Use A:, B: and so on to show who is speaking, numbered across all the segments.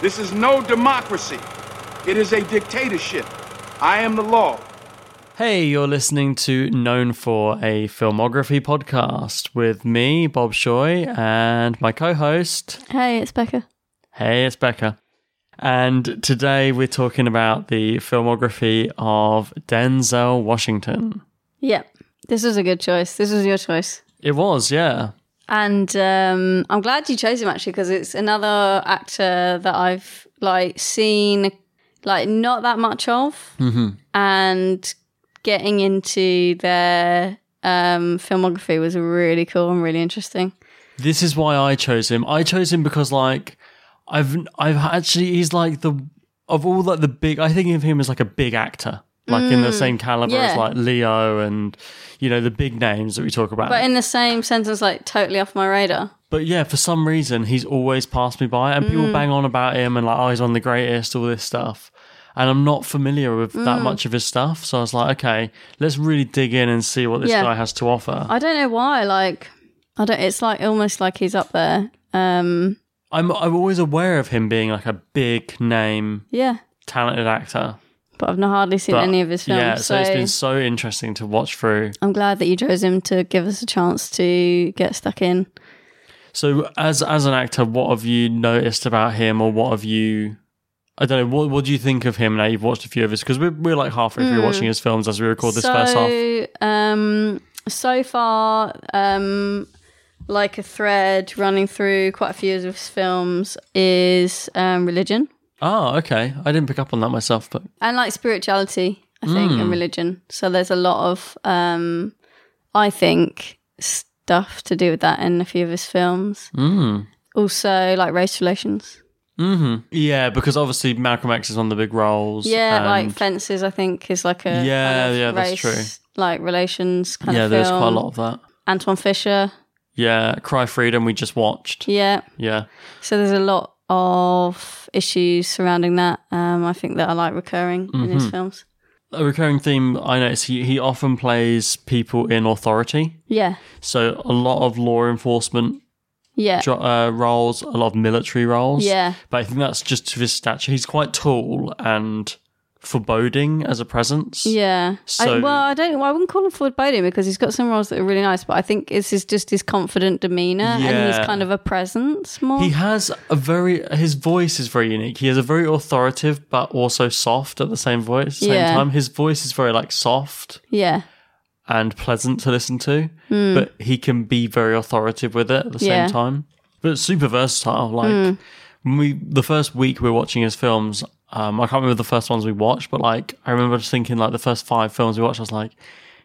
A: This is no democracy. It is a dictatorship. I am the law.
B: Hey, you're listening to Known for a Filmography podcast with me, Bob Shoy, and my co host.
C: Hey, it's Becca.
B: Hey, it's Becca. And today we're talking about the filmography of Denzel Washington.
C: Yep. This was a good choice. This was your choice.
B: It was, yeah.
C: And um, I'm glad you chose him actually because it's another actor that I've like seen like not that much of and getting into their um, filmography was really cool and really interesting.
B: This is why I chose him. I chose him because like I've I've actually he's like the of all like the big I think of him as like a big actor. Like in the same caliber as
C: Mm. yeah.
B: like Leo and you know the big names that we talk about.
C: But in the same sentence, like totally off my radar.
B: But yeah, for some reason, he's always passed me by, and
C: Mm.
B: people bang on about him and like, oh, he's one of the greatest, all this stuff. And I'm not familiar with that
C: Mm.
B: much of his stuff, so I was like, okay, let's really dig in and see what this
C: Yeah.
B: guy has to offer.
C: I don't know why. Like, I don't. It's like almost like he's up there. Um,
B: I'm I'm always aware of him being like a big name,
C: yeah,
B: talented actor.
C: but I've not hardly seen
B: but
C: any of his films.
B: yeah,
C: so
B: so it's been so interesting to watch through.
C: I'm glad that you chose him to give us a chance to get stuck in.
B: So as as an actor, what have you noticed about him, or what have you? I don't know. What what do you think of him now? You've watched a few of his because we're we're like halfway through watching his films as we record this first half.
C: Hmm. so, um, so far, um, like a thread running through quite a few of his films is um, religion
B: Oh, okay. I didn't pick up on that myself, but
C: and like spirituality, I think,
B: Hmm.
C: and religion. So there's a lot of, um, I think, stuff to do with that in a few of his films.
B: Hmm.
C: Also, like race relations.
B: mm-hmm. yeah, because obviously Malcolm X is on the big roles.
C: Yeah, like
B: and-
C: fences. I think is like a kind
B: Yeah,
C: of
B: yeah, that's
C: race,
B: true.
C: Like relations kind
B: yeah,
C: of.
B: there's quite a
C: film.
B: lot of that.
C: Antoine Fisher.
B: Yeah, Cry Freedom we just watched.
C: Yeah.
B: Yeah,
C: So there's a lot of issues surrounding that. Um, I think that are like recurring in his films.
B: Mm-hmm. a recurring theme I notice he he often plays people in authority.
C: Yeah,
B: So a lot of law enforcement
C: yeah,
B: jo- uh, roles, a lot of military roles.
C: Yeah.
B: But I think that's just to his stature. He's quite tall and foreboding as a presence.
C: yeah.
B: So-
C: I, well, I don't. Well, I wouldn't call him foreboding because he's got some roles that are really nice, but I think it's his, just his confident demeanor and
B: Yeah.
C: he's kind of a presence more.
B: He has a very his voice is very unique. He has a very authoritative but also soft at the same voice. Same
C: Yeah.
B: time, his voice is very like soft
C: yeah, Hmm.
B: and pleasant to listen to, but he can be very authoritative with it at the same
C: Yeah. Hmm.
B: time. But super versatile. Like when we the first week we were watching his films, um, I can't remember the first ones we watched, but like I remember just thinking like the first five films we watched, I was like,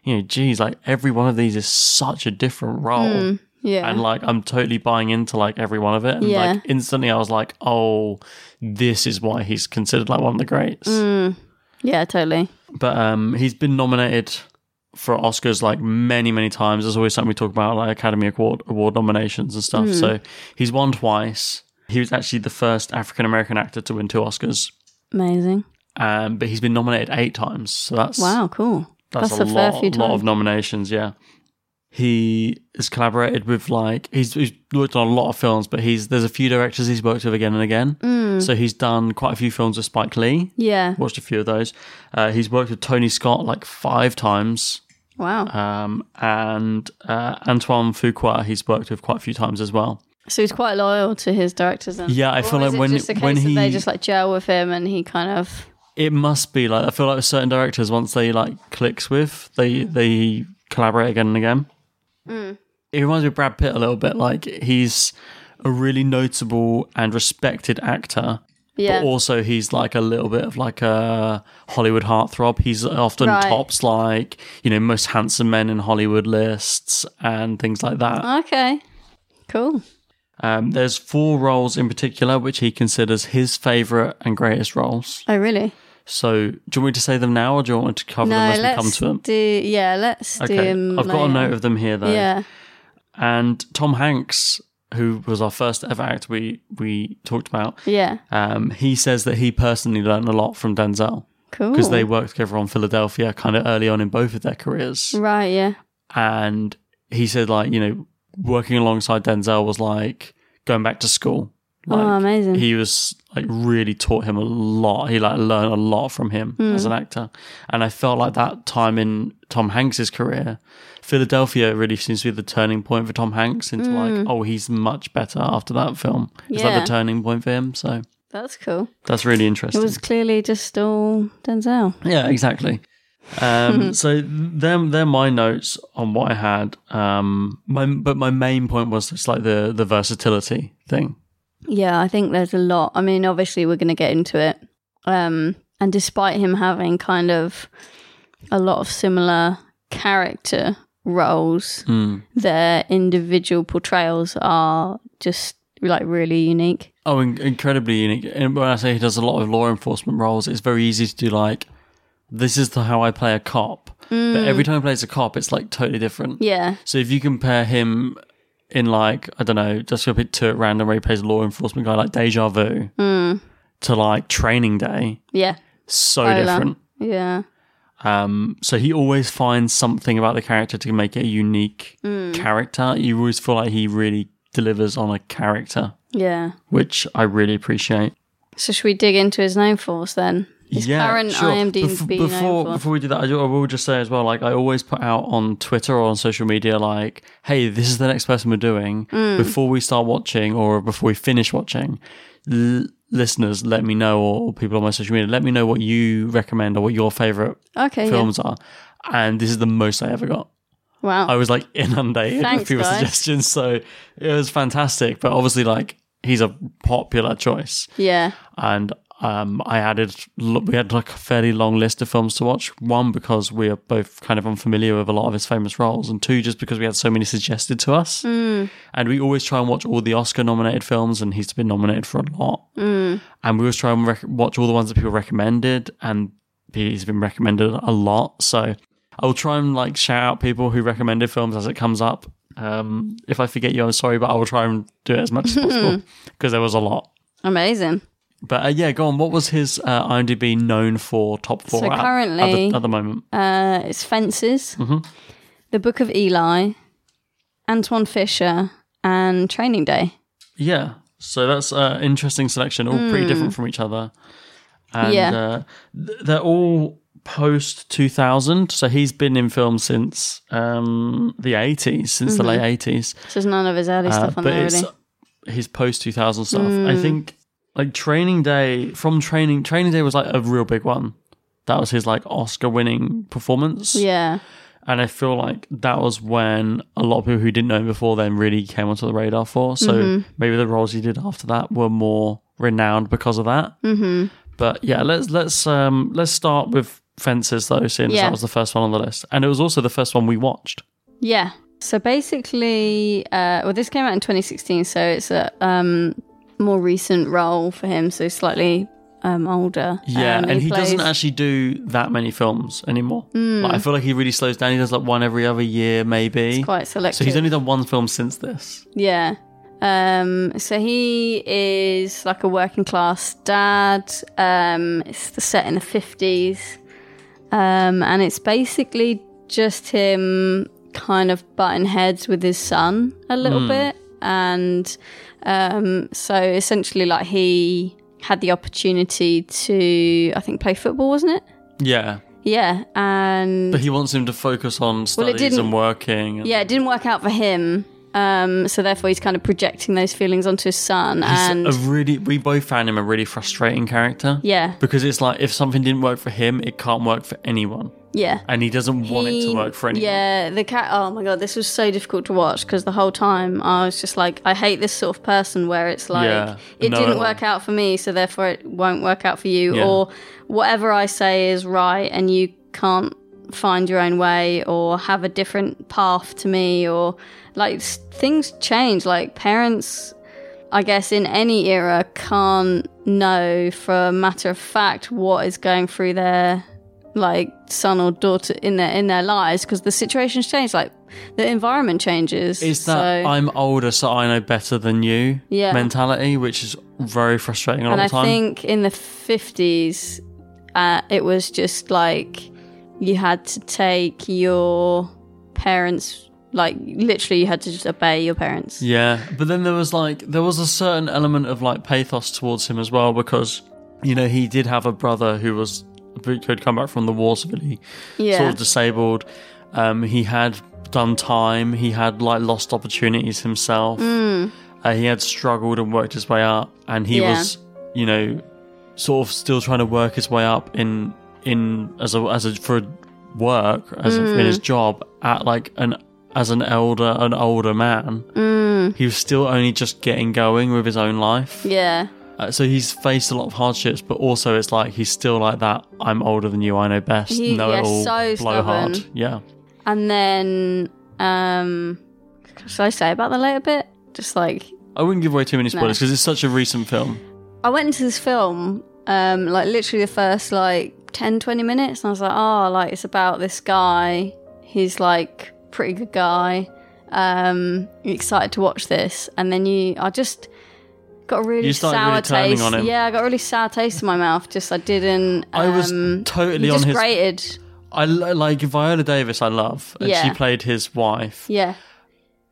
B: you know, geez, like every one of these is such a different role.
C: Hmm. yeah,
B: And like I'm totally buying into like every one of it. And
C: Yeah.
B: like instantly I was like, oh, this is why he's considered like one of the greats
C: Mm. yeah, totally.
B: but um, he's been nominated for Oscars like many, many times. There's always something we talk about, like Academy Award award nominations and stuff. So he's won twice. He was actually the first African American actor to win two Oscars,
C: Amazing.
B: um, but he's been nominated eight times. So that's
C: Wow, cool.
B: that's, a,
C: fair
B: lot,
C: few
B: lot of
C: times.
B: nominations. Yeah, He has collaborated with like he's, he's worked on a lot of films, but he's there's a few directors he's worked with again and again. So he's done quite a few films with Spike Lee.
C: Mm. Yeah.
B: Watched a few of those. Uh, he's worked with Tony Scott like five times,
C: Wow.
B: um, and uh, Antoine Fuqua he's worked with quite a few times as well.
C: so he's quite loyal to his directors. Then.
B: Yeah, I
C: Or
B: feel
C: is
B: like
C: it
B: when-
C: just a case
B: when
C: that they
B: he-
C: just like gel with him and he kind of
B: It must be like I feel like with certain directors once they like clicks with they they collaborate again and again. It reminds me of Brad Pitt a little bit. Like he's a really notable and respected actor,
C: yeah
B: but also he's like a little bit of like a Hollywood heartthrob. He's often
C: Right.
B: tops like you know most handsome men in Hollywood lists and things like that.
C: okay cool
B: Um, there's four roles in particular which he considers his favorite and greatest roles.
C: oh really
B: So, do you want me to say them now, or do you want me to cover them as we come to them?
C: do yeah let's do
B: Okay,
C: him
B: I've got a
C: later.
B: note of them here though.
C: um, yeah
B: And Tom Hanks, who was our first ever actor we we talked about,
C: yeah
B: um, he says that he personally learned a lot from Denzel
C: cool
B: because they worked together on Philadelphia kind of early on in both of their careers,
C: right yeah
B: and he said like you know working alongside Denzel was like going back to school. Like,
C: oh amazing
B: he was like really taught him a lot. He like learned a lot from him
C: Hmm.
B: as an actor, and I felt like that time in Tom Hanks's career, Philadelphia really seems to be the turning point for Tom Hanks into like oh he's much better after that film. It's like
C: Hmm. Yeah.
B: the turning point for him. So
C: that's cool
B: that's really
C: it
B: interesting.
C: was clearly just all Denzel
B: Yeah, exactly. Um, so they're, they're my notes on what I had. Um, my but my main point was it's like the the versatility thing.
C: Yeah, I think there's a lot. I mean, obviously we're going to get into it. Um, and despite him having kind of a lot of similar character roles,
B: Hmm.
C: their individual portrayals are just like really unique.
B: Oh, in- incredibly unique. And when I say he does a lot of law enforcement roles, it's very easy to do like, this is the, how I play a cop. But every time he plays a cop, it's like totally different.
C: Yeah,
B: So if you compare him in like, I don't know, just go pick two at random where he plays a law enforcement guy like Deja Vu to like Training Day,
C: yeah,
B: so
C: Ola.
B: different.
C: yeah,
B: Um, so he always finds something about the character to make it a unique character. You always feel like he really delivers on a character,
C: yeah.
B: which I really appreciate.
C: So should we dig into his name force then? His current IMDb
B: Bef-
C: name
B: before,
C: force.
B: before we do that, I, do- I will just say as well, like I always put out on Twitter or on social media, like, hey, this is the next person we're doing.
C: Mm.
B: Before we start watching or before we finish watching, l- listeners, let me know or, or people on my social media, let me know what you recommend or what your favorite
C: okay, yeah.
B: films are. And this is the most I ever got.
C: wow.
B: I was like inundated
C: Thanks,
B: with people's
C: guys.
B: suggestions, so it was fantastic. But obviously, like he's a popular choice
C: yeah,
B: and um, I added lo- we had like a fairly long list of films to watch. One because we are both kind of unfamiliar with a lot of his famous roles, and two just because we had so many suggested to us.
C: Mm.
B: And we always try and watch all the Oscar-nominated films, and he's been nominated for a lot. And we always try and rec- watch all the ones that people recommended, and he's been recommended a lot. So I will try and like shout out people who recommended films as it comes up. Um, if I forget you, I'm sorry, but I will try and do it as much as possible because there was a lot.
C: amazing.
B: But uh, yeah, go on. What was his uh, IMDb known for? Top four at- at,
C: currently-
B: the, at the moment. Mm-hmm.
C: Uh, it's Fences, The Book of Eli, Antoine Fisher, and Training Day.
B: Yeah, so that's uh, interesting selection. All pretty different from each other, and
C: Yeah.
B: uh, th- they're all post two thousand. So he's been in films since um, the eighties, since
C: Mm-hmm.
B: the late eighties.
C: So there's none of his early
B: Uh,
C: stuff on
B: but
C: there, Hmm.
B: it's
C: really.
B: his post two thousand stuff. I think like Training Day from Training Training Day was like a real big one. That was his like Oscar winning performance.
C: Yeah,
B: And I feel like that was when a lot of people who didn't know him before then really came onto the radar for. So
C: Mm-hmm.
B: maybe the roles he did after that were more renowned because of that. Mm-hmm. But yeah, let's let's um let's start with fences though, seeing as
C: Yeah.
B: that was the first one on the list, and it was also the first one we watched.
C: yeah. So basically, uh, well, this came out in 2016, so it's a um, more recent role for him, so slightly um, older.
B: Yeah,
C: Um,
B: and he doesn't
C: plays- Hmm.
B: actually do that many films anymore. Like, I feel like he really slows down. He does like one every other year, maybe.
C: quite selective.
B: so he's only done one film since this.
C: Yeah. Um, so he is like a working class dad. Um, it's the set in the 50s. Um, and it's basically just him kind of butting heads with his son a little bit. And um, so essentially, like, he had the opportunity to, I think, play football, wasn't it?
B: Yeah.
C: Yeah. And
B: But he wants him to focus on studies
C: didn't-
B: and working. And
C: yeah, it didn't work out for him. Um, so therefore, he's kind of projecting those feelings onto his son.
B: He's
C: and
B: a really, we both found him a really frustrating character.
C: Yeah.
B: Because it's like if something didn't work for him, it can't work for anyone,
C: yeah.
B: and he doesn't want it
C: He-
B: to work for anyone.
C: Yeah, the cat. Oh my god, this was so difficult to watch because the whole time I was just like, I hate this sort of person where it's like,
B: Yeah,
C: it
B: no.
C: didn't work out for me, so therefore it won't work out for you,
B: Yeah.
C: or whatever I say is right, and you can't find your own way or have a different path to me, or like s- things change. Like parents I guess in any era can't know for a matter of fact what is going through their like son or daughter in their in their lives because the situations change like the environment changes
B: It's that
C: so,
B: I'm older, so I know better than you
C: Yeah.
B: mentality, which is very frustrating a lot
C: and i
B: of the time.
C: think in the 50s uh, it was just like you had to take your parents like literally you had to just obey your parents
B: Yeah, but then there was like there was a certain element of like pathos towards him as well because you know he did have a brother who was who had come back from the war severely
C: Yeah.
B: sort of disabled. Um, he had done time. He had like lost opportunities himself. Uh, he had struggled and worked his way up, and he
C: Mm. Yeah.
B: was you know sort of still trying to work his way up in in as a as a for work as a,
C: Mm.
B: in his job at like an as an elder an older man
C: Mm.
B: he was still only just getting going with his own life
C: yeah
B: Uh, so he's faced a lot of hardships but also it's like he's still like that i'm older than you i know best
C: He-
B: know
C: yeah,
B: it all
C: so
B: blowhard
C: stubborn.
B: yeah
C: and then um should i say about the later bit just like
B: i wouldn't give away too many spoilers because it's such a recent film
C: I went into this film, um, like literally the first like 10, 20 minutes, and I was like, oh, like it's about this guy. He's like pretty good guy. Um, excited to watch this, and then you, I just got a really
B: You started
C: sour
B: really turning
C: taste.
B: on him.
C: Yeah, I got a really sour taste in my mouth. Just I didn't. Um,
B: I was totally
C: you
B: on
C: just
B: his-
C: grated.
B: i li- like viola davis i love and she
C: Yeah.
B: played his wife
C: Yeah,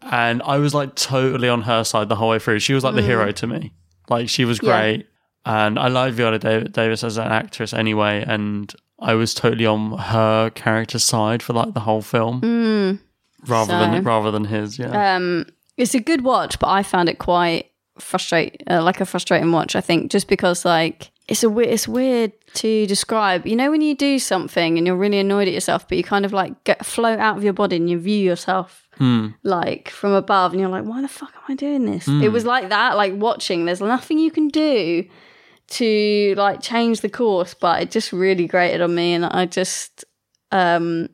B: and I was like totally on her side the whole way through. She was like the hero to me. Like she was
C: Mm. Yeah.
B: great, and I like Viola Dav- Davis as an actress anyway. And I was totally on her character's side for like the whole film, rather
C: Mm. So- uh,
B: than rather than his. Yeah,
C: Um, it's a good watch, but I found it quite frustrate uh, like a frustrating watch. I think just because like it's a weird, it's weird to describe. You know when you do something and you're really annoyed at yourself, but you kind of like get float out of your body and you view yourself like from above, and you're like, why the fuck am I doing this? It
B: Hmm.
C: was like that, like watching. There's nothing you can do to like change the course, but it just really grated on me, and I just. um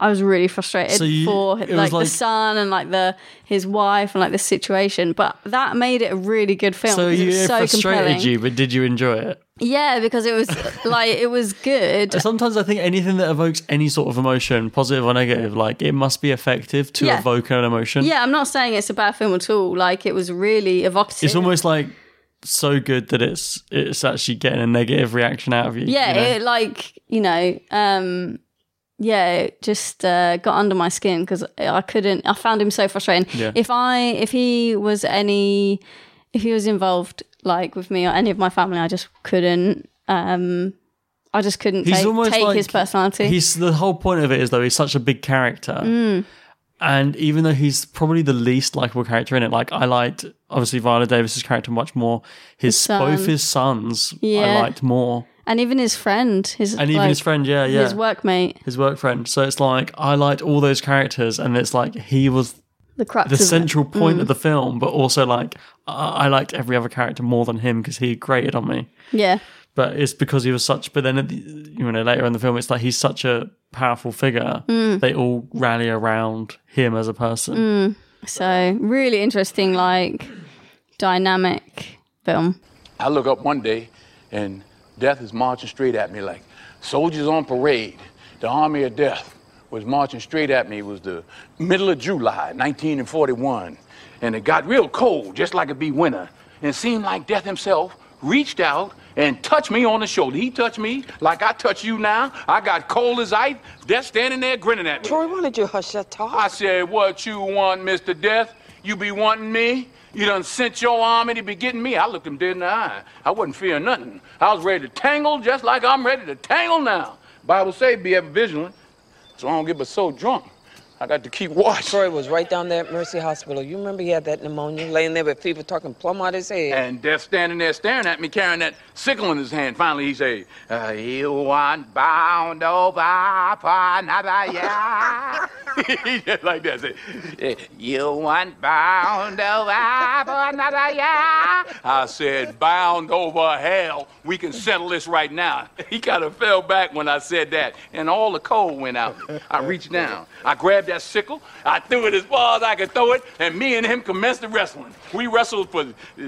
C: I was really frustrated
B: So you-
C: for
B: it was
C: like the
B: like-
C: son and like the his wife and like the situation. But that made it a really good film.
B: so
C: because it
B: you
C: was
B: it
C: so
B: frustrated
C: compelling.
B: you, but did you enjoy it?
C: Yeah, because it was like it was good.
B: Sometimes I think anything that evokes any sort of emotion, positive or negative, like it must be effective to
C: Yeah.
B: evoke an emotion.
C: Yeah, I'm not saying it's a bad film at all. Like it was really evocative.
B: it's almost like so good that it's it's actually getting a negative reaction out of you.
C: yeah,
B: you know?
C: it, like you know, um, yeah, it just uh, got under my skin because I couldn't. I found him so frustrating.
B: Yeah.
C: If I, if he was any, if he was involved like with me or any of my family, I just couldn't. Um, I just couldn't
B: He's
C: take,
B: almost
C: take
B: like-
C: his personality.
B: He's uh, the whole point of it is though he's such a big character,
C: Mm.
B: and even though he's probably the least likable character in it, like I liked obviously Viola Davis's character much more. His,
C: son.
B: both his sons I
C: Yeah.
B: liked more,
C: and even his friend, his
B: and even
C: like,
B: his friend, yeah, yeah,
C: his workmate,
B: his work friend. So it's like I liked all those characters, and it's like he was
C: the crux.
B: the
C: of it. Mm.
B: central point of the film, but also like I I liked every other character more than him because he grated on me.
C: Yeah,
B: but it's because he was such. But then, at the, you know, later in the film, it's like he's such a powerful figure.
C: Mm.
B: They all rally around him as a person.
C: so really interesting, like dynamic film.
A: I look up one day and death is marching straight at me like soldiers on parade. The army of death was marching straight at me. It was the middle of July, 1941. And it got real cold, just like it'd be winter. And it seemed like death himself reached out and touched me on the shoulder. He touched me like I touch you now. I got cold as ice. Death standing there grinning at me.
D: Troy, why don't you hush that talk?
A: I said, What you want, Mr. Death? You be wanting me? You done sent your army to be getting me. I looked him dead in the eye. I wasn't fearing nothing. I was ready to tangle just like I'm ready to tangle now. Bible say be ever vigilant, so I don't get but so drunk. I got to keep watch.
D: Troy was right down there at Mercy Hospital. You remember he had that pneumonia, laying there with fever, talking plumb out his head.
A: And Death standing there staring at me, carrying that sickle in his hand. Finally, he say, uh, "You want bound over for another year?" He just like that. Say, "Eh, "You want bound over for another year?" I said, "Bound over hell. We can settle this right now." He kind of fell back when I said that, and all the cold went out. I reached down, I grabbed that sickle, I threw it as far as I could throw it, and me and him commenced the wrestling. We wrestled for uh,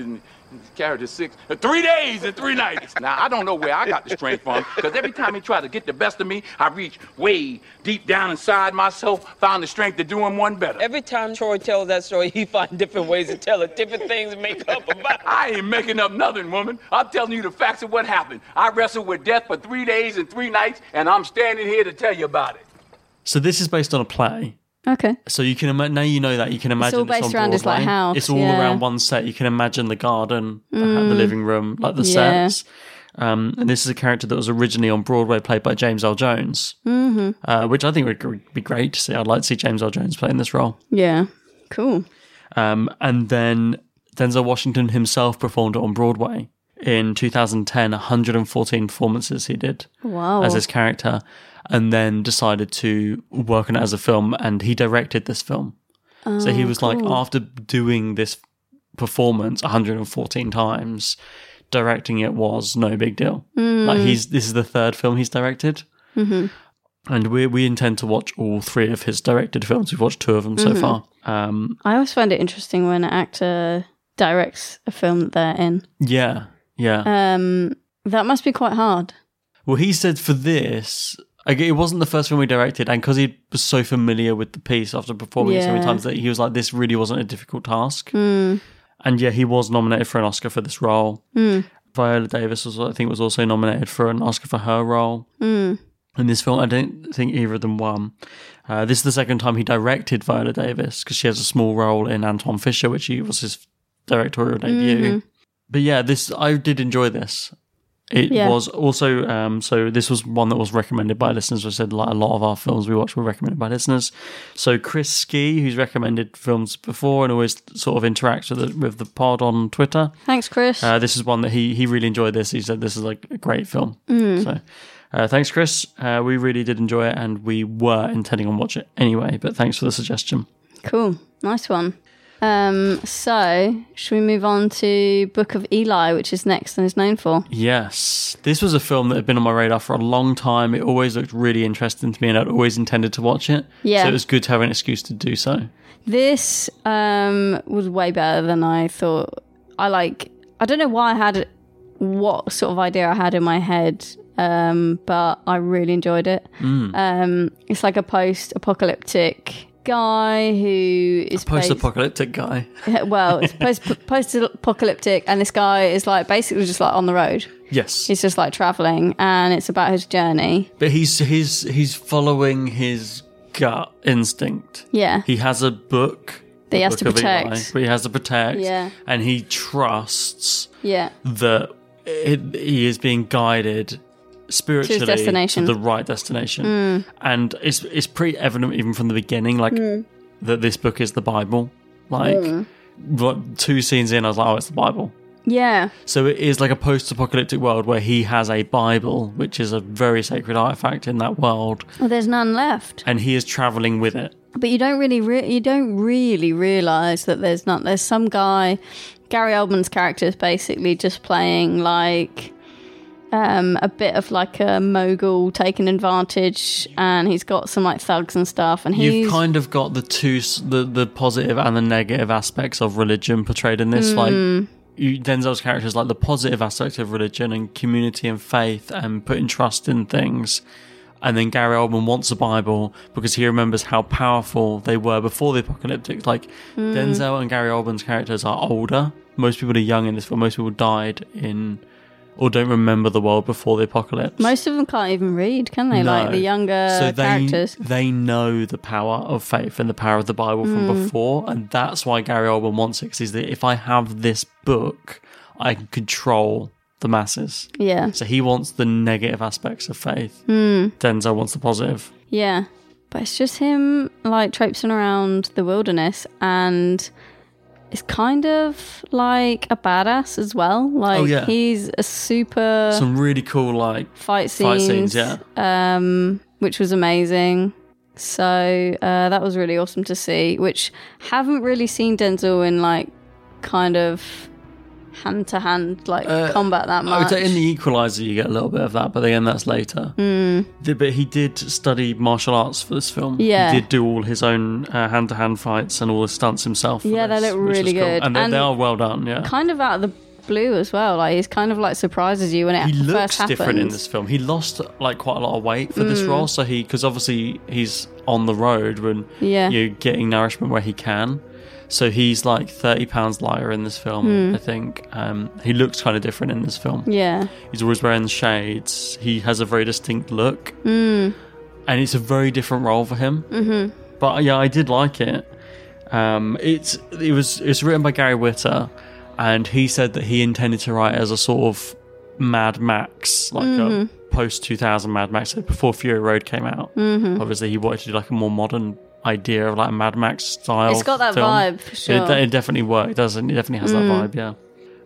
A: character six, uh, three days and three nights. Now I don't know where I got the strength from, because every time he tried to get the best of me, I reached way deep down inside myself, found the strength to do him one better.
D: Every time Troy tells that story, he finds different ways to tell it, different things to make up about it.
A: I ain't making up nothing, woman. I'm telling you the facts of what happened. I wrestled with death for three days and three nights, and I'm standing here to tell you about it.
B: So this is based on a play.
C: Okay.
B: So you can ima- now you know that you can imagine
C: all based
B: on
C: around his, like,
B: Broadway.
C: house,
B: It's all
C: yeah. Mm.
B: around one set. You can imagine the garden, the, ha- the living room, like the
C: Yeah.
B: sets. Um, and this is a character that was originally on Broadway, played by James L. Jones, mm-hmm. uh, which I think would gr- be great to see. I'd like to see James L. Jones playing this role.
C: Yeah. Cool.
B: Um, and then Denzel Washington himself performed it on Broadway in 2010. 114 performances he did
C: Wow.
B: as his character, and then decided to work on it as a film. And he directed this film. so he was like, after doing this performance 114 times, directing it was no big deal. Like he's this is the third film he's directed. And we we intend to watch all three of his directed films. We've watched two of them so far. Um,
C: I always find it interesting when an actor directs a film that they're in.
B: Yeah, yeah.
C: Um, that must be quite hard.
B: well, he said for this, again, it wasn't the first film he directed, and because he was so familiar with the piece after performing it so many
C: Yeah.
B: times, that he was like, this really wasn't a difficult task. And yeah, he was nominated for an Oscar for this role. Viola Davis was, I think, was also nominated for an Oscar for her role. In this film, I don't think either of them won. Uh, this is the second time he directed Viola Davis because she has a small role in Anton Fisher, which he was his directorial debut. Mm-hmm. But yeah, this I did enjoy this. It
C: Yeah.
B: was also um, so this was one that was recommended by listeners. I said like a lot of our films we watch were recommended by listeners. So Chris Ski, who's recommended films before and always sort of interacts with the, with the pod on Twitter,
C: Thanks, Chris.
B: uh, this is one that he he really enjoyed. This he said this is like a great film.
C: Mm.
B: So uh, thanks, Chris. Uh, we really did enjoy it, and we were intending on watch it anyway. But thanks for the suggestion.
C: cool. Nice one. Um, so should we move on to Book of Eli, which is next and is known for?
B: Yes, this was a film that had been on my radar for a long time. It always looked really interesting to me, and I'd always intended to watch it.
C: Yeah.
B: so it was good to have an excuse to do so.
C: This um, was way better than I thought. I like. I don't know why I had what sort of idea I had in my head, um, but I really enjoyed it. Um, it's like a post-apocalyptic guy who is
B: Post
C: based-
B: apocalyptic guy.
C: well, it's post post apocalyptic, and this guy is like basically just like on the road.
B: Yes,
C: He's just like traveling, and it's about his journey.
B: but he's he's he's following his gut instinct.
C: Yeah,
B: He has a book
C: that he has
B: Book
C: to
B: of Eli,
C: protect.
B: but he has to protect.
C: Yeah.
B: and he trusts
C: Yeah,
B: that it, he is being guided spiritually
C: destination. Mm.
B: to the right destination, and it's it's pretty evident even from the beginning, like that this book is the Bible. Like,
C: Mm.
B: what two scenes in, I was like, oh, it's the Bible.
C: yeah,
B: So it is like a post-apocalyptic world where he has a Bible, which is a very sacred artifact in that world,
C: well, there's none left.
B: and he is traveling with it.
C: But you don't really, re- you don't really realize that there's not. There's some guy, Gary Oldman's character is basically just playing like um, a bit of like a mogul taking advantage, and he's got some like thugs and stuff, and he's
B: You've kind of got the two, s- the the positive and the negative aspects of religion portrayed in this.
C: Hmm.
B: Like you, Denzel's character is like the positive aspect of religion and community and faith and putting trust in things, And then Gary Oldman wants a Bible because he remembers how powerful they were before the apocalyptic. Like
C: Hmm.
B: Denzel and Gary Oldman's characters are older. Most people are young in this film. Most people died in or don't remember the world before the apocalypse.
C: Most of them can't even read, can they? Like
B: No.
C: the younger
B: so they,
C: characters.
B: They know the power of faith and the power of the Bible from
C: Mm.
B: before, and that's why Gary Oldman wants it. 'cause he's the, if I have this book, I can control the masses.
C: Yeah. Hmm.
B: So he wants the negative aspects of faith. Denzel wants the positive.
C: Yeah. But it's just him like traipsing around the wilderness and it's kind of like a badass as well. Like
B: Oh, yeah.
C: he's a super
B: Some really cool, like
C: Uh. fight
B: fight
C: scenes.
B: scenes, yeah.
C: Um which was amazing. So uh, that was really awesome to see, which haven't really seen Denzel in like kind of hand to hand like
B: Uh,
C: combat that
B: I would
C: much.
B: say oh, in the Equalizer you get a little bit of that, but again that's later.
C: Hmm.
B: The- but he did study martial arts for this film.
C: Yeah.
B: he did do all his own hand to hand fights and all the stunts himself. for
C: Yeah, they
B: this,
C: look
B: which was
C: really
B: cool.
C: good.
B: and they,
C: And
B: they are well done. Yeah,
C: kind of out of the blue as well. Like he's kind of like surprises you when it
B: he
C: first Mm.
B: looks
C: happens.
B: different in this film. He lost like quite a lot of weight for this role, so he because obviously he's on the road when
C: Yeah.
B: you're getting nourishment where he can. So he's like thirty pounds lighter in this film, I think. Um, he looks kind of different in this film.
C: Hmm. Yeah,
B: He's always wearing shades. He has a very distinct look,
C: Mm,
B: and it's a very different role for him. Mm-hmm. But yeah, I did like it. Um, it's it was it's written by Gary Witter, and he said that he intended to write as a sort of Mad Max, like
C: Mm-hmm.
B: a post two thousand Mad Max, so before Fury Road came out. Mm-hmm. Obviously, he wanted to do like a more modern idea of like a Mad Max style.
C: It's got that
B: film.
C: vibe, for sure. Mm.
B: It, it definitely worked, doesn't it? It definitely has that vibe, yeah.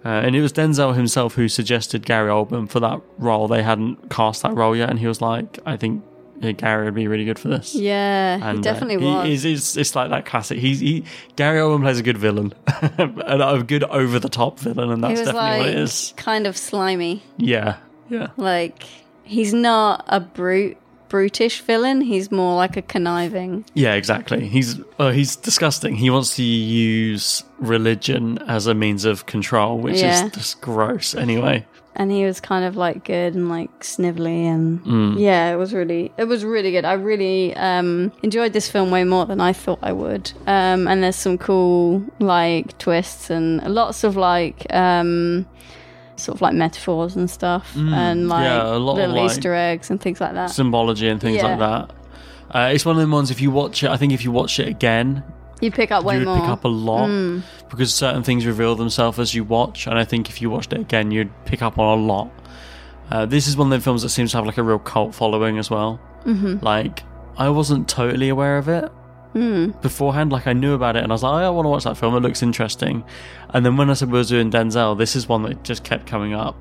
B: Uh, and it was Denzel himself who suggested Gary Oldman for that role. They hadn't cast that role yet, and he was like, "I think yeah, Gary would be really good for this."
C: yeah,
B: and
C: he
B: uh,
C: definitely
B: he-
C: was.
B: He's, he's, it's like that classic. He's he, Gary Oldman plays a good villain, and a good over the top villain, and
C: he
B: that's
C: was
B: definitely
C: like
B: what it is.
C: kind of slimy.
B: Yeah, yeah.
C: Like he's not a brute, brutish villain. He's more like a conniving.
B: Yeah, exactly. He's well, he's disgusting. He wants to use religion as a means of control, which
C: Yeah.
B: is just gross. Anyway,
C: and he was kind of like good and like snivelly and
B: Mm.
C: yeah it was really it was really good i really um enjoyed this film way more than i thought i would um and there's some cool like twists and lots of like um sort of like metaphors and stuff and like
B: Mm, yeah, a lot of,
C: little
B: like,
C: easter eggs and things like that
B: symbology and things like
C: Yeah.
B: that. Uh, it's one of them ones. If you watch it, I think if you watch it again,
C: you pick up way
B: you would
C: more Mm.
B: pick up a lot because certain things reveal themselves as you watch, and I think if you watched it again, you'd pick up on a lot. Uh, this is one of the films that seems to have like a real cult following as well. Mm-hmm. Like I wasn't totally aware of it
C: Mm.
B: beforehand. Like I knew about it, and I was like, oh, I want to watch that film. It looks interesting. And then when I said we were doing Denzel, this is one that just kept coming up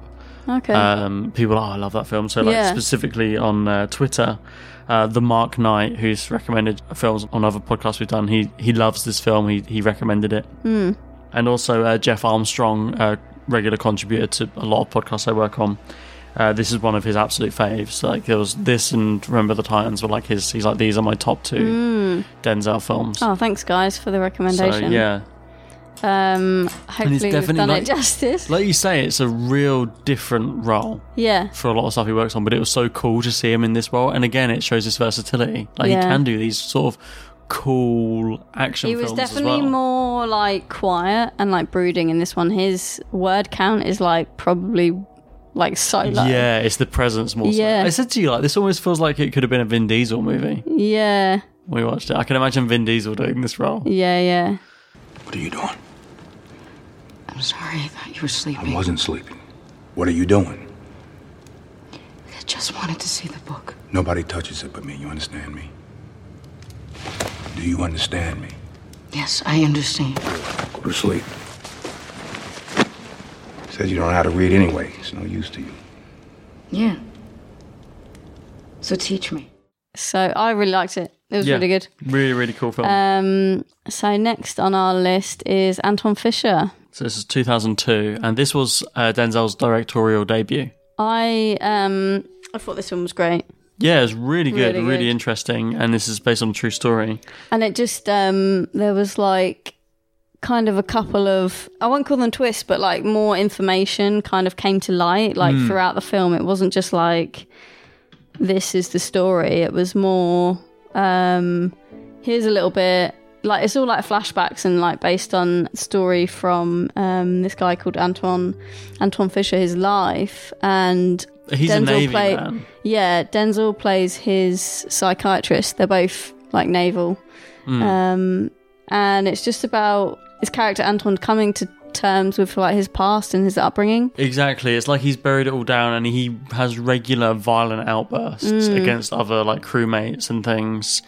C: okay
B: um, people oh i love that film so like
C: Yeah.
B: specifically on uh, twitter uh, the mark knight who's recommended films on other podcasts we've done he he loves this film he, he recommended it
C: Hmm.
B: and also uh, jeff armstrong uh, regular contributor to a lot of podcasts i work on uh, this is one of his absolute faves like there was this and remember the titans were like his he's like these are my top two
C: Hmm.
B: denzel films
C: oh thanks guys for the
B: so
C: recommendation
B: yeah
C: um hopefully we've
B: definitely
C: done
B: like-
C: it justice
B: like you say it's a real different role
C: yeah
B: for a lot of stuff he works on, but it was so cool to see him in this role. And again, it shows his versatility. Like
C: Yeah.
B: he can do these sort of cool action.
C: He was
B: films as
C: definitely
B: well.
C: more like quiet and like brooding in this one. His word count is like probably like so low.
B: Yeah, it's the presence more. so.
C: Yeah.
B: I said to you like this almost feels like it could have been a Vin Diesel movie.
C: yeah,
B: We watched it. I can imagine Vin Diesel doing this role.
C: yeah, yeah.
A: What are you doing?
E: I'm sorry, I thought you were
A: I
E: sleeping.
A: wasn't sleeping. What are you doing?
E: I just wanted to see the book.
A: Nobody touches it but me. You understand me? Do you understand me?
E: Yes, I understand.
A: Go to sleep. Says you don't know how to read anyway. It's no use to you.
E: Yeah. So teach me.
C: So I really liked it. It was
B: Yeah.
C: really good.
B: Really, really cool film.
C: Um, so next on our list is Anton Fisher.
B: so this is 2002, and this was uh, Denzel's directorial debut.
C: I um, I thought this one was great,
B: Yeah, it's really good,
C: Really
B: really,
C: good.
B: interesting, and this is based on a true story.
C: and it just um, there was like kind of a couple of I won't call them twists, but like
B: Hmm.
C: more information kind of came to light like throughout the film. It wasn't just like this is the story. It was more um here's a little bit like it's all like flashbacks and like based on story from um this guy called Antoine Antoine Fisher, his life and
B: He's a
C: Denzel
B: Navy
C: play-
B: man.
C: yeah, Denzel plays his psychiatrist. They're both like naval.
B: Hmm.
C: Um, and it's just about his character Anton coming to terms with like his past and his upbringing.
B: Exactly. It's like he's buried it all down and he has regular violent outbursts
C: Mm.
B: against other like crewmates and things.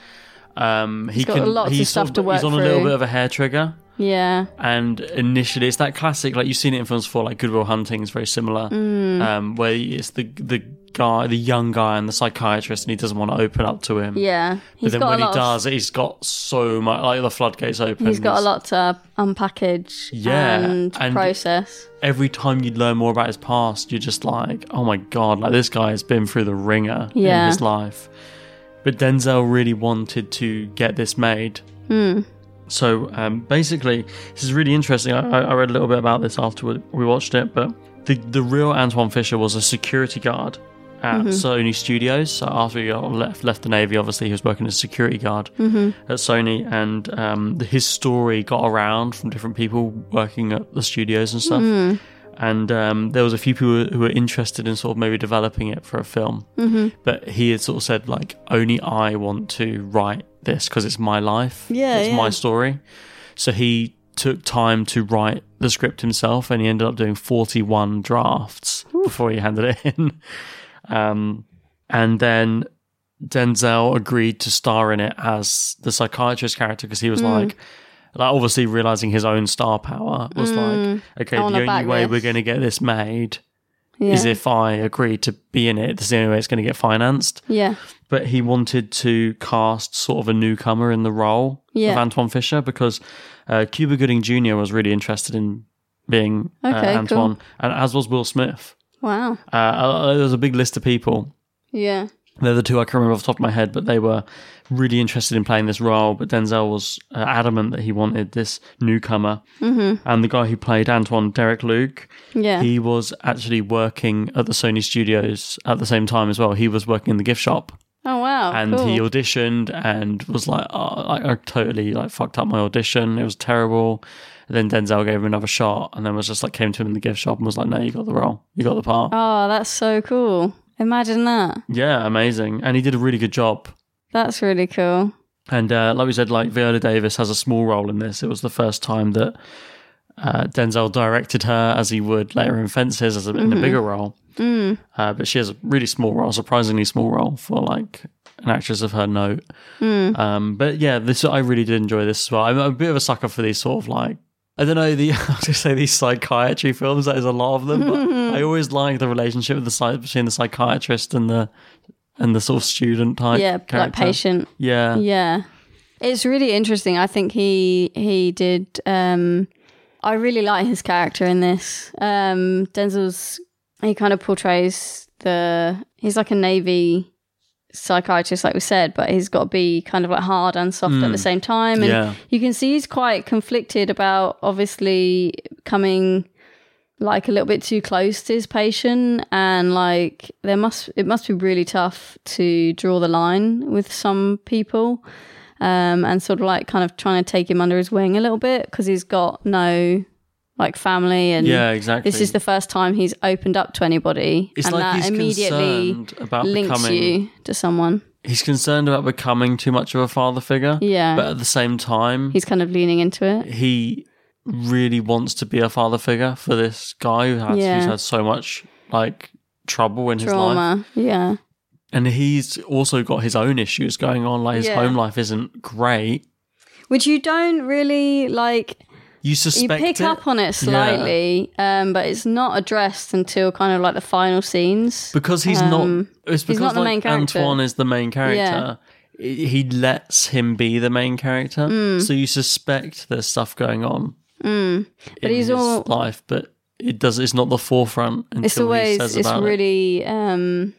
B: Um, he
C: He's got lots of stuff
B: sort
C: to work
B: He's on a little
C: through.
B: bit of a hair trigger.
C: Yeah.
B: And initially, it's that classic, like you've seen it in films before, like Goodwill Hunting is very similar,
C: Mm.
B: um, where it's the the guy, the young guy, and the psychiatrist, and he doesn't want to open up to him.
C: Yeah.
B: Um, But
C: He's
B: then
C: got
B: when
C: a
B: he
C: lot of-
B: does, he's got so much, like the floodgates open.
C: he's got a lot to unpackage
B: Yeah,
C: and,
B: and-
C: process.
B: Every time you learn more about his past, you're just like, oh my god, like this guy has been through the ringer
C: Yeah.
B: in his life. But Denzel really wanted to get this made. So um, basically, this is really interesting. I, I- I read a little bit about this after we- we watched it, but the, the real Antoine Fisher was a security guard at Sony Studios. So after he got left, left the Navy, obviously, he was working as a security guard at Sony, and um, his story got around from different people working at the studios and stuff. And um, there was a few people who were interested in sort of maybe developing it for a film, but he had sort of said like, "Only I want to write this because it's my life,
C: Yeah,
B: it's
C: yeah.
B: my story." So he took time to write the script himself, and he ended up doing 41 drafts before he handed it in. Um, and then Denzel agreed to star in it as the psychiatrist character because he
C: Hmm.
B: was like, like obviously realizing his own star power was like, okay, the
C: Hmm. I wanna
B: only
C: back
B: way
C: this.
B: we're going to get this made
C: Yeah.
B: is if I agree to be in it. This is the only way it's going to get financed.
C: yeah.
B: But he wanted to cast sort of a newcomer in the role
C: Yeah.
B: of Antoine Fisher because uh, Cuba Gooding Jr. was really interested in being uh,
C: Okay, cool.
B: Antoine, and as was Will Smith.
C: Wow.
B: Uh, uh, there was a big list of people
C: Yeah.
B: they're the two I can't remember off the top of my head, but they were really interested in playing this role. But Denzel was uh, adamant that he wanted this newcomer. Mm-hmm. And the guy who played Antoine, Derek Luke,
C: Yeah.
B: he was actually working at the Sony studios at the same time as well. He was working in the gift shop
C: oh wow.
B: and
C: cool.
B: he auditioned and was like, oh, I, I totally like fucked up my audition. It was terrible. And then Denzel gave him another shot and then was just like, came to him in the gift shop and was like, no, you got the role. You got the part.
C: Oh, that's so cool. Imagine that.
B: Yeah, amazing. And he did a really good job.
C: That's really cool.
B: And uh, like we said, like Viola Davis has a small role in this. It was the first time that uh, Denzel directed her, as he would later in Fences, as a, in a bigger role.
F: Mm.
B: Uh, but she has a really small role, surprisingly small role for like an actress of her note.
C: Mm.
B: Um, but yeah, this I really did enjoy this as well. I'm a bit of a sucker for these sort of like. I don't know the I was gonna say these psychiatry films. There's a lot of them, but
C: Mm-hmm.
B: I always like the relationship of the psy- between the psychiatrist and the and the sort of student type.
C: Yeah, like
B: character.
C: patient.
B: Yeah,
C: Yeah. It's really interesting. I think he he did um I really like his character in this. Um Denzel's he kind of portrays the he's like a navy psychiatrist like we said, but he's got to be kind of like hard and soft
B: Hmm.
C: at the same time and
B: Yeah.
C: you can see he's quite conflicted about obviously coming like a little bit too close to his patient and like there must it must be really tough to draw the line with some people um and sort of like kind of trying to take him under his wing a little bit because he's got no like family and
B: Yeah, exactly.
C: this is the first time he's opened up to anybody
B: It's
C: and
B: like
C: that
B: he's
C: immediately
B: concerned about
C: links
B: becoming.
C: you to someone
B: He's concerned about becoming too much of a father figure.
C: Yeah.
B: but at the same time,
C: he's kind of leaning into it
B: he really wants to be a father figure for this guy who has
C: Yeah.
B: who's had so much like trouble in his life,
C: trauma yeah
B: and he's also got his own issues going on. Like his
C: Yeah.
B: home life isn't great.
C: which you don't really like
B: You
C: you
B: suspect
C: pick
B: it.
C: up on it slightly, um, but it's not addressed until kind of like the final scenes.
B: because he's
C: Um,
B: not. It's because
C: he's not the
B: like,
C: main character.
B: Antoine is the main
C: Yeah.
B: character. i He lets him be the main character,
C: Mm.
B: so you suspect there's stuff going on. But in
C: he's
B: his
C: all-
B: life, but it does. It's not the forefront until
C: it's
B: he
C: always
B: says
C: it's
B: about it.
C: really um,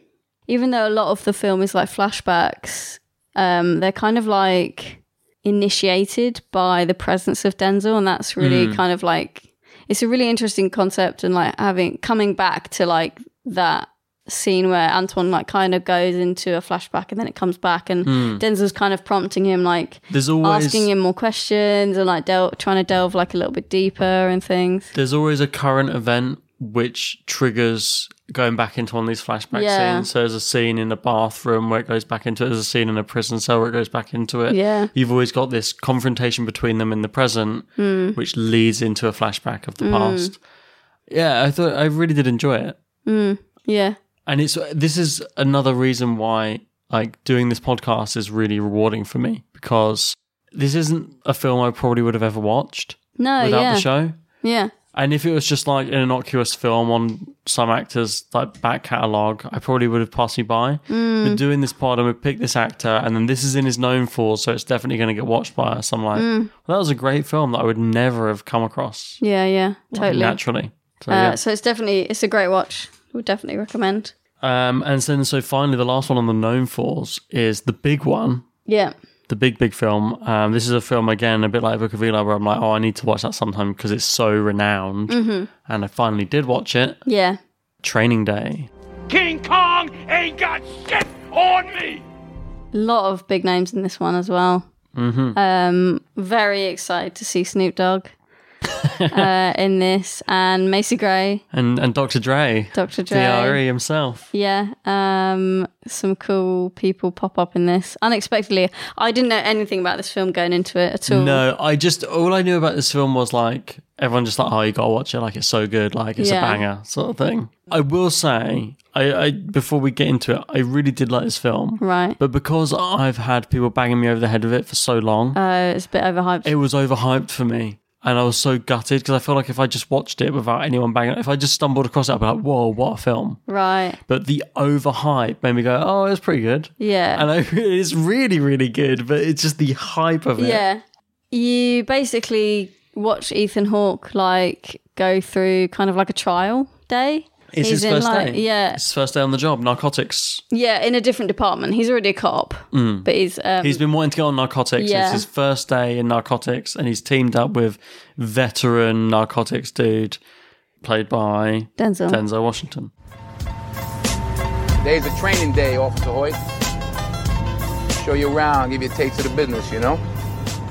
C: even though a lot of the film is like flashbacks, um, they're kind of like initiated by the presence of Denzel, and that's really
B: Hmm.
C: kind of like it's a really interesting concept and like having coming back to like that scene where Antoine like kind of goes into a flashback and then it comes back and Denzel's kind of prompting him like
B: Hmm. There's always-
C: asking him more questions and like del- trying to delve like a little bit deeper and things.
B: There's always a current event which triggers going back into one of these flashback
C: Yeah.
B: scenes. So there's a scene in a bathroom where it goes back into it. There's a scene in a prison cell where it goes back into it.
C: Yeah.
B: You've always got this confrontation between them in the present,
C: Hmm.
B: which leads into a flashback of the past. Yeah, I thought I really did enjoy it.
C: Hmm. Yeah.
B: and it's this is another reason why like doing this podcast is really rewarding for me because this isn't a film I probably would have ever watched
C: No,
B: without
C: yeah.
B: the show.
C: Yeah.
B: And if it was just like an innocuous film on some actor's like back catalogue, I probably would have passed me by.
C: Mm.
B: But doing this part, I'm gonna pick this actor, and then this is in his known for, so it's definitely gonna get watched by us. I'm like, well, that was a great film that I would never have come across
C: Mm. Yeah, yeah. Totally.
B: naturally. So,
C: Uh,
B: yeah.
C: so it's definitely it's a great watch. Would definitely recommend.
B: um, and then so finally, the last one on the known fours is the big one,
C: Yeah.
B: the big big film. Um, this is a film again, a bit like Book of Eli, where I'm like, oh, I need to watch that sometime because it's so renowned.
C: Mm-hmm.
B: And I finally did watch it.
C: Yeah.
B: Training Day.
A: King Kong ain't got shit on me!
C: A lot of big names in this one as well.
B: Hmm.
C: Mm-hmm. Um, very excited to see Snoop Dogg uh, in this and Macy Gray,
B: And and Dr. Dre,
C: Dr. Dre.
B: DRE himself.
C: Yeah, um, some cool people pop up in this unexpectedly. I didn't know anything about this film going into it at all.
B: No, I just all I knew about this film was like everyone just like, oh, you gotta watch it, like it's so good, like it's
C: Yeah.
B: a banger sort of thing. I will say, I, I before we get into it, I really did like this film,
C: Right.
B: But because I've had people banging me over the head with it for so long,
C: Uh, it's a bit overhyped.
B: it was overhyped for me. And I was so gutted because I feel like if I just watched it without anyone banging, if I just stumbled across it, I'd be like, whoa, what a film.
C: right.
B: But the overhype made me go, oh, it's pretty good.
C: Yeah.
B: And I, it's really, really good, but it's just the hype of it.
C: Yeah. You basically watch Ethan Hawke like go through kind of like a trial day.
B: It's
C: He's
B: his
C: in,
B: first
C: like-
B: day.
C: Yeah.
B: It's his first day on the job, narcotics.
C: Yeah, in a different department. He's already a cop, but he's um,
B: Mm. He's been wanting to go on narcotics.
C: Yeah.
B: It's his first day in narcotics, and he's teamed up with veteran narcotics dude, played by
C: Denzel.
B: Denzel Washington.
A: Today's a training day, Officer Hoyt. Show you around, give you a taste of the business, you know?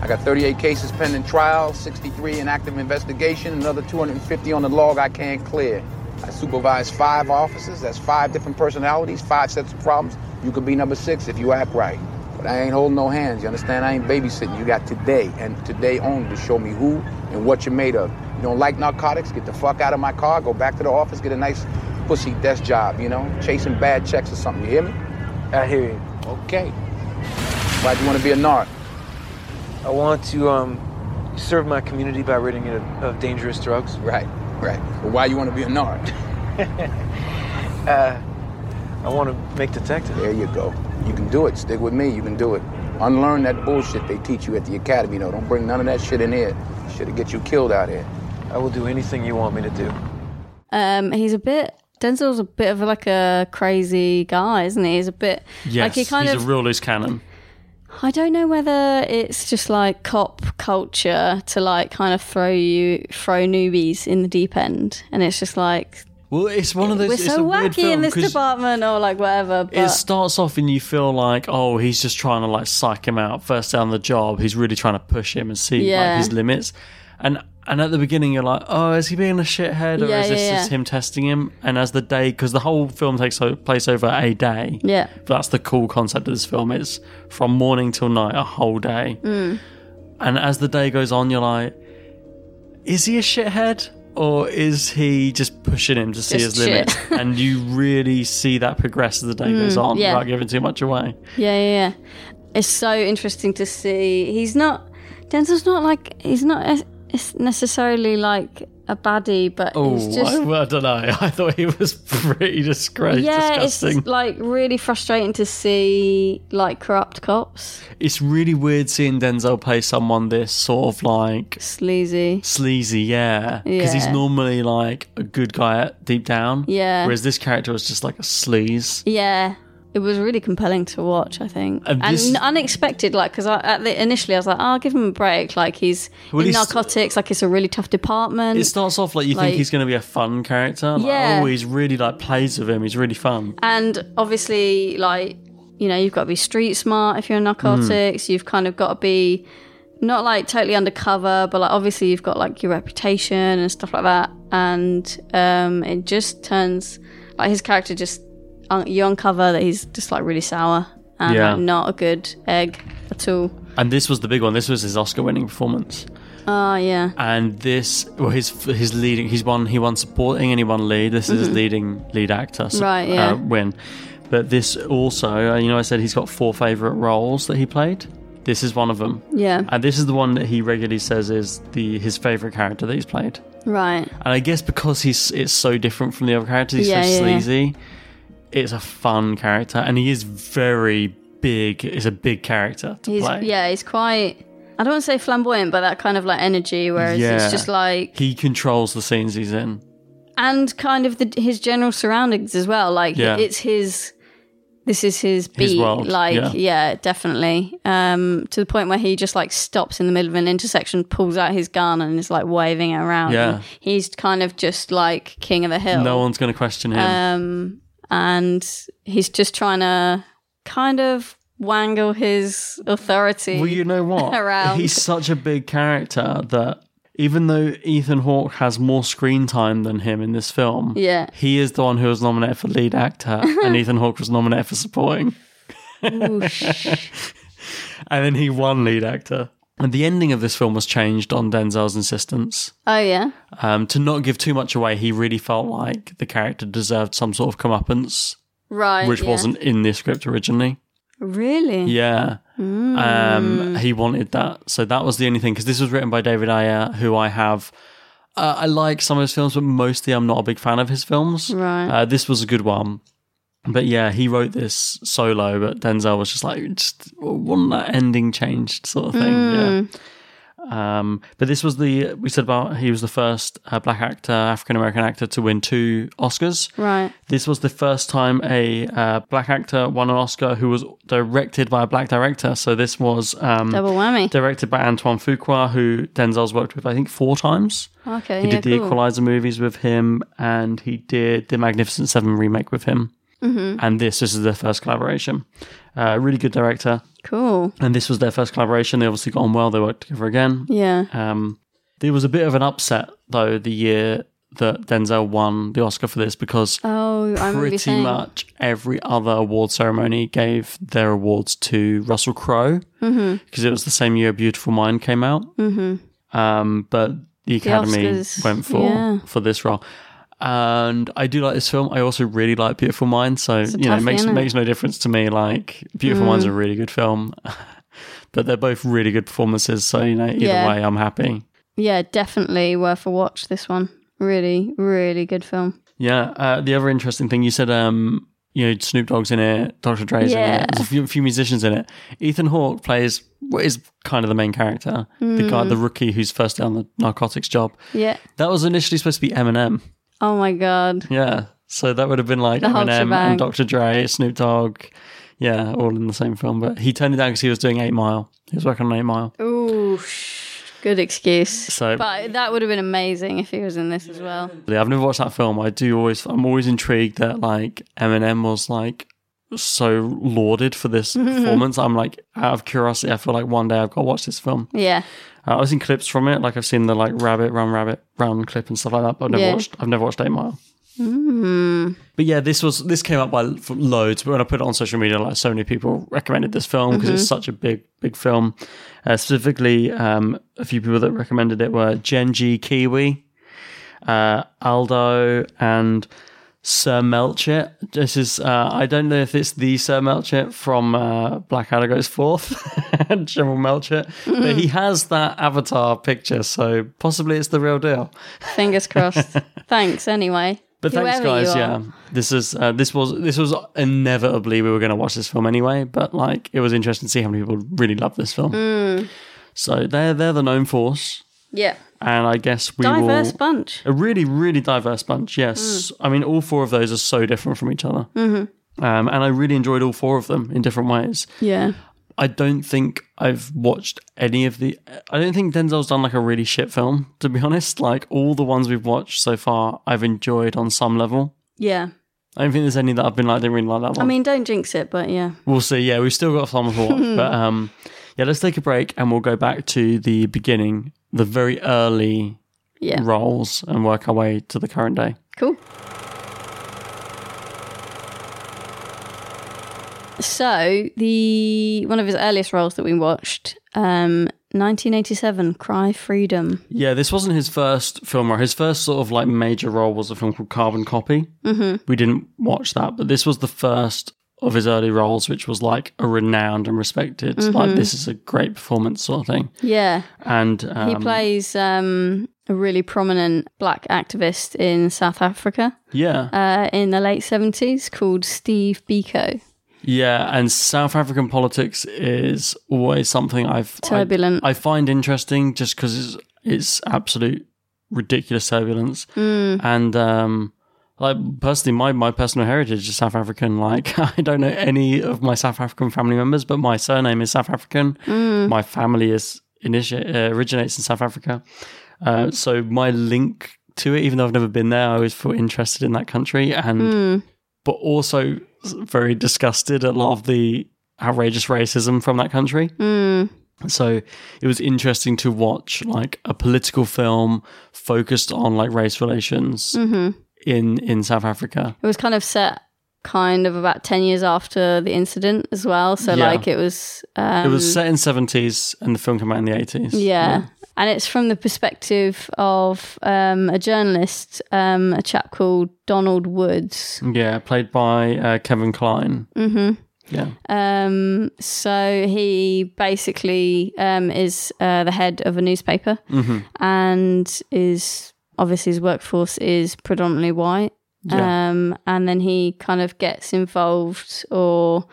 A: I got 38 cases pending trial, 63 in active investigation, another 250 on the log I can't clear. I supervise five officers, that's five different personalities, five sets of problems. You could be number six if you act right. But I ain't holding no hands, you understand? I ain't babysitting. You got today and today only to show me who and what you're made of. You don't like narcotics? Get the fuck out of my car, go back to the office, get a nice pussy desk job, you know? Chasing bad checks or something, you hear me?
G: I hear you.
A: Okay. Why'd you want to be a narc?
G: I want to um, serve my community by ridding it of, of dangerous drugs.
A: Right, right. But why you want to be a narc?
G: Uh, I want to make detective.
A: There you go. You can do it. Stick with me. You can do it. Unlearn that bullshit they teach you at the academy, though. Don't bring none of that shit in here. Shit'll get you killed out here.
G: I will do anything you want me to do.
C: um, he's a bit. Denzel's a bit of like a crazy guy, isn't he? He's a bit
B: Yes,
C: like he kind
B: he's
C: of
B: a real loose cannon.
C: I don't know whether it's just like cop culture to like kind of throw you throw newbies in the deep end, and it's just like
B: Well, it's one of those.
C: we're
B: it's
C: so
B: a weird
C: wacky in
B: film
C: this
B: 'cause
C: department or like whatever. But
B: It starts off and you feel like, oh, he's just trying to like psych him out. First day on the job, he's really trying to push him and see
C: Yeah.
B: like his limits. And and at the beginning, you're like, oh, is he being a shithead or
C: Yeah,
B: is this
C: yeah,
B: just
C: yeah.
B: him testing him? And as the day, because the whole film takes o- place over a day.
C: yeah,
B: That's the cool concept of this film. It's from morning till night, a whole day.
C: Mm.
B: And as the day goes on, you're like, is he a shithead? Or is he just pushing him to see
C: Just
B: his limit?
C: shit.
B: and you really see that progress as the day goes on
C: Hmm, yeah.
B: without giving too much away.
C: yeah, yeah, yeah. It's so interesting to see. He's not Denzel's not like he's not es- it's necessarily like a baddie, but he's just
B: Oh, I, I don't know. I thought he was pretty disgrace,
C: yeah,
B: disgusting.
C: it's like really frustrating to see like corrupt cops,
B: it's really weird seeing Denzel play someone this sort of like
C: sleazy.
B: sleazy, yeah. Because he's
C: Yeah.
B: normally like a good guy deep down.
C: Yeah.
B: Whereas this character was just like a sleaze.
C: Yeah, it was really compelling to watch. I think,
B: And
C: and,
B: this-
C: unexpected, like because I, at the, initially I was like, oh, "I'll give him a break." Like he's
B: Well,
C: in
B: he's-
C: narcotics, like it's a really tough department.
B: It starts off like you
C: Like-
B: think he's going to be a fun character. Like,
C: Yeah.
B: Oh, he's really like plays with him. He's really fun.
C: And obviously, like, you know, you've got to be street smart if you're in
B: Mm.
C: narcotics. You've kind of got to be not like totally undercover, but like obviously you've got like your reputation and stuff like that. And um, it just turns like his character just un- you uncover that he's just like really sour and
B: Yeah.
C: like, not a good egg at all.
B: And this was the big one. This was his Oscar-winning performance.
C: Oh yeah,
B: And this, well, his his leading, he's won, he won supporting and he won lead. This is his leading lead actor, so-
C: Mm-hmm. Right, yeah.
B: uh, win. But this also, uh, you know, I said he's got four favorite roles that he played. This is one of them,
C: yeah,
B: and this is the one that he regularly says is the his favorite character that he's played.
C: right.
B: And I guess because he's it's so different from the other characters, he's
C: Yeah,
B: so
C: yeah, yeah.
B: sleazy. It's a fun character, and he is very big. It's a big character to
C: He's
B: play.
C: yeah, he's quite. I don't want to say flamboyant, but that kind of like energy, whereas
B: Yeah.
C: it's just like
B: He controls the scenes he's in.
C: and kind of the, his general surroundings as well. Like
B: Yeah.
C: it's his, this is his beat.
B: His world,
C: like
B: yeah.
C: yeah. definitely. Um, to the point where he just like stops in the middle of an intersection, pulls out his gun, and is like waving it around.
B: Yeah.
C: And he's kind of just like king of the hill.
B: No one's going to question him.
C: Um, and he's just trying to kind of wangle his authority.
B: well, you know what?
C: around.
B: He's such a big character that even though Ethan Hawke has more screen time than him in this film,
C: Yeah.
B: he is the one who was nominated for lead actor, and Ethan Hawke was nominated for supporting.
E: Oh,
B: and then he won lead actor. And the ending of this film was changed on Denzel's insistence.
C: oh yeah,
B: Um, to not give too much away, he really felt like the character deserved some sort of comeuppance,
C: right.
B: which
C: yeah.
B: wasn't in the script originally.
C: really. Hmm.
B: Yeah.
C: Mm.
B: Um, he wanted that. So that was the only thing, because this was written by David Ayer, who I have. Uh, I like some of his films, but mostly I'm not a big fan of his films.
C: Right.
B: Uh, this was a good one. But yeah, he wrote this solo, but Denzel was just like, just want that ending changed sort of thing.
C: Mm.
B: Yeah. Um, but this was the, we said about he was the first uh, black actor, African American actor to win two Oscars.
C: Right.
B: This was the first time a uh, black actor won an Oscar who was directed by a black director. So this was um,
C: Double whammy.
B: directed by Antoine Fuqua, who Denzel's worked with, I think, four times.
C: Okay.
B: He
C: yeah,
B: did the
C: cool.
B: Equalizer movies with him, and he did the Magnificent Seven remake with him.
C: Mm-hmm.
B: And this, this is their first collaboration. Uh, really good director.
C: Cool.
B: And this was their first collaboration. They obviously got on well. They worked together again.
C: Yeah.
B: Um, there was a bit of an upset though the year that Denzel won the Oscar for this because
C: Oh, I remember you
B: pretty
C: saying.
B: much every other award ceremony gave their awards to Russell Crowe because
C: Mm-hmm.
B: it was the same year Beautiful Mind came out. Mm-hmm. Um, but the Academy
C: Oscars,
B: went for
C: yeah.
B: for this role. And I do like this film. I also really like Beautiful Mind, so
C: a
B: you know, it
C: toughie,
B: makes
C: innit?
B: makes no difference to me. Like Beautiful Mind's
C: Mm-hmm.
B: a really good film, but they're both really good performances. So you know, either
C: Yeah.
B: way, I'm happy.
C: Yeah, definitely worth a watch. This one, really, really good film.
B: Yeah. Uh, the other interesting thing you said, um, you know, Snoop Dogg's in it, Dr. Dre's in
C: Yeah.
B: it, there's a few, few musicians in it. Ethan Hawke plays what is kind of the main character, the guy, the rookie who's first day on the narcotics job.
C: Hmm. Yeah.
B: That was initially supposed to be Eminem.
C: Oh my god.
B: Yeah. So that would have been like
C: The whole
B: Eminem
C: shebang.
B: and Dr. Dre, Snoop Dogg. Yeah, all in the same film. But he turned it down because he was doing Eight Mile. He was working on Eight Mile.
C: Ooh, sh- good excuse.
B: So-
C: but that would have been amazing if he was in this as well.
B: I've never watched that film. I do always. I'm always intrigued that like Eminem was like so lauded for this performance. I'm like out of curiosity. I feel like one day I've got to watch this film.
C: Yeah.
B: Uh, I've seen clips from it. Like I've seen the like Rabbit Run Rabbit Run clip and stuff like that. But I've never
C: Yeah.
B: watched. I've never watched Eight Mile.
C: Hmm,
B: But yeah, this was this came up by l- for loads. But when I put it on social media, like so many people recommended this film because it's such a big, big film. Uh, specifically, um, a few people that recommended it were Genji Kiwi, uh, Aldo, and Sir Melchett. This is uh, I don't know if it's the Sir Melchett from uh, Blackadder Goes Forth, General Melchett, but he has that avatar picture, so possibly it's the real deal.
C: Fingers crossed. Thanks anyway.
B: But thanks,
C: Whoever you
B: guys.
C: are.
B: Yeah, this is uh, this was this was inevitably we were going to watch this film anyway. But like, it was interesting to see how many people really love this film. So they're they're the known force,
C: Mm. Yeah.
B: and I guess we
C: Diverse
B: will
C: bunch. Mm.
B: a really really diverse bunch. Yes, I mean all four of those are so different from each other.
C: Mm-hmm.
B: Um, and I really enjoyed all four of them in different ways.
C: Yeah.
B: I don't think I've watched any of the. I don't think Denzel's done like a really shit film, to be honest. Like all the ones we've watched so far, I've enjoyed on some level.
C: Yeah.
B: I don't think there's any that I've been like, I didn't really like that one.
C: I mean, don't jinx it, but yeah.
B: we'll see. Yeah, we've still got some to watch, but um, yeah, let's take a break and we'll go back to the beginning, the very early
C: Yeah.
B: roles, and work our way to the current day.
C: Cool. So the one of his earliest roles that we watched, um, 1987, Cry Freedom.
B: Yeah, this wasn't his first film role. His first sort of like major role was a film called Carbon Copy. Mm-hmm. We didn't watch that, but this was the first of his early roles, which was like a renowned and respected, like this is a great performance sort of thing.
C: Mm-hmm. Yeah,
B: And um,
C: he plays um, a really prominent black activist in South Africa
B: yeah,
C: uh, in the late 70s called Steve Biko.
B: yeah, and South African politics is always something I've I-
C: Turbulent.
B: I, find interesting just because it's, it's absolute ridiculous turbulence, and um, like personally, my my personal heritage is South African. Like I don't know any of my South African family members, but my surname is South African. My family is initi- uh, originates in South Africa, uh, so my link to it, even though I've never been there, I always feel interested in that country, and but also very disgusted at a lot of the outrageous racism from that country.
C: Mm. Hmm.
B: So it was interesting to watch like a political film focused on like race relations
C: Mm-hmm.
B: in in South Africa.
C: It was kind of set kind of about 10 years after the incident as well. So,
B: Yeah.
C: like, it was. Um,
B: it was set in seventies and the film came out in the eighties.
C: Yeah. And it's from the perspective of um, a journalist, um, a chap called Donald Woods.
B: yeah, played by uh, Kevin Klein. Mm-hmm. Yeah,
C: Um, so he basically um, is uh, the head of a newspaper
B: Mm-hmm.
C: and is obviously his workforce is predominantly white.
B: Yeah.
C: Um, and then he kind of gets involved or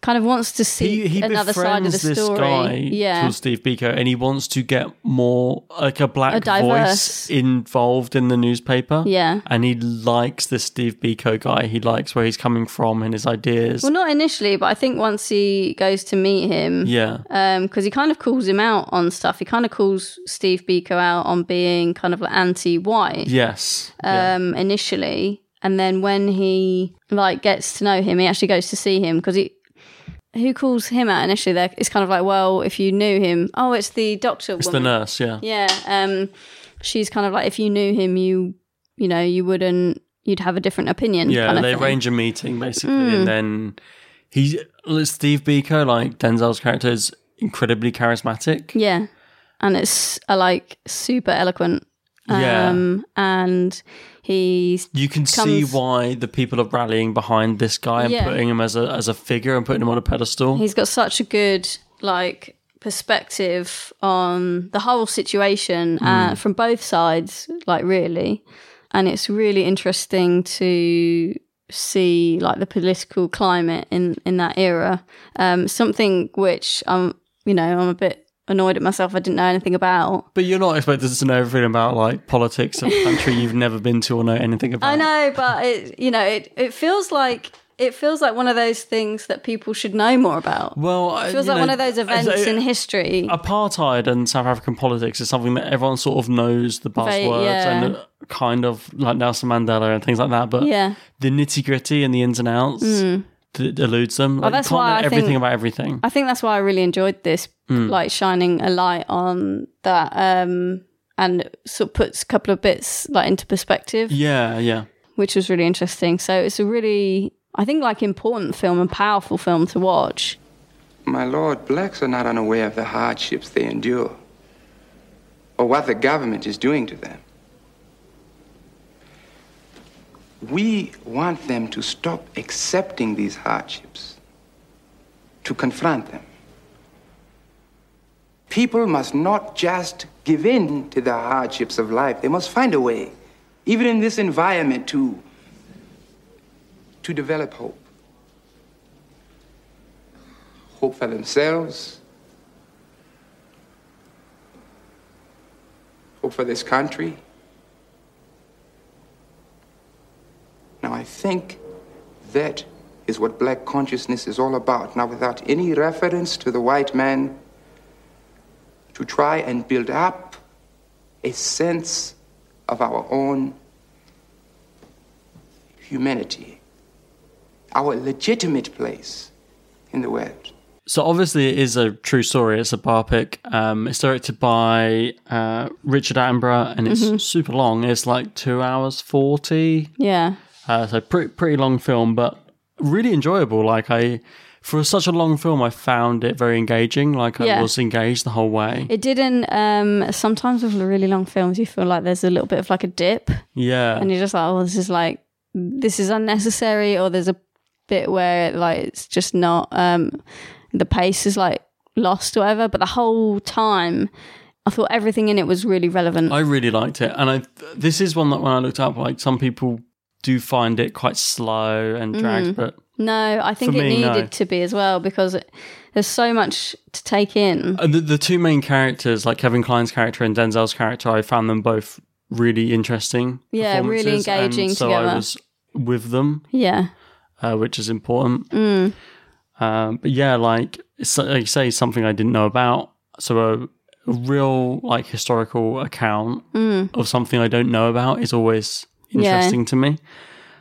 C: kind of wants to see
B: he, he
C: another side of the
B: befriends this
C: story.
B: guy
C: yeah.
B: called Steve Biko, and he wants to get more like a black
C: A diverse-
B: voice involved in the newspaper.
C: Yeah.
B: and he likes this Steve Biko guy. He likes where he's coming from and his ideas.
C: well, not initially, but I think once he goes to meet him,
B: yeah,
C: because he kind of calls him out on stuff. He kind of calls Steve Biko out on being kind of like anti-white
B: yes, yeah.
C: um, initially, and then when he like gets to know him, he actually goes to see him because he. Who calls him out initially? There, it's kind of like, well, if you knew him, oh, it's the doctor.
B: it's the nurse. Yeah,
C: Yeah, um, she's kind of like, if you knew him, you, you know, you wouldn't, you'd have a different opinion.
B: Yeah,
C: kind of
B: they
C: thing.
B: arrange a meeting basically,
C: Mm.
B: and then he Steve Biko, like Denzel's character, is incredibly charismatic.
C: Yeah, and it's uh, like super eloquent.
B: Yeah.
C: Um, and he's
B: You can see
C: comes-
B: why the people are rallying behind this guy and
C: Yeah.
B: putting him as a as a figure and putting him on a pedestal.
C: he's got such a good like perspective on the whole situation
B: Hmm.
C: uh, from both sides, like really, and it's really interesting to see like the political climate in in that era. Um, something which I'm, you know, I'm a bit annoyed at myself. I didn't know anything about.
B: But you're not expected to know everything about like politics of a country you've never been to or know anything about.
C: I know, but it you know it it feels like it feels like one of those things that people should know more about.
B: Well, I-
C: it feels
B: Uh, you
C: like
B: know,
C: one of those events
B: I-
C: in history.
B: apartheid and South African politics is something that everyone sort of knows the buzzwords
C: yeah.
B: and kind of like Nelson Mandela and things like that. But
C: Yeah. Hmm.
B: the nitty gritty and the ins and outs that eludes them. Like,
C: that's
B: you can't
C: why
B: know
C: I
B: everything
C: think-
B: about everything.
C: I think that's why I really enjoyed this, like shining a light on that, um, and sort of puts a couple of bits like into perspective,
B: yeah, yeah.
C: which was really interesting. So it's a really, I think, like important film and powerful film to watch.
H: My lord, blacks are not unaware of the hardships they endure or what the government is doing to them. We want them to stop accepting these hardships, to confront them. People must not just give in to the hardships of life. They must find a way, even in this environment, to, to develop hope hope for themselves, hope for this country. Now, I think that is what black consciousness is all about. Now, without any reference to the white man, to try and build up a sense of our own humanity, our legitimate place in the world.
B: So obviously, it is a true story. It's a biopic. Um, it's directed by uh, Richard Attenborough, and
C: Mm-hmm.
B: it's super long. It's like two hours forty.
C: Yeah.
B: Uh, so pretty pretty long film, but really enjoyable. Like I, for such a long film, I found it very engaging. Like I
C: Yeah.
B: was engaged the whole way.
C: It didn't. Um, sometimes with really long films, you feel like there's a little bit of like a dip,
B: yeah,
C: and you're just like, "Oh, this is like this is unnecessary," or there's a bit where like it's just not. Um, the pace is like lost or whatever. But the whole time, I thought everything in it was really relevant.
B: I really liked it, and I this is one that when I looked up, like some people do find it quite slow and dragged, but
C: Mm. no, I think
B: For
C: it
B: me,
C: needed
B: no.
C: to be as well because it, there's so much to take in.
B: Uh, the, the two main characters, like Kevin Klein's character and Denzel's character, I found them both really interesting.
C: Yeah, really
B: performances, and
C: engaging
B: so I
C: together.
B: was with them,
C: yeah.
B: uh, which is important.
C: Mm.
B: Um, but yeah, like, it's, like you say, something I didn't know about. So a, a real like historical account
I: Mm-hmm.
B: of something I don't know about is always interesting to me.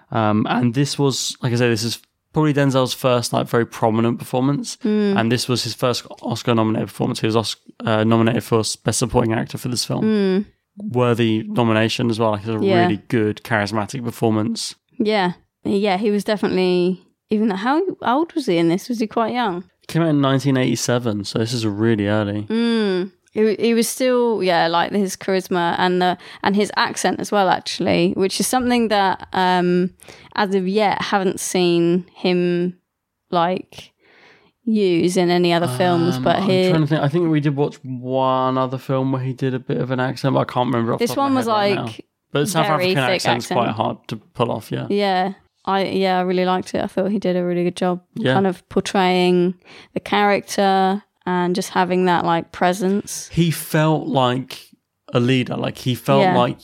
B: Um, and this was, like I say, this is probably Denzel's first like very prominent performance, and this was his first Oscar-nominated performance. He was Osc uh, nominated for Best Supporting Actor for this film. Worthy nomination as well. Like, it's a
C: Yeah.
B: really good, charismatic performance.
C: Yeah. Yeah, he was definitely even how old was he in this? Was he quite young?
B: Came out in 1987, so this is really early.
C: Mm. He, wa- he was still yeah, like his charisma and the and his accent as well actually, which is something that um as of yet haven't seen him like use in any other films, but
B: Um, I'm
C: here
B: trying to think. I think we did watch one other film where he did a bit of an accent, but I can't remember. Off the
C: This
B: top of
C: one
B: my
C: was
B: head right
C: like
B: now. but South
C: very
B: African
C: thick
B: accent's
C: accent.
B: quite hard to pull off. Yeah,
C: Yeah. I yeah, I really liked it. I thought he did a really good job
B: Yeah.
C: kind of portraying the character and just having that like presence.
B: he felt like a leader. Like he felt
C: Yeah.
B: like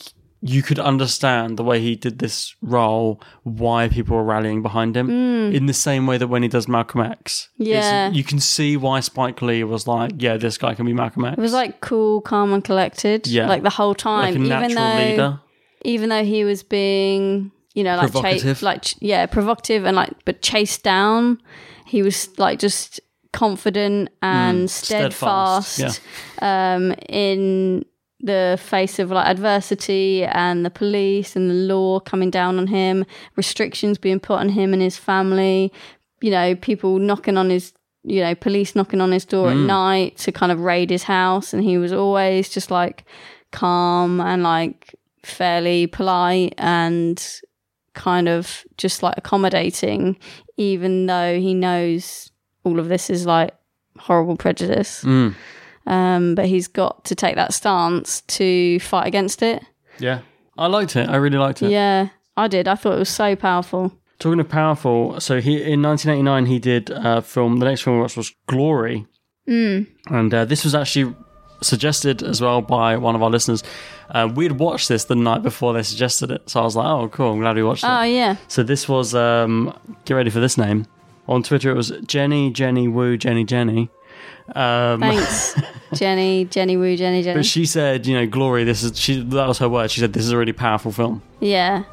B: you could understand the way he did this role, why people were rallying behind him, in the same way that when he does Malcolm X, it's-
C: Mm. Yeah.
B: you can see why Spike Lee was like, yeah, this guy can be Malcolm X.
C: It was like cool, calm, and collected.
B: Yeah.
C: like the whole time,
B: like a natural
C: even though
B: leader.
C: even though he was being, you know, like
B: Provocative.
C: Cha- like ch- yeah, provocative and like but chased down, he was like just confident and steadfast,
B: Mm, steadfast, yeah.
C: um, in the face of like adversity and the police and the law coming down on him, restrictions being put on him and his family, you know, people knocking on his, you know, police knocking on his door
B: Mm.
C: at night to kind of raid his house. And he was always just like calm and like fairly polite and kind of just like accommodating, even though he knows all of this is like horrible prejudice. Um, but he's got to take that stance to fight against it.
B: Yeah, I liked it. I really liked it.
C: Yeah, I did. I thought it was so powerful.
B: Talking of powerful, so he in 1989 he did a film. The next film we watched was Glory, mm. and uh, this was actually suggested as well by one of our listeners. Uh, we had watched this the night before they suggested it, so I was like, "Oh, cool! I'm glad we watched
C: Oh
B: it."
C: yeah,
B: So this was um, get ready for this name on Twitter. It was Jenny Jenny Woo Jenny Jenny. Um,
C: thanks, Jenny, Jenny Woo, Jenny, Jenny.
B: but she said, you know, Glory. This is she. That was her word. She said, "This is a really powerful film."
C: yeah,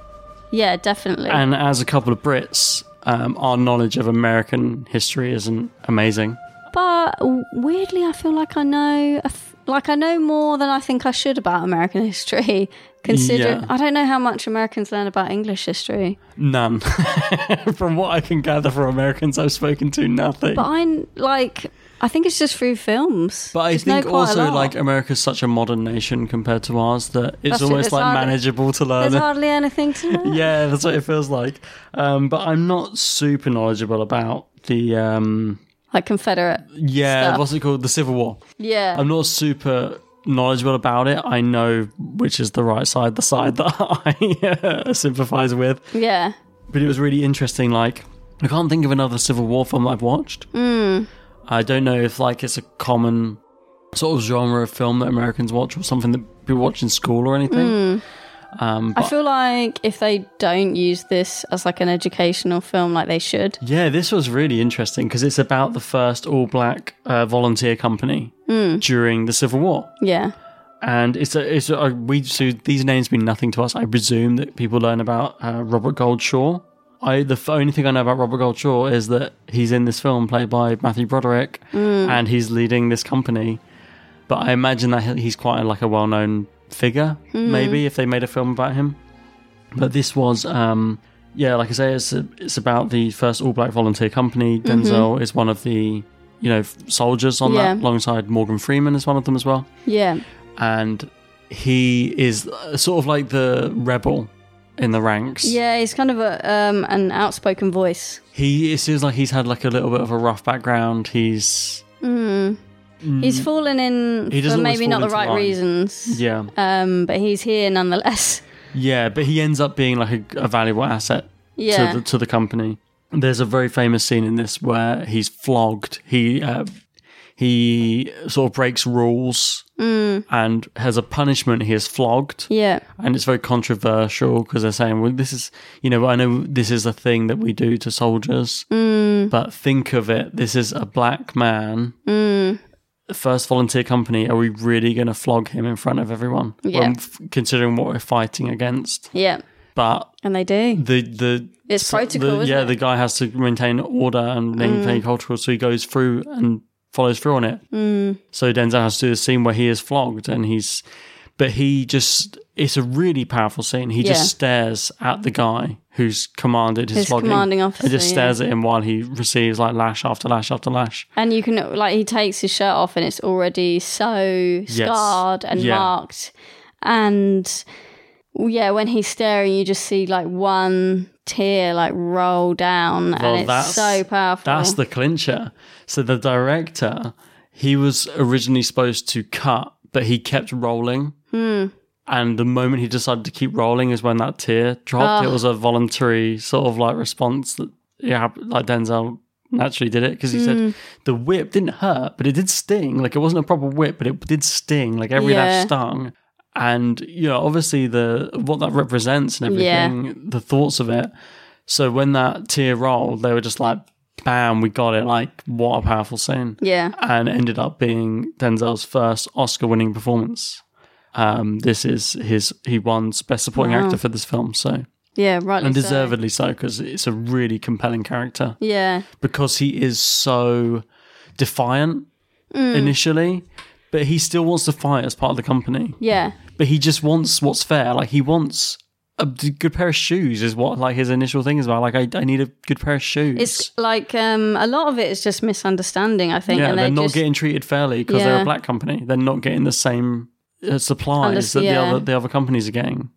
C: yeah, definitely.
B: And as a couple of Brits, um, our knowledge of American history isn't amazing.
C: but weirdly, I feel like I know, a f- like I know more than I think I should about American history. Considering
B: Yeah.
C: I don't know how much Americans learn about English history.
B: None. from what I can gather from Americans I've spoken to, nothing.
C: But I'm like, I think it's just through films.
B: But I
C: Just know
B: think
C: quite a
B: also
C: lot.
B: like America's such a modern nation compared to ours that it's
C: That's it,
B: almost
C: there's
B: like
C: hardly-
B: manageable to
C: there's
B: learn. it.
C: hardly anything to know.
B: uh, yeah, that's what it feels like. Um, but I'm not super knowledgeable about the um,
C: Like Confederate.
B: yeah,
C: Stuff.
B: what's it called? The Civil War.
C: Yeah.
B: I'm not super knowledgeable about it. I know which is the right side, the side that I uh, sympathize with.
C: yeah.
B: but it was really interesting. Like, I can't think of another Civil War film I've watched.
C: Mm.
B: I don't know if like it's a common sort of genre of film that Americans watch or something that people watch in school or anything. Um,
C: Hmm. I
B: but-
C: feel like if they don't use this as like an educational film, like they should.
B: yeah, this was really interesting because it's about the first all black uh, volunteer company
C: Hmm.
B: during the Civil War.
C: mm. Yeah.
B: and it's a, it's a, uh, we so these names mean nothing to us. I presume that people learn about uh, Robert Goldshaw. I the f- only thing I know about Robert Goldshaw is that he's in this film played by Matthew Broderick,
C: Mm.
B: and he's leading this company. But I imagine that he- he's quite like a well-known figure.
C: Hmm.
B: Maybe if they made a film about him, but this was. Um, yeah, like I say, it's it's about the first all black volunteer company. Denzel is one of the you know f- soldiers on that,
C: Mm-hmm. Yeah.
B: alongside Morgan Freeman is one of them as well
C: Yeah.
B: and he is uh, sort of like the rebel in the ranks.
C: Yeah, he's kind of a um, an outspoken voice.
B: He it seems like he's had like a little bit of a rough background. He's
C: Mm. He's fallen in
B: Hmm. He
C: for
B: doesn't always
C: maybe
B: fall
C: not the
B: into
C: right
B: line.
C: reasons.
B: yeah,
C: Um, but he's here nonetheless.
B: yeah, but he ends up being like a, a valuable asset
C: Yeah.
B: to the to the company. There's a very famous scene in this where he's flogged. He uh, he sort of breaks rules and has a punishment. He is flogged.
C: Mm. yeah.
B: and it's very controversial because they're saying, "Well, this is you know, I know this is a thing that we do to soldiers,
C: Mm.
B: but think of it: this is a black man,
C: Mm.
B: first volunteer company. Are we really going to flog him in front of everyone?
C: Yeah.
B: When f- considering what we're fighting against,
C: Yeah.
B: but
C: And they do.
B: the the
C: It's
B: so-
C: protocol,
B: the-
C: isn't
B: yeah,
C: it? Mm.
B: the guy has to maintain order and maintain cultural, so he goes through and follows through on it. Mm. So Denzel has to do a scene where he is flogged, and he's, but he just it's a really powerful scene. He
C: Yeah.
B: just stares at the guy who's commanded his,
C: His
B: flogging.
C: commanding officer,
B: and just
C: yeah.
B: stares at him while he receives like lash after lash after lash.
C: And you can like he takes his shirt off and it's already so scarred and
B: Yeah.
C: marked. And yeah, when he's staring, you just see like one tear like roll down, and it's so powerful.
B: That's the clincher. So the director, he was originally supposed to cut, but he kept rolling.
C: Hmm.
B: And the moment he decided to keep rolling is when that tear dropped. It was a voluntary sort of like response that it happened. Like Denzel naturally did it because he
C: Hmm.
B: said the whip didn't hurt, but it did sting. Like it wasn't a proper whip, but it did sting. Like every
C: Yeah.
B: lash stung. And you know, obviously the what that represents and
C: Yeah.
B: everything, the thoughts of it. So when that tear rolled, they were just like, bam, we got it. Like, what a powerful scene.
C: yeah.
B: And ended up being Denzel's first Oscar winning performance. Um, this is his, he won Best Supporting Actor for this film. So,
C: Yeah, rightly
B: and
C: so.
B: deservedly so, because it's a really compelling character
C: Yeah,
B: because he is so defiant
C: Mm.
B: initially, but he still wants to fight as part of the company
C: yeah,
B: but he just wants what's fair. Like he wants a d- good pair of shoes is what like his initial thing is about. Like I, I need a good pair of shoes.
C: it's like um, a lot of it is just misunderstanding. I think,
B: yeah,
C: and
B: they're
C: they
B: not
C: just
B: getting treated fairly because they're
C: Yeah.
B: a black company. They're not getting the same uh, supplies
C: Unless-
B: that
C: yeah.
B: the other the other companies are getting.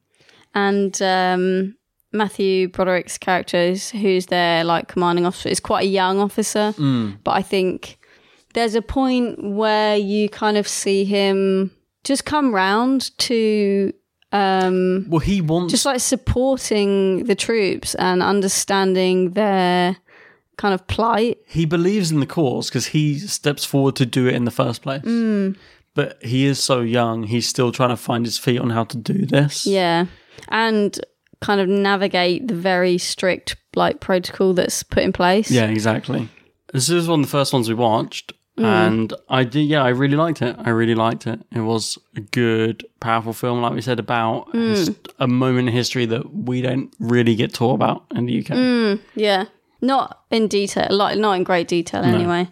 C: and um, Matthew Broderick's characters, who's their like commanding officer, is quite a young officer,
B: Mm.
C: but I think there's a point where you kind of see him just come round to um,
B: Well, he wants
C: just like supporting the troops and understanding their kind of plight.
B: he believes in the cause because he steps forward to do it in the first place.
C: Mm.
B: But he is so young; he's still trying to find his feet on how to do this.
C: Yeah. And kind of navigate the very strict like protocol that's put in place.
B: Yeah, exactly. This is one of the first ones we watched, and I did. Yeah, I really liked it. I really liked it. It was a good, powerful film, like we said, about his- a moment in history that we don't really get taught about in the UK.
C: Hmm. Mm, Yeah. Not in detail, like not in great detail anyway.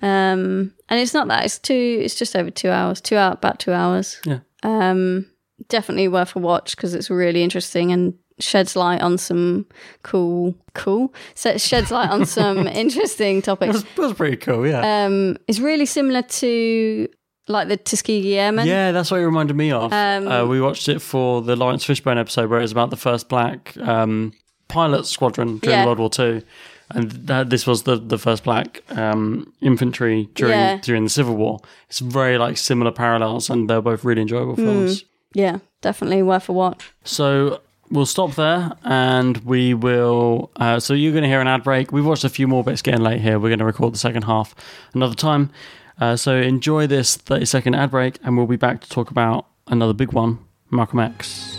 C: Um and it's not that, it's two it's just over two hours. Two out about two hours.
B: Yeah.
C: Um definitely worth a watch because it's really interesting and sheds light on some cool cool. So it sheds light on some interesting
B: It,
C: topics.
B: was, it was pretty cool. Yeah,
C: Um it's really similar to like the Tuskegee Airmen.
B: yeah, that's what it reminded me of.
C: Um,
B: uh, we watched it for the Lawrence Fishburne episode, where it was about the first black um, pilot squadron during
C: Yeah.
B: World War Two. And that, this was the, the first black um, infantry during
C: Yeah.
B: during the Civil War. It's very like similar parallels, and they're both really enjoyable
C: Hmm.
B: films.
C: Mm, Yeah, definitely worth a watch.
B: So we'll stop there and we will. Uh, so you're going to hear an ad break. We've watched a few more, but it's getting late here. We're going to record the second half another time. Uh, so enjoy this 30 second ad break and we'll be back to talk about another big one Malcolm X.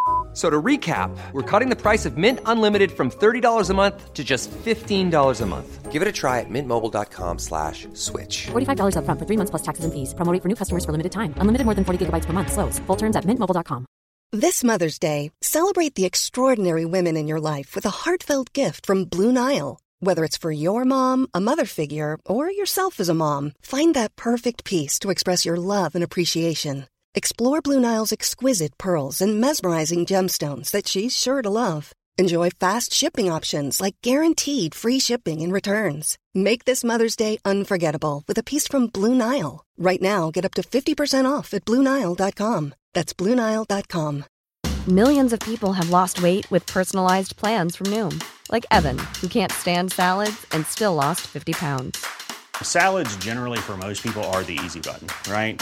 J: So to recap, we're cutting the price of Mint Unlimited from $30 a month to just $15 a month. Give it a try at mintmobile.com slash switch.
K: $45 upfront for three months plus taxes and fees. Promo rate for new customers for limited time. Unlimited more than 40 gigabytes per month. Slows. Full terms at mintmobile.com.
L: This Mother's Day, celebrate the extraordinary women in your life with a heartfelt gift from Blue Nile. Whether it's for your mom, a mother figure, or yourself as a mom, find that perfect piece to express your love and appreciation. Explore Blue Nile's exquisite pearls and mesmerizing gemstones that she's sure to love. Enjoy fast shipping options like guaranteed free shipping and returns. Make this Mother's Day unforgettable with a piece from Blue Nile. Right now, get up to 50% off at BlueNile.com. That's BlueNile.com.
M: Millions of people have lost weight with personalized plans from Noom, like Evan, who can't stand salads and still lost 50 pounds.
F: Salads, generally, for most people, are the easy button, right?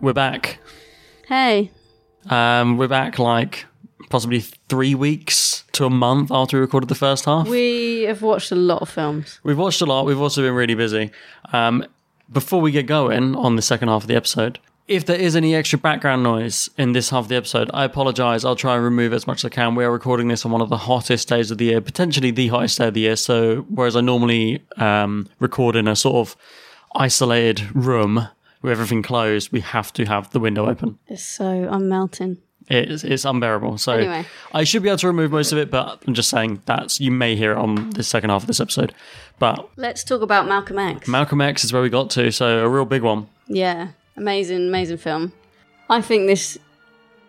B: We're back.
C: Hey.
B: Um, we're back like possibly three weeks to a month after we recorded the first half.
C: We have watched a lot of films.
B: We've watched a lot. We've also been really busy. Um, before we get going on the second half of the episode, if there is any extra background noise in this half of the episode, I apologize. I'll try and remove it as much as I can. We are recording this on one of the hottest days of the year, potentially the hottest day of the year. So, whereas I normally um, record in a sort of isolated room with everything closed, we have to have the window open.
C: It's so I'm melting.
B: It's, it's unbearable. So,
C: Anyway.
B: I should be able to remove most of it, but I'm just saying that's you may hear it on the second half of this episode. But
C: Let's talk about Malcolm X.
B: Malcolm X is where we got to, so a real big one.
C: Yeah, amazing, amazing film. I think this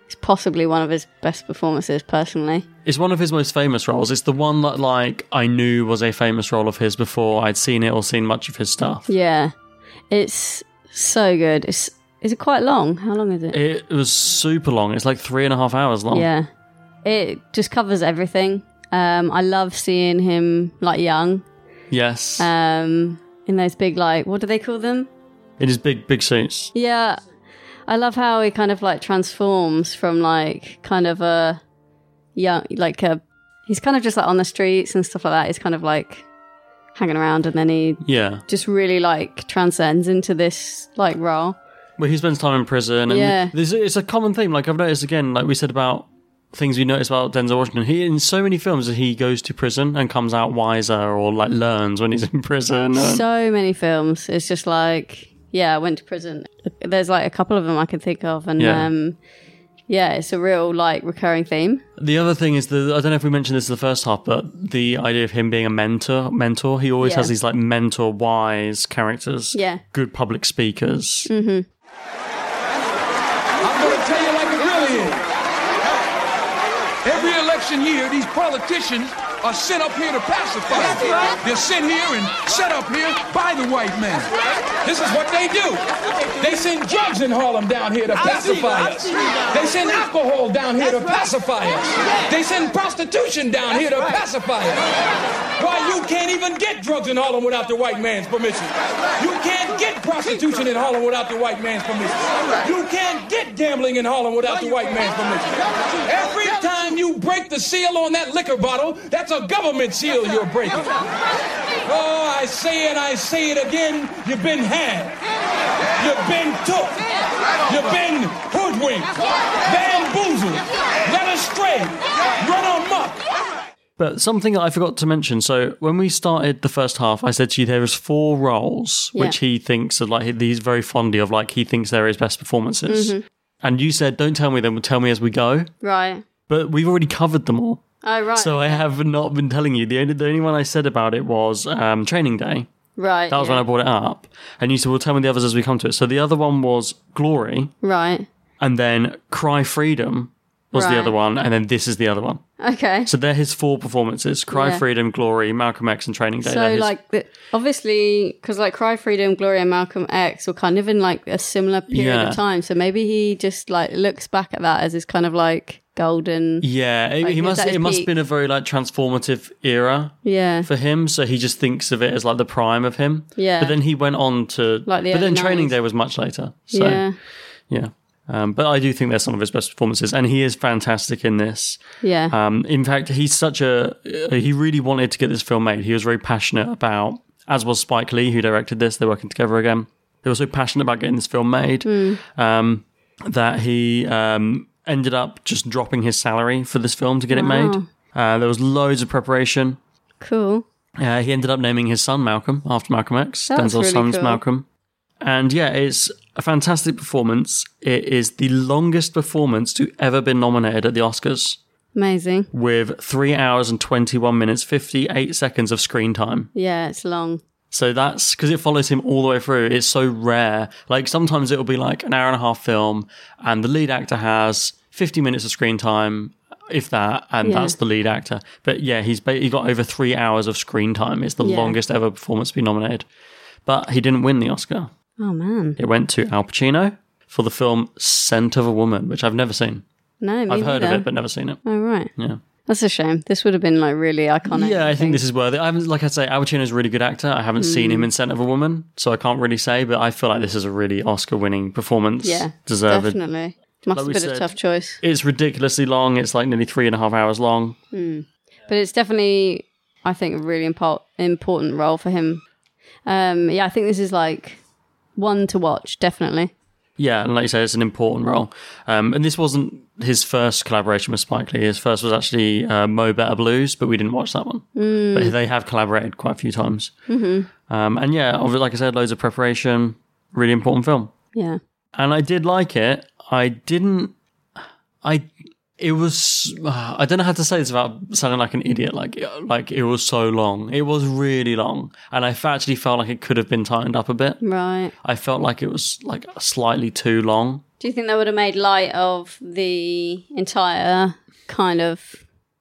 C: is possibly one of his best performances personally.
B: It's one of his most famous roles. It's the one that like I knew was a famous role of his before I'd seen it or seen much of his stuff.
C: Yeah, it's so good. It's is it quite long? How long is it?
B: It was super long. It's like three and a half hours long.
C: Yeah, it just covers everything. Um, I love seeing him like young,
B: Yes.
C: um, in those big like what do they call them?
B: in his big big suits.
C: Yeah. I love how he kind of like transforms from like kind of a young, like a, he's kind of just like on the streets and stuff like that. He's kind of like hanging around and then he
B: Yeah.
C: just really like transcends into this like role.
B: Well, he spends time in prison, and
C: Yeah.
B: this, it's a common theme. Like I've noticed again, like we said about things we noticed about Denzel Washington. He in so many films that he goes to prison and comes out wiser, or like learns when he's in prison. and-
C: So many films. It's just like, yeah, I went to prison. There's like a couple of them I can think of. And
B: Yeah.
C: um, yeah, it's a real like recurring theme.
B: The other thing is the I don't know if we mentioned this in the first half, but the idea of him being a mentor, mentor, he always
C: Yeah.
B: has these like mentor wise characters,
C: Yeah.
B: good public speakers.
C: Mm-hmm.
A: I'm going to tell you like it really is. Every election year, these politicians are sent up here to pacify. us. They're sent here and set up here by the white man. This is what they do. They send drugs in Harlem down here to
N: I've seen
A: pacify
N: it. I've
A: us.
N: seen it.
A: They send alcohol down here to
N: That's right.
A: pacify us. They send prostitution down here to pacify us. Why, you can't even get drugs in Harlem without the white man's permission. You can't get prostitution in Harlem without the white man's permission. You can't get gambling in Harlem without the white man's permission. Every time you break the seal on that liquor bottle, that's a government seal you're breaking. Oh, I say it, I say it again. You've been had. You've been took. You've been hoodwinked, bamboozled, led astray, run amok.
B: But something that I forgot to mention. So when we started the first half, I said to you there is four roles
C: Yeah.
B: which he thinks are like he's very fondy of. Like he thinks they're his best performances.
C: Mhm.
B: And you said, "Don't tell me them. Tell me as we go."
C: Right.
B: But we've already covered them all.
C: Oh, right.
B: So I have not been telling you. The only the only one I said about it was um, Training Day.
C: right.
B: That was
C: yeah.
B: when I brought it up, and you said, "Well, tell me the others as we come to it." So the other one was Glory,
C: Right.
B: and then Cry Freedom was
C: Right.
B: the other one, and then this is the other one.
C: Okay.
B: So they're his four performances: Cry
C: Yeah.
B: Freedom, Glory, Malcolm X, and Training Day. They're
C: So
B: his-
C: like the, obviously because like Cry Freedom, Gloria, and Malcolm X were kind of in like a similar period
B: Yeah.
C: of time. So maybe he just like looks back at that as his kind of like golden.
B: yeah, it,
C: Mm. Like,
B: he
C: is
B: must
C: that his
B: it must have
C: peak?
B: been a very like transformative era
C: Yeah.
B: for him. So he just thinks of it as like the prime of him.
C: Yeah.
B: But then he went on to
C: Like the
B: But then
C: early
B: Training
C: 90s.
B: Day was much later. So
C: Yeah.
B: yeah. Um, but I do think they're some of his best performances, and he is fantastic in this.
C: Yeah.
B: Um, in fact, he's such a uh, he really wanted to get this film made. He was very passionate about, as was Spike Lee, who directed this. They're working together again. They were so passionate about getting this film made
C: Mm.
B: um, that he um, ended up just dropping his salary for this film to get
C: Wow.
B: it made. Uh, there was loads of preparation.
C: Cool.
B: Uh, he ended up naming his son Malcolm after Malcolm X,
C: That's
B: Denzel's
C: really
B: son's
C: cool.
B: Malcolm. And yeah, it's a fantastic performance. It is the longest performance to ever been nominated at the Oscars
C: Amazing.
B: with three hours and 21 minutes, 58 seconds of screen time.
C: Yeah, it's long.
B: So that's because it follows him all the way through. It's so rare. Like sometimes it'll be like an hour and a half film, and the lead actor has 50 minutes of screen time, if that, and
C: Yeah.
B: that's the lead actor. But yeah, he's ba- he got over three hours of screen time. It's the
C: Yeah.
B: longest ever performance to be nominated. But he didn't win the Oscar.
C: Oh man.
B: It went to Al Pacino for the film Scent of a Woman, which I've never seen.
C: No, me
B: I've heard
C: neither.
B: of it, but never seen it.
C: Oh right.
B: Yeah.
C: That's a shame. This would have been like really iconic.
B: Yeah, I think this is worthy. I haven't, like I say, Al Pacino's a really good actor. I haven't seen
C: Mm.
B: him in *Scent of a Woman*, so I can't really say. But I feel like this is a really Oscar-winning performance.
C: Yeah.
B: deserved.
C: Definitely. Must
B: Like
C: have
B: we
C: been
B: said-
C: a tough choice.
B: It's ridiculously long. It's like nearly three and a half hours long.
C: Mm. But it's definitely, I think, a really impo- important role for him. Um, yeah, I think this is like one to watch, definitely.
B: Yeah, and like you say, it's an important role. Um, and this wasn't his first collaboration with Spike Lee. His first was actually uh, *Mo Better Blues*, but we didn't watch that one.
C: Mm.
B: But they have collaborated quite a few times.
C: hmm
B: Um, and yeah, obvi- like I said, loads of preparation. Really important film.
C: Yeah.
B: and I did like it. I didn't. I. It was. Uh, I don't know how to say this without sounding like an idiot. Like like it was so long. It was really long, and I actually felt like it could have been tightened up a bit.
C: Right.
B: I felt like it was like slightly too long.
C: Do you think they would have made light of the entire kind of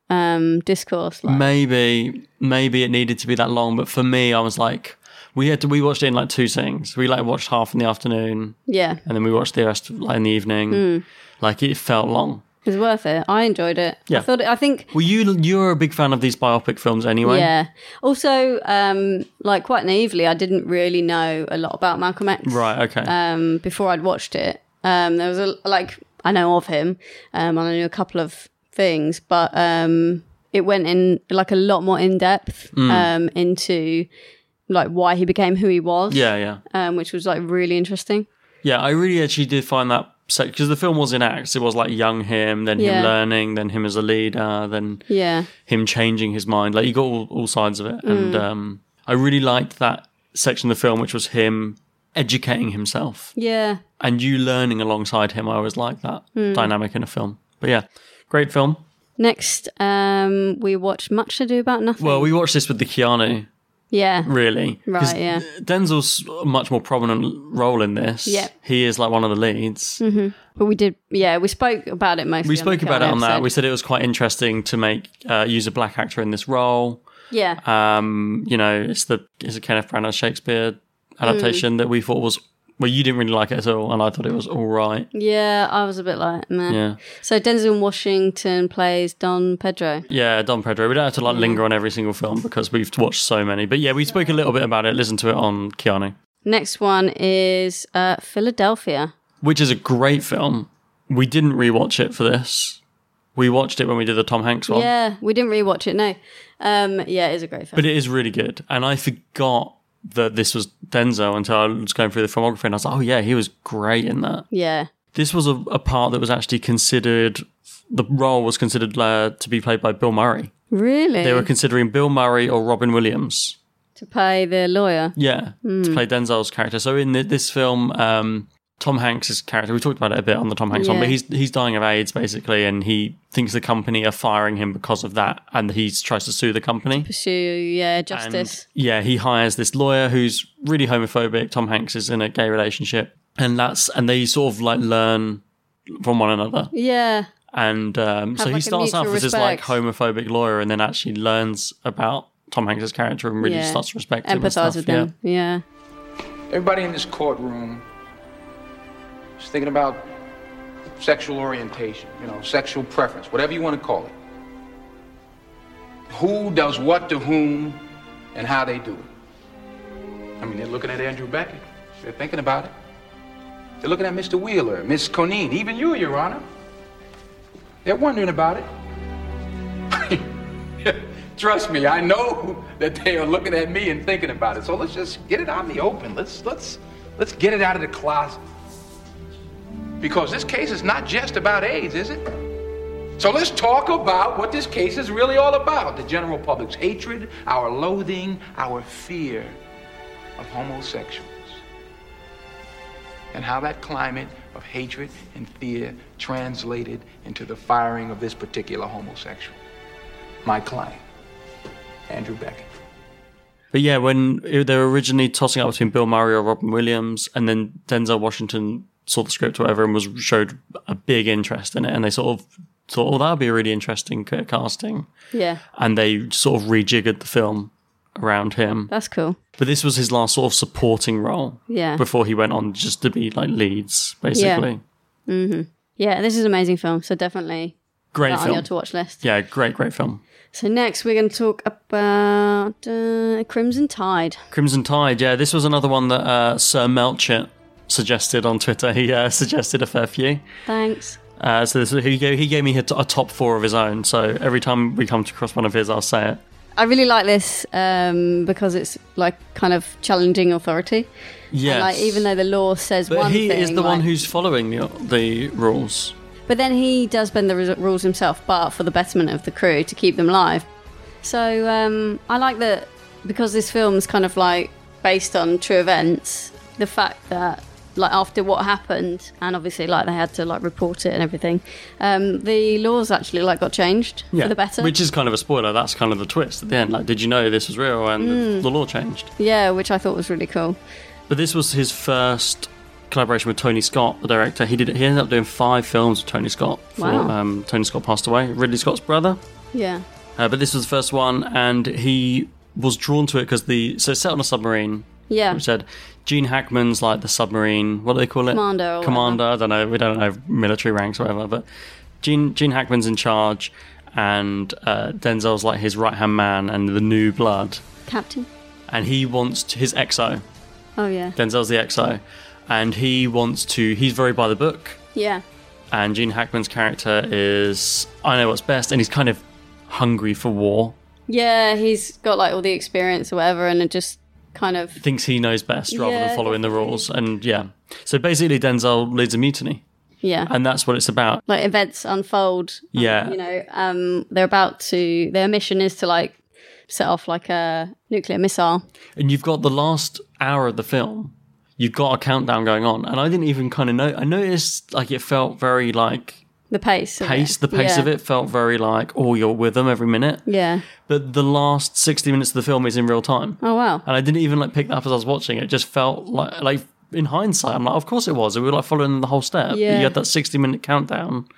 C: um, discourse?
B: Mm.
C: Like,
B: Maybe maybe it needed to be that long, but for me, I was like, we had to. We watched it in like two things. We like watched half in the afternoon,
C: yeah,
B: and then we watched the rest like in the evening.
C: Mm.
B: Like it felt long.
C: it was worth it. I enjoyed it.
B: Yeah.
C: I thought. It, I think
B: Well, you you're a big fan of these biopic films anyway.
C: Yeah. Also, um, like quite naively, I didn't really know a lot about Malcolm X.
B: Right, okay.
C: Um, before I'd watched it, um, there was a like I know of him, um, and I knew a couple of things, but um, it went in like a lot more in depth
B: Mm.
C: um, into like why he became who he was.
B: Yeah, yeah.
C: Um, which was like really interesting.
B: Yeah, I really actually did find that section because the film was in acts. It was like young him, then
C: Yeah.
B: him learning, then him as a leader, then
C: Yeah.
B: him changing his mind. Like you got all, all sides of it, and
C: Mm.
B: um, I really liked that section of the film, which was him educating himself
C: Yeah.
B: and you learning alongside him. I always like that
C: Mm.
B: dynamic in a film. But yeah, great film.
C: Next, um, we watched Much Ado About Nothing.
B: Well, we watched this with the Keanu,
C: yeah.
B: really. 'cause
C: Right. Yeah.
B: Denzel's a much more prominent role in this.
C: Yeah.
B: He is like one of the leads.
C: hmm But we did, yeah, we spoke about it mostly.
B: we
C: on the
B: spoke about it
C: Keanu
B: on that.
C: episode.
B: We said it was quite interesting to make uh, use a black actor in this role.
C: yeah,
B: Um, you know, it's the it's a Kenneth Branagh Shakespeare adaptation that we thought was well, you didn't really like it at all, and I thought it was all right.
C: yeah, I was a bit like, nah.
B: Yeah.
C: So Denzel Washington plays Don Pedro.
B: Yeah, Don Pedro. We don't have to like linger on every single film because we've watched so many. But yeah, we spoke a little bit about it. Listen to it on Keanu,
C: Next one is uh, Philadelphia.
B: which is a great film. We didn't rewatch it for this. We watched it when we did the Tom Hanks one.
C: Yeah, we didn't rewatch it. No, um, yeah, it is a great film.
B: But it is really good. And I forgot that this was Denzel until I was going through the filmography and I was like, oh, yeah, he was great in that.
C: yeah,
B: This was a, a part that was actually considered, the role was considered uh, to be played by Bill Murray.
C: Really?
B: They were considering Bill Murray or Robin Williams.
C: to pay the lawyer.
B: Yeah, to
C: Hmm.
B: play Denzel's character. So in thi- this film, um, Tom Hanks' character, we talked about it a bit on the Tom Hanks one,
C: Yeah.
B: but he's he's dying of AIDS basically, and he thinks the company are firing him because of that, and he tries to sue the company.
C: Pursue, yeah, justice.
B: Yeah, he hires this lawyer who's really homophobic. Tom Hanks is in a gay relationship, and that's and they sort of like learn from one another.
C: yeah.
B: And um,
C: Have,
B: so he
C: like, a
B: starts off
C: mutual
B: as this like
C: respect.
B: homophobic lawyer, and then actually learns about Tom Hanks' character and really
C: yeah.
B: starts to respect him. and
C: Empathise
B: stuff,
C: with
B: yeah.
C: them. Yeah.
A: Everybody in this courtroom is thinking about sexual orientation, you know, sexual preference, whatever you want to call it. Who does what to whom and how they do it. I mean, they're looking at Andrew Beckett. They're thinking about it. They're looking at Mr. Wheeler, Miss Conine, even you, Your Honor. They're wondering about it. Trust me, I know that they are looking at me and thinking about it. So let's just get it out in the open. Let's let's let's get it out of the closet. Because this case is not just about AIDS, is it? So let's talk about what this case is really all about. The general public's hatred, our loathing, our fear of homosexuals. And how that climate of hatred and fear translated into the firing of this particular homosexual. My client, Andrew Beckett.
B: But yeah, when they were originally tossing up between Bill Murray or Robin Williams, and then Denzel Washington saw the script or whatever and was showed a big interest in it, and they sort of thought, "Oh, that would be a really interesting ca- casting,"
C: Yeah.
B: and they sort of rejiggered the film around him.
C: That's cool.
B: But this was his last sort of supporting role,
C: Yeah.
B: before he went on just to be like leads, basically.
C: hmm Yeah, this is an amazing film. So definitely
B: Great
C: that on
B: film.
C: your to watch list.
B: Yeah, great, great film.
C: So next we're going to talk about uh, Crimson Tide.
B: Crimson Tide. Yeah, this was another one that uh, Sir Melchett suggested on Twitter. He uh, suggested a fair few.
C: Thanks.
B: Uh, so this, he, gave, he gave me a, t- a top four of his own. So every time we come to cross one of his, I'll say it.
C: I really like this um, because it's like kind of challenging authority.
B: Yes.
C: And, like even though the law says
B: but
C: one
B: he
C: thing,
B: is the one
C: like-
B: who's following the the rules.
C: But then he does bend the res- rules himself, but for the betterment of the crew to keep them live. So um, I like that because this film's kind of like based on true events. The fact that like after what happened, and obviously like they had to like report it and everything, um, the laws actually like got changed for the better.
B: Which is kind of a spoiler. That's kind of the twist at the end. Like, did you know this was real and the,
C: Mm.
B: the law changed?
C: yeah, which I thought was really cool.
B: But this was his first collaboration with Tony Scott, the director. He did. He ended up doing five films with Tony Scott. before,
C: Wow.
B: um, Tony Scott passed away. Ridley Scott's brother.
C: Yeah.
B: Uh, but this was the first one, and he was drawn to it because the so it's set on a submarine.
C: Yeah.
B: which said Gene Hackman's like the submarine. What do they call it?
C: Commander or
B: Commander. I don't know. We don't know military ranks or whatever. But Gene Gene Hackman's in charge, and uh, Denzel's like his right hand man and the new blood,
C: Captain.
B: and he wants to, his exo.
C: Oh yeah.
B: Denzel's the exo, and he wants to. He's very by the book
C: Yeah.
B: and Gene Hackman's character is I know what's best, and he's kind of hungry for war.
C: Yeah, he's got like all the experience or whatever, and it just kind of
B: Thinks he knows best rather
C: Yeah,
B: than following the rules, and yeah. So basically, Denzel leads a mutiny,
C: yeah.
B: and that's what it's about.
C: like events unfold.
B: Yeah.
C: you know, um, they're about to. Their mission is to like set off like a nuclear missile.
B: And you've got the last hour of the film. You've got a countdown going on, and I didn't even kind of know. I noticed like it felt very like
C: The pace. of
B: pace.
C: it.
B: The pace
C: Yeah.
B: of it felt very like oh, you're with them every minute.
C: Yeah.
B: But the last sixty minutes of the film is in real time.
C: Oh wow.
B: and I didn't even like pick that up as I was watching. It just felt like like in hindsight, I'm like, of course it was. We were like following the whole step. But
C: Yeah.
B: You had that 60 minute countdown,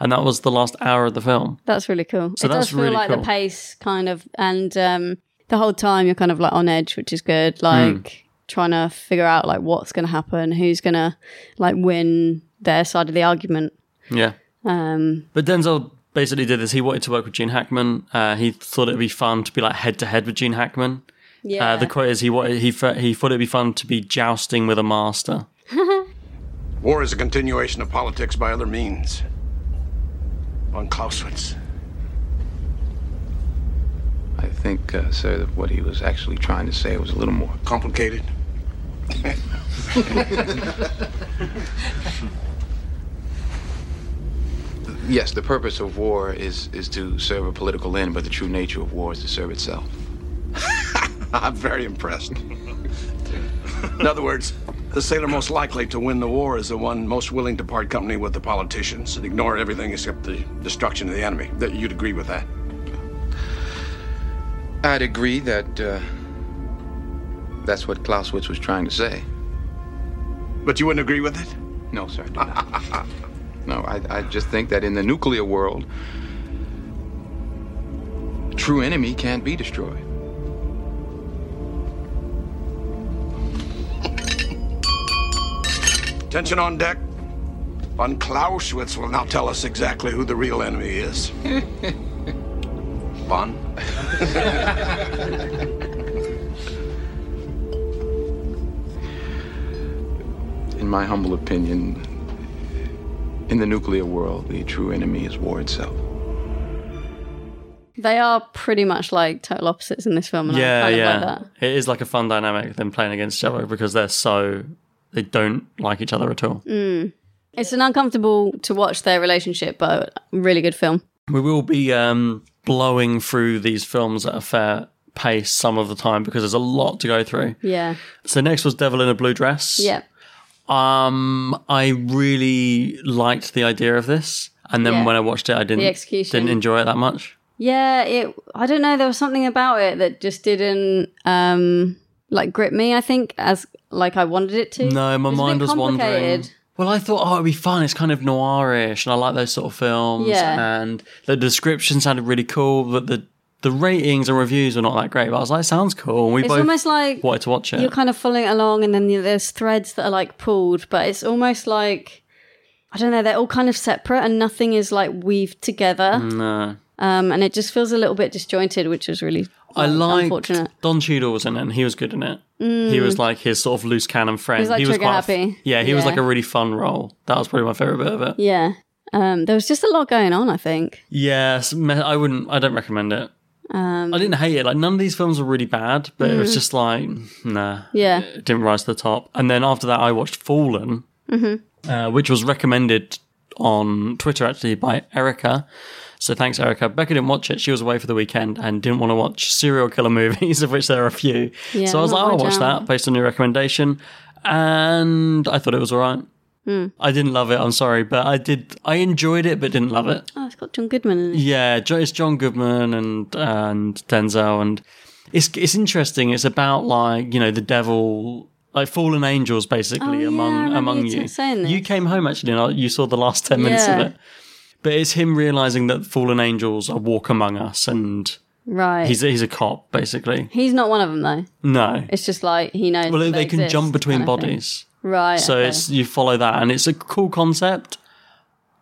B: and that was the last hour of the film.
C: That's really cool.
B: So
C: it
B: that's
C: does feel
B: really
C: like
B: cool.
C: the pace kind of, and um, the whole time you're kind of like on edge, which is good. Like
B: Hmm.
C: trying to figure out like what's going to happen, who's going to like win their side of the argument.
B: Yeah.
C: Um,
B: But Denzel basically did this. He wanted to work with Gene Hackman. Uh, he thought it'd be fun to be like head to head with Gene Hackman.
C: Yeah.
B: Uh, the quote is he wanted, he fe- he thought it'd be fun to be jousting with a master.
C: Mm-hmm.
N: War is a continuation of politics by other means. Von Clausewitz.
A: I think, uh, sir, that what he was actually trying to say was a little more complicated.
N: The
A: Yes, the purpose of war is is to serve a political end, but the true nature of war is to serve itself.
N: I'm very impressed. In other words, the sailor most likely to win the war is the one most willing to part company with the politicians and ignore everything except the destruction of the enemy. That you'd agree with that?
A: I'd agree that uh, that's what Clausewitz was trying to say.
N: But you wouldn't agree with it?
A: No, sir. I do not. no, I, I just think that in the nuclear world, true enemy can't be destroyed.
N: Attention on deck. Von Clausewitz will now tell us exactly who the real enemy is. Von?
A: In my humble opinion, in the nuclear world, the true enemy is war itself.
C: They are pretty much like total opposites in this film, and I kind of like that.
B: It is like a fun dynamic them playing against each other because they're so they don't like each other at all.
C: Mm. It's an uncomfortable to watch their relationship, but really good film.
B: We will be um, blowing through these films at a fair pace some of the time because there's a lot to go through.
C: Yeah.
B: So next was Devil in a Blue Dress.
C: Yeah.
B: Um, I really liked the idea of this, and then
C: Yeah.
B: when I watched it, I didn't
C: The execution.
B: didn't enjoy it that much.
C: Yeah, it I don't know, there was something about it that just didn't um like grip me, I think, as like I wanted it to.
B: No, my
C: It a
B: mind
C: bit
B: was wandering.
C: complicated.
B: Well, I thought, oh, it'd be fun. It's kind of noirish, and I like those sort of films.
C: Yeah.
B: And the description sounded really cool, but the the ratings and reviews were not that great. But I was like, it sounds cool. And we
C: It's
B: both
C: almost like
B: wanted to watch it.
C: You're kind of following along, and then you- there's threads that are like pulled, but it's almost like I don't know. They're all kind of separate, and nothing is like weaved together.
B: Mm, no.
C: Um, and it just feels a little bit disjointed, which is really
B: I liked
C: unfortunate.
B: Don Cheadle was in it, and he was good in it.
C: Mm.
B: He was like his sort of loose cannon friend.
C: He was, like, trigger
B: quite a f-
C: happy.
B: yeah, he was
C: Yeah.
B: like a really fun role. That was probably my favorite bit of it.
C: yeah. Um, there was just a lot going on. I think.
B: Yes, me- I wouldn't. I don't recommend it.
C: Um,
B: I didn't hate it. Like none of these films were really bad, but it was
C: Mm.
B: just like nah,
C: Yeah.
B: it didn't rise to the top. And then after that, I watched Fallen,
C: hmm
B: uh, which was recommended on Twitter actually by Erica. So thanks, Erica. Becca didn't watch it. She was away for the weekend and didn't want to watch serial killer movies, of which there are a few.
C: Yeah,
B: so I was
C: not
B: like, I'll
C: my
B: watch
C: jam.
B: that based on your recommendation. And I thought it was all right.
C: Mm.
B: I didn't love it. I'm sorry, but I did. I enjoyed it, but didn't love it.
C: Oh, it's got John Goodman in it.
B: Yeah, Jo- it's John Goodman and and Denzel, and it's it's interesting. It's about like you know the devil, like fallen angels, basically
C: Oh, yeah, I
B: among
C: remember
B: among
C: you
B: you.
C: saying this.
B: You came home actually, and I- you saw the last ten minutes
C: Yeah.
B: of it. But it's him realizing that fallen angels are walk among us, and
C: Right.
B: he's
C: He's,
B: a, he's a cop basically.
C: not one of them though.
B: No,
C: It's just like he knows.
B: well
C: that
B: they, can
C: exist,
B: jump between
C: kind of thing.
B: bodies,
C: Right.
B: so
C: okay.
B: it's you follow that, and it's a cool concept.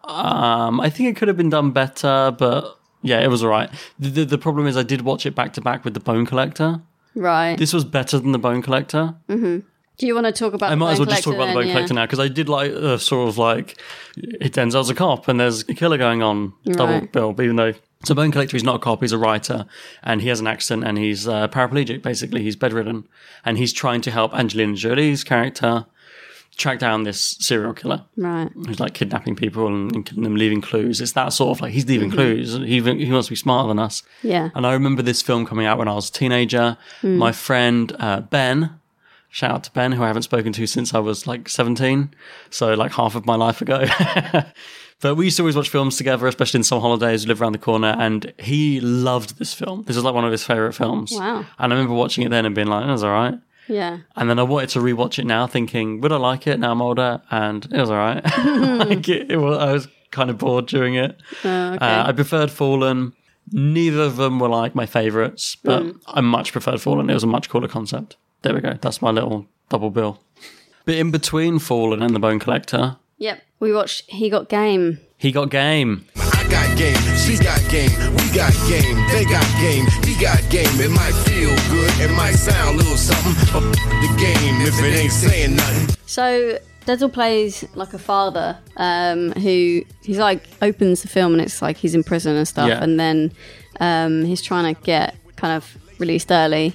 B: Um, I think it could have been done better, but yeah, it was alright. The, the, the problem is, I did watch it back to back with the Bone Collector.
C: right.
B: This was better than the Bone Collector.
C: hmm Do you want to talk about?
B: I
C: the
B: might as
C: Bone
B: well just talk about the
C: then?
B: Bone
C: Yeah.
B: Collector now because I did like uh, sort of like it ends as a cop and there's a killer going on double
C: Right.
B: bill, even though. So Bone Collector, he's not a cop, he's a writer, and he has an accident, and he's uh, paraplegic. Basically, he's bedridden, and he's trying to help Angelina Jolie's character track down this serial killer.
C: Right.
B: who's like kidnapping people and, and killing them, leaving clues. It's that sort of like he's leaving
C: Mhm.
B: clues. He, he wants to be smarter than us.
C: Yeah.
B: And I remember this film coming out when I was a teenager.
C: Mm.
B: My friend uh, Ben, shout out to Ben, who I haven't spoken to since I was like 17, so like half of my life ago. but we used to always watch films together, especially in some holidays. We live around the corner, and he loved this film. This was like one of his favorite films.
C: Wow.
B: And I remember watching it then and being like, "That's all right."
C: Yeah.
B: And then I wanted to rewatch it now, thinking, would I like it now I'm older? And it was all right. like it, it was, I was kind of bored during it.
C: Hmm. Oh, okay.
B: Uh, I preferred Fallen. Neither of them were like my favorites, but
C: Mm.
B: I much preferred Fallen. It was a much cooler concept. There we go. That's my little double bill. But in between Fallen and The Bone Collector,
C: Yep. We watched He Got Game.
B: he got game.
O: I got game, she got game, we got game, they got game, he got game. It might feel good, it might sound a little something, but the game if it ain't saying nothing.
C: So Denzel plays like a father um, who he's like opens the film and it's like he's in prison and stuff,
B: Yeah.
C: and then um, he's trying to get kind of released early.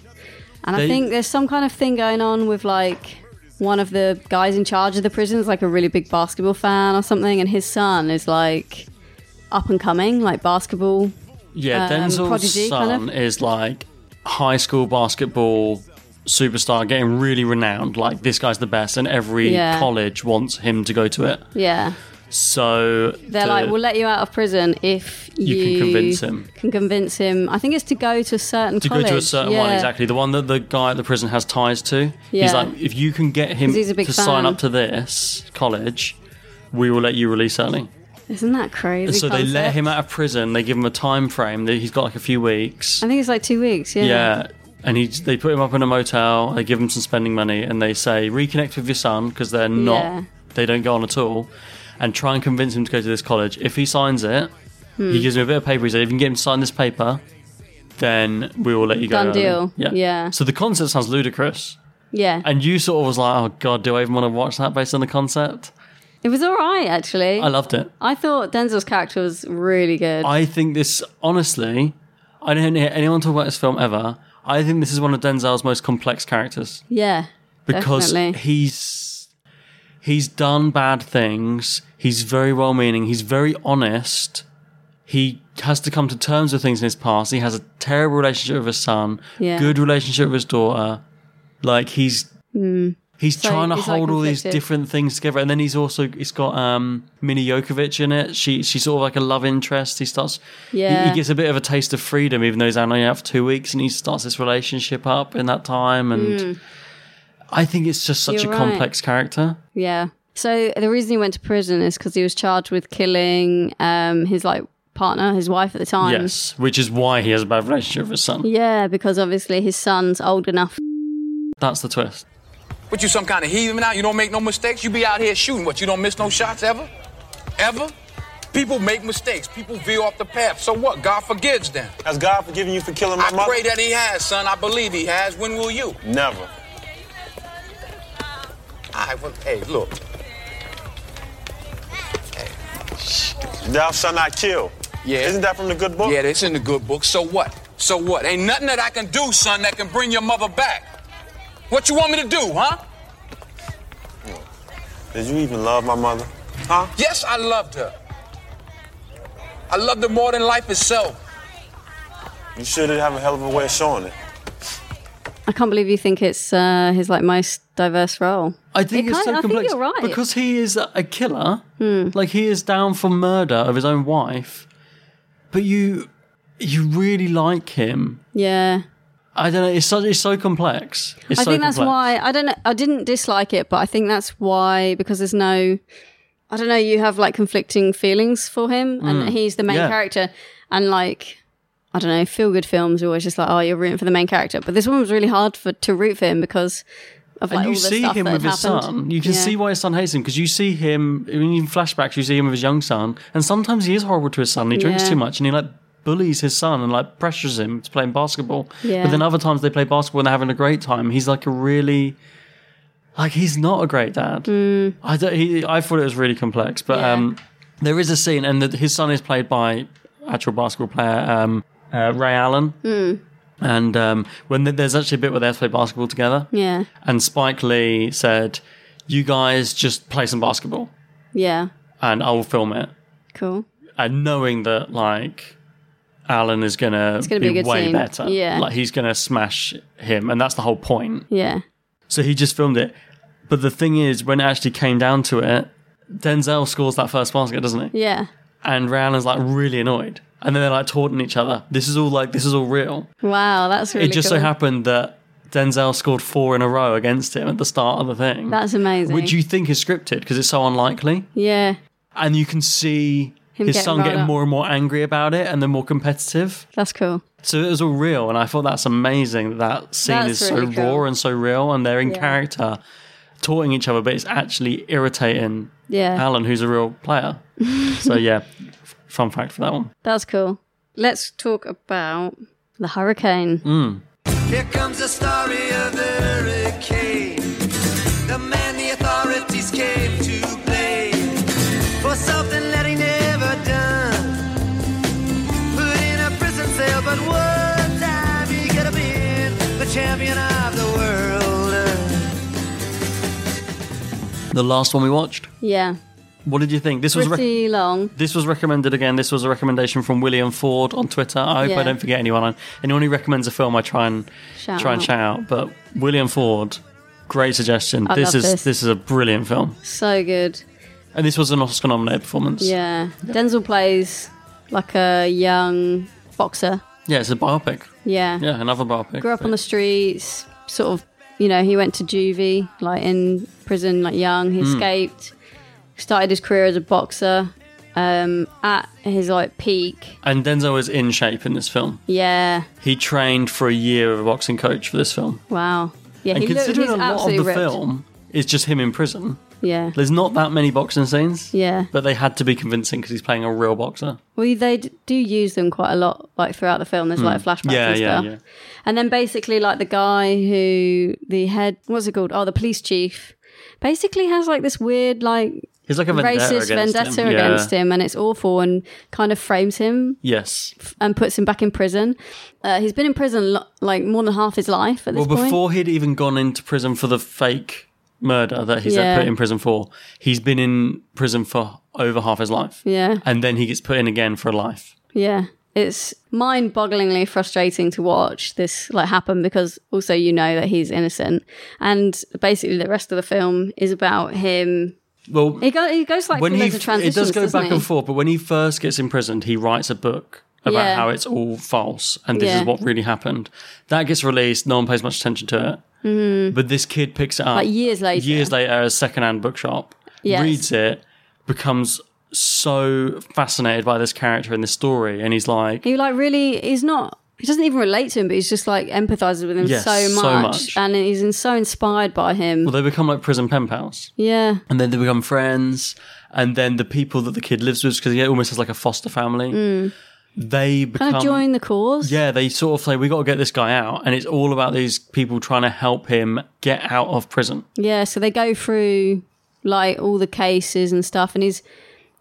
C: And
B: They-
C: I think there's some kind of thing going on with like one of the guys in charge of the prison's like a really big basketball fan or something, and his son is like up and coming, like basketball.
B: Yeah,
C: um,
B: Denzel's
C: prodigy,
B: son
C: kind of.
B: is like high school basketball superstar, getting really renowned. Like this guy's the best, and every
C: Yeah.
B: college wants him to go to it.
C: Yeah.
B: So
C: They're
B: the-
C: like, we'll let you out of prison if you,
B: You can convince him.
C: Can convince him. I think it's to go to a certain
B: to
C: college.
B: go to a certain one
C: Yeah.
B: exactly the one that the guy at the prison has ties to he's
C: Yeah.
B: like if you can get him
C: 'Cause he's a big
B: to sign
C: fan.
B: up to this college we will let you release early
C: Isn't that crazy?
B: so they let
C: concept?
B: him out of prison they give him a time frame that he's got like a few weeks
C: I think it's like two weeks. Yeah.
B: and he they put him up in a motel they give him some spending money and they say reconnect with your son because they're not
C: Yeah.
B: they don't go on at all and try and convince him to go to this college if he signs it
C: Hmm.
B: he gives me a bit of paper he said if you can get him to sign this paper then we will let you go
C: Done
B: early."
C: deal. Yeah.
B: So the concept sounds ludicrous.
C: Yeah.
B: And you sort of was like, oh God, do I even want to watch that based on the concept?
C: It was all right, actually.
B: I loved it.
C: I thought Denzel's character was really good.
B: I think this, honestly, I don't hear anyone talk about this film ever. I think this is one of Denzel's most complex characters
C: yeah.
B: because
C: definitely.
B: he's he's done bad things. He's very well meaning. He's very honest. He has to come to terms with things in his past. He has a terrible relationship with his son.
C: Yeah.
B: Good relationship with his daughter. Like he's
C: Mm.
B: He's
C: So
B: trying to
C: he's, like,
B: hold all these
C: conflicted.
B: different things together, and then he's also he's got um, Mini Jokovic in it. She she's sort of like a love interest. He starts, he- he,
C: Yeah.
B: gets a bit of a taste of freedom, even though he's only out for two weeks, and he starts this relationship up in that time. And
C: Mm.
B: I think it's just such
C: You're
B: a
C: right.
B: complex character.
C: Yeah. So the reason he went to prison is because he was charged with killing um, his like partner, his wife at the time.
B: Yes, which is why he has a bad relationship with his son.
C: Yeah, because obviously his son's old enough.
B: That's the twist.
A: What you some kind of heathen out? You don't make no mistakes. You be out here shooting. What you don't miss no shots ever, ever. People make mistakes. People veer off the path. So what? God forgives them.
P: Has God forgiven you for killing my
A: I
P: mother?
A: pray that He has, son. I believe He has. When will you?
P: Never.
A: I well, hey, look.
P: Thou shalt not kill.
A: Yeah. Isn't that from the good book? Yeah, it's in the good book. So what? So what? Ain't nothing that I can do, son, that can bring your mother back. What you want me to do, huh?
P: Did you even love my mother?
A: Huh? Yes, I loved her. I loved her more than life itself.
P: You sure did have a hell of a way of showing it.
C: I can't believe you think it's uh, his like most diverse role.
B: I think
C: It
B: it's
C: kind-
B: so
C: I think
B: complex
C: you're right. Hmm.
B: because he is a killer. Like he is down for murder of his own wife, but you you really like him.
C: Yeah.
B: I don't know. It's so it's so complex. It's
C: I
B: so
C: think that's
B: complex.
C: why I don't know. I didn't dislike it, but I think that's why because there's no, I don't know. You have like conflicting feelings for him,
B: Mm.
C: and he's the main
B: Yeah.
C: character, and like I don't know. Feel good films are always just like, oh, you're rooting for the main character, but this one was really hard for to root for him because of like
B: and you
C: all the
B: see
C: stuff
B: him
C: that
B: with
C: had
B: his
C: happened.
B: son. You can
C: Yeah.
B: see why his son hates him because you see him I mean, in flashbacks. You see him with his young son, and sometimes he is horrible to his son. He drinks
C: Yeah.
B: too much, and he like bullies his son and like pressures him to playing basketball.
C: Yeah.
B: But then other times they play basketball and they're having a great time. He's like a really like he's not a great dad.
C: Mm.
B: I don't, he, I thought it was really complex, but um, there is a scene, and the, his son is played by actual basketball player um, uh, Ray Allen.
C: Mm.
B: And um, when th- there's actually a bit where they have to play basketball together,
C: Yeah.
B: and Spike Lee said, "You guys just play some basketball,
C: Yeah.
B: and I will film it."
C: Cool.
B: And knowing that, like, Alan is gonna,
C: It's gonna be a good
B: way
C: scene.
B: better.
C: Yeah.
B: like he's gonna smash him, and that's the whole point.
C: Yeah.
B: So he just filmed it. But the thing is, when it actually came down to it, Denzel scores that first basket, doesn't he?
C: Yeah.
B: And Ray Allen's like really annoyed, and then they're like taunting each other. This is all like this is all real
C: Wow, that's really.
B: it just
C: cool.
B: so happened that Denzel scored four in a row against him at the start of the thing.
C: That's amazing.
B: Which you think is scripted because it's so unlikely.
C: Yeah.
B: And you can see
C: Him
B: his
C: getting
B: son
C: riled
B: getting
C: up.
B: more and more angry about it and then more competitive.
C: That's cool.
B: So it was all real. And I thought that's amazing that that scene
C: That's
B: is
C: really
B: so
C: cool.
B: raw and so real. And they're in
C: Yeah.
B: character taunting each other, but it's actually irritating
C: Yeah.
B: Alan, who's a real player. so yeah, f- fun fact for that one.
C: That's cool. Let's talk about the hurricane.
B: Mm.
Q: Here comes the story of the hurricane. The man the authorities came to blame for something that he never done. Put in a prison cell, but one time he could have been the champion of the world.
B: The last one we watched
C: Yeah.
B: What did you think? This was re-
C: pretty long.
B: this was recommended again. This was a recommendation from William Ford on Twitter. I hope
C: Yeah.
B: I don't forget anyone. I- Anyone who recommends a film, I try and
C: Shout
B: try and
C: out.
B: shout out. But William Ford, great suggestion.
C: I
B: this
C: love
B: is
C: this.
B: this is a brilliant film,
C: So good.
B: and this was an Oscar-nominated performance.
C: Yeah. Denzel plays like a young boxer.
B: Yeah, it's a biopic.
C: Yeah.
B: Yeah, another biopic.
C: Grew up on the streets, sort of, you know, he went to juvie, like in prison, like young. He
B: Mm.
C: escaped, started his career as a boxer um, at his like peak.
B: And Denzel is in shape in this film.
C: Yeah.
B: He trained for a year of a boxing coach for this film.
C: Wow. Yeah.
B: and
C: he looked, he's
B: considering a lot
C: absolutely
B: of the
C: ripped.
B: film is just him in prison,
C: Yeah.
B: there's not that many boxing scenes.
C: Yeah.
B: But they had to be convincing because he's playing a real boxer.
C: Well, they d- do use them quite a lot, like throughout the film. There's
B: Hmm.
C: like flashbacks
B: Yeah,
C: and
B: yeah,
C: stuff.
B: yeah.
C: And then basically, like the guy who the head, what's it called? Oh, the police chief, basically has like this weird, like
B: He's like a vendetta
C: racist
B: against
C: vendetta
B: him. Yeah.
C: against him, and it's awful and kind of frames him
B: Yes.
C: f- and puts him back in prison. Uh, he's been in prison lo- like more than half his life at
B: Well,
C: this point.
B: before he'd even gone into prison for the fake murder that he's
C: Yeah.
B: put in prison for, he's been in prison for over half his life.
C: Yeah.
B: And then he gets put in again for life.
C: Yeah. It's mind-bogglingly frustrating to watch this like happen because also you know that he's innocent, and basically the rest of the film is about him.
B: Well,
C: He, go- he goes like
B: when
C: through
B: he
C: loads of
B: it
C: transitions.
B: does go
C: doesn't
B: back
C: he?
B: and forth, but when he first gets imprisoned, he writes a book about
C: Yeah.
B: how it's all false and this
C: Yeah.
B: is what really happened. That gets released. No one pays much attention to it.
C: Mhm.
B: uh, But uh, this kid picks it up
C: Like years later.
B: Years later, at a secondhand bookshop,
C: Yes.
B: reads it, becomes so fascinated by this character and this story, and he's like,
C: He like really he's not he doesn't even relate to him, but he's just like empathizes with him
B: Yes,
C: so,
B: so
C: much,
B: much.
C: and he's in, so inspired by him.
B: well, they become like prison pen pals,
C: yeah,
B: and then they become friends, and then the people that the kid lives with, because he almost has like a foster family,
C: mm.
B: they become
C: kind of join the cause.
B: Yeah, they sort of say, we got to get this guy out. And it's all about these people trying to help him get out of prison.
C: Yeah, so they go through like all the cases and stuff, and he's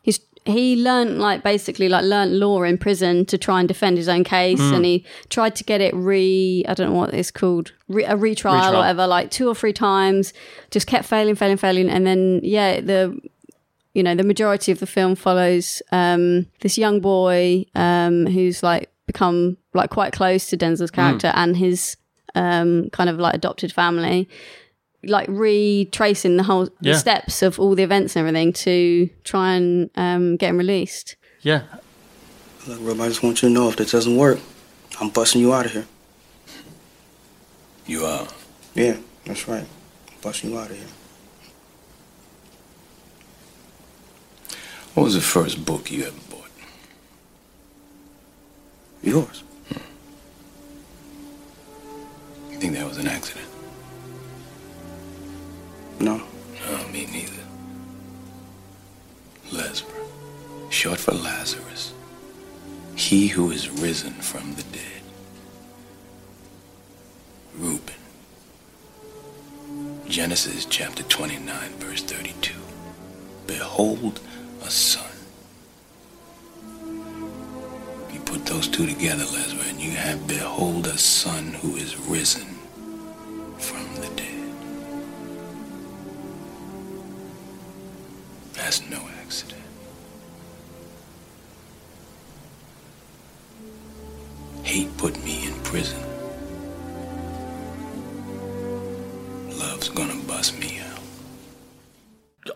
C: he's he learnt like basically like learnt law in prison to try and defend his own case,
B: Mm.
C: and he tried to get it re I don't know what it's called re, a retrial,
B: Retrial.
C: or whatever, like two or three times, just kept failing, failing, failing, and then yeah the. You know, the majority of the film follows um, this young boy um, who's like become like quite close to Denzel's character and his um, kind of like adopted family like retracing the whole the
B: Yeah.
C: steps of all the events and everything to try and um, get him released.
B: Yeah.
I: Look, Rip, I just want you to know if this doesn't work, I'm busting you out of here.
R: You are.
I: Yeah, that's right. busting you out of here.
R: What was the first book you ever bought?
I: Yours.
R: Hmm. You think that was an accident?
I: No.
R: No, me neither. Lazarus, short for Lazarus, he who is risen from the dead. Reuben. Genesis chapter 29, verse 32. Behold a son. You put those two together, Lazarus, and you have behold a son who is risen from the dead. That's no accident. Hate put me in prison. Love's gonna bust me out.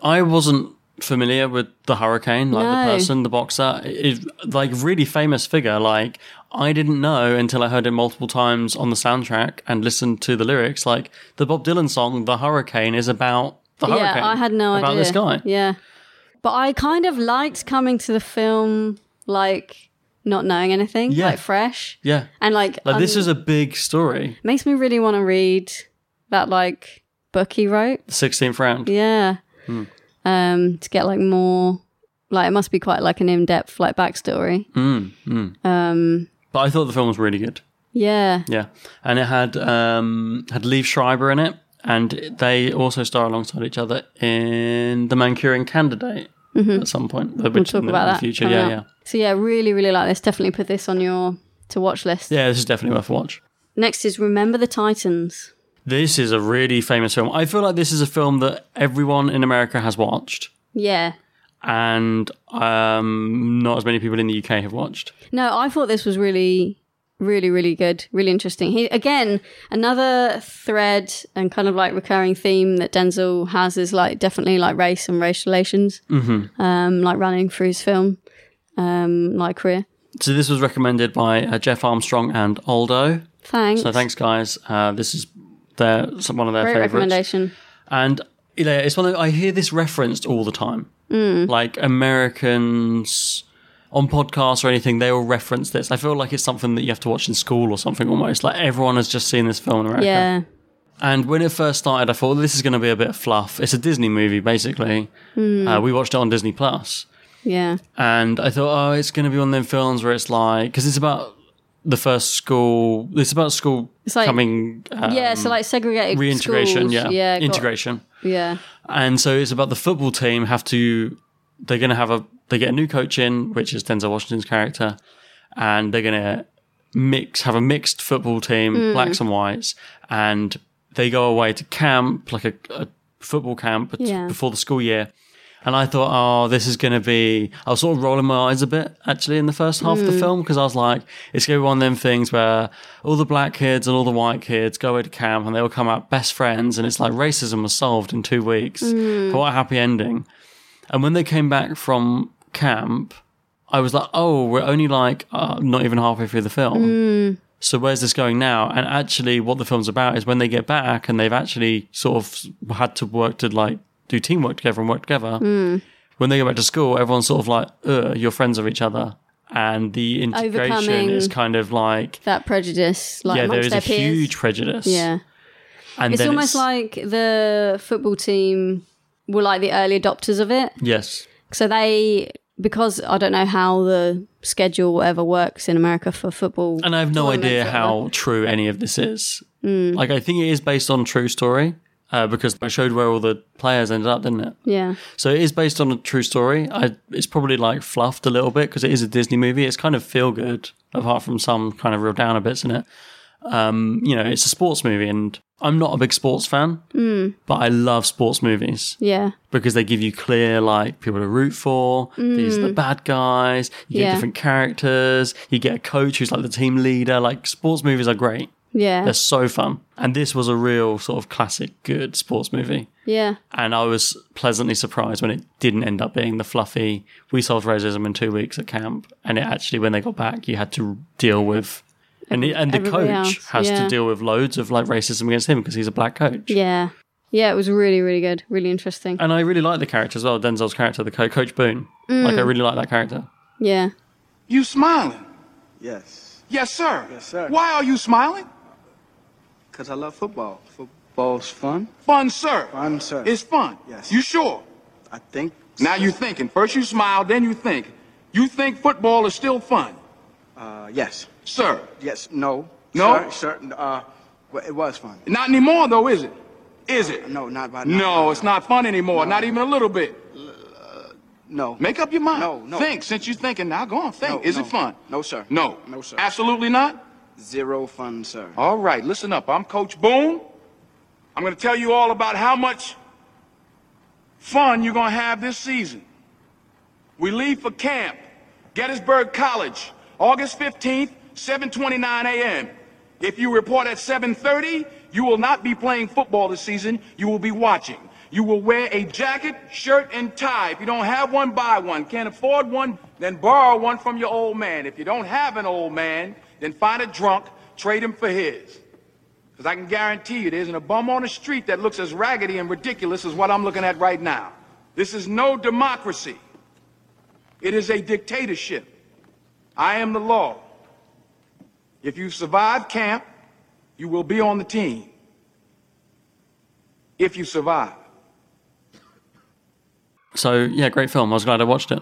B: I wasn't familiar with the Hurricane, like
C: No.
B: the person, the boxer. It, like, really famous figure. Like, I didn't know until I heard it multiple times on the soundtrack and listened to the lyrics. Like, the Bob Dylan song, The Hurricane, is about the
C: yeah,
B: hurricane.
C: I had no
B: Oh, about
C: idea.
B: this guy.
C: Yeah, but I kind of liked coming to the film like not knowing anything,
B: Yeah.
C: like fresh,
B: Yeah.
C: and like,
B: Like, this
C: um,
B: is a big story.
C: makes me really want to read that like book he wrote.
B: The 16th round.
C: Yeah,
B: Hmm.
C: um, to get like more like it must be quite like an in depth like backstory.
B: Mm, mm.
C: Um,
B: But I thought the film was really good.
C: yeah,
B: Yeah, and it had um, had Liev Schreiber in it, and they also star alongside each other in The Manchurian Candidate
C: Mhm.
B: at some point.
C: we'll
B: which
C: talk
B: in the,
C: about
B: in the
C: that
B: future.
C: coming
B: Yeah,
C: up.
B: yeah,
C: So yeah, really, really like this. Definitely put this on your to watch list.
B: yeah. This is definitely worth a watch.
C: Next is Remember the Titans.
B: This is a really famous film. I feel like this is a film that everyone in America has watched,
C: Yeah,
B: and um, not as many people in the UK have watched.
C: No, I thought this was really, really, really good, really interesting. He again, another thread and kind of like recurring theme that Denzel has is like definitely like race and race relations,
B: Mhm.
C: um, like running through his film, um, like career.
B: So this was recommended by uh, Jeff Armstrong and Aldo.
C: Thanks.
B: So thanks, guys. Uh, this is their some- one of their
C: Great
B: favorites.
C: recommendation.
B: And Ilea, it's one of, I hear this referenced all the time.
C: Mm.
B: Like Americans on podcasts or anything, they will reference this. I feel like it's something that you have to watch in school or something almost. Like everyone has just seen this film in America.
C: Yeah.
B: And when it first started, I thought this is going to be a bit of fluff. It's a Disney movie, basically.
C: Hmm.
B: Uh, we watched it on Disney Plus,
C: Yeah.
B: and I thought, oh, it's going to be one of them films where it's like because it's about the first school. It's about school
C: It's like-
B: coming. Um,
C: yeah. So like segregated
B: reintegration,
C: schools.
B: yeah,
C: Yeah. got-
B: integration.
C: yeah.
B: And so it's about the football team have to they're going to have a they get a new coach in, which is Denzel Washington's character, and they're going to mix have a mixed football team,
C: Mm.
B: blacks and whites, and they go away to camp like a, a football camp bet-
C: Yeah.
B: before the school year. And I thought, oh, this is going to be. I was sort of rolling my eyes a bit actually in the first half of the
C: Mm.
B: film because I was like, it's going to be one of them things where all the black kids and all the white kids go away to camp and they all come out best friends, and it's like racism was solved in two weeks.
C: Mm.
B: What a happy ending! And when they came back from camp, I was like, oh, we're only like uh, not even halfway through the film.
C: Mm.
B: So where's this going now? And actually, what the film's about is when they get back and they've actually sort of had to work to like do teamwork together and work together.
C: Mm.
B: When they go back to school, everyone's sort of like, "Ugh, you're friends of each other," and the integration
C: Overcoming-
B: is kind of like,
C: That prejudice, like
B: yeah, there
C: amongst
B: is
C: their
B: a
C: peers.
B: huge prejudice.
C: Yeah.
B: and
C: it's
B: then
C: almost like the football team were like the early adopters of it.
B: yes,
C: So they, because I don't know how the schedule whatever works in America for football.
B: and I have no
C: tournaments
B: idea
C: or
B: how true any of this is.
C: whatever. Mm.
B: Like, I think it is based on true story uh, because I showed where all the players ended up, didn't it?
C: yeah.
B: So it is based on a true story. I, it's probably like fluffed a little bit because it is a Disney movie. It's kind of feel good, apart from some kind of real downer bits in it. Um, you know, it's a sports movie, and I'm not a big sports fan,
C: Mm.
B: but I love sports movies
C: Yeah.
B: because they give you clear like people to root for. These are the
C: Mm.
B: bad guys. You get
C: Yeah.
B: different characters. You get a coach who's like the team leader. Like sports movies are great.
C: Yeah.
B: They're so fun, and this was a real sort of classic good sports movie
C: yeah.
B: and I was pleasantly surprised when it didn't end up being the fluffy. We solved racism in two weeks at camp, and it actually, when they got back, you had to deal with, and the, and the
C: Everybody
B: coach
C: else,
B: has
C: yeah.
B: to deal with loads of like racism against him because he's a black coach.
C: Yeah. Yeah. It was really, really good. Really interesting.
B: And I really like the character as well, Denzel's character, the co- coach Boone. Like
C: Mm.
B: I really like that character.
C: yeah.
A: You smiling?
I: Yes.
A: Yes, sir. Yes,
I: sir.
A: Why are you smiling?
I: Because I love football. Football's fun.
A: Fun, sir.
I: Fun, sir.
A: It's fun.
I: Yes.
A: You sure?
I: I think.
A: Now you thinking. First you smile, then you think. You think football is still fun,
I: Uh, yes.
A: sir?
I: Yes. No.
A: No?
I: Sir. sir uh, well, it was fun.
A: Not anymore, though, is it? Is it?
I: No, not by.
A: No, it's not fun anymore. Not even a little bit.
I: Uh, No.
A: Make up your mind.
I: No, no.
A: Think since you're thinking. Now go on. Think.
I: No,
A: is
I: no.
A: it fun?
I: No, sir.
A: No.
I: No, sir.
A: Absolutely not.
I: Zero fun, sir.
A: All right, listen up. I'm Coach Boone. I'm going to tell you all about how much fun you're going to have this season. We leave for camp, Gettysburg College, August 15th, 7:29 a.m. If you report at 7:30, you will not be playing football this season. You will be watching. You will wear a jacket, shirt, and tie. If you don't have one, buy one. Can't afford one, then borrow one from your old man. If you don't have an old man, then find a drunk, trade him for his. Because I can guarantee you there isn't a bum on the street that looks as raggedy and ridiculous as what I'm looking at right now. This is no democracy. It is a dictatorship. I am the law. If you survive camp, you will be on the team. If you survive.
B: So yeah, great film. I was glad I watched it.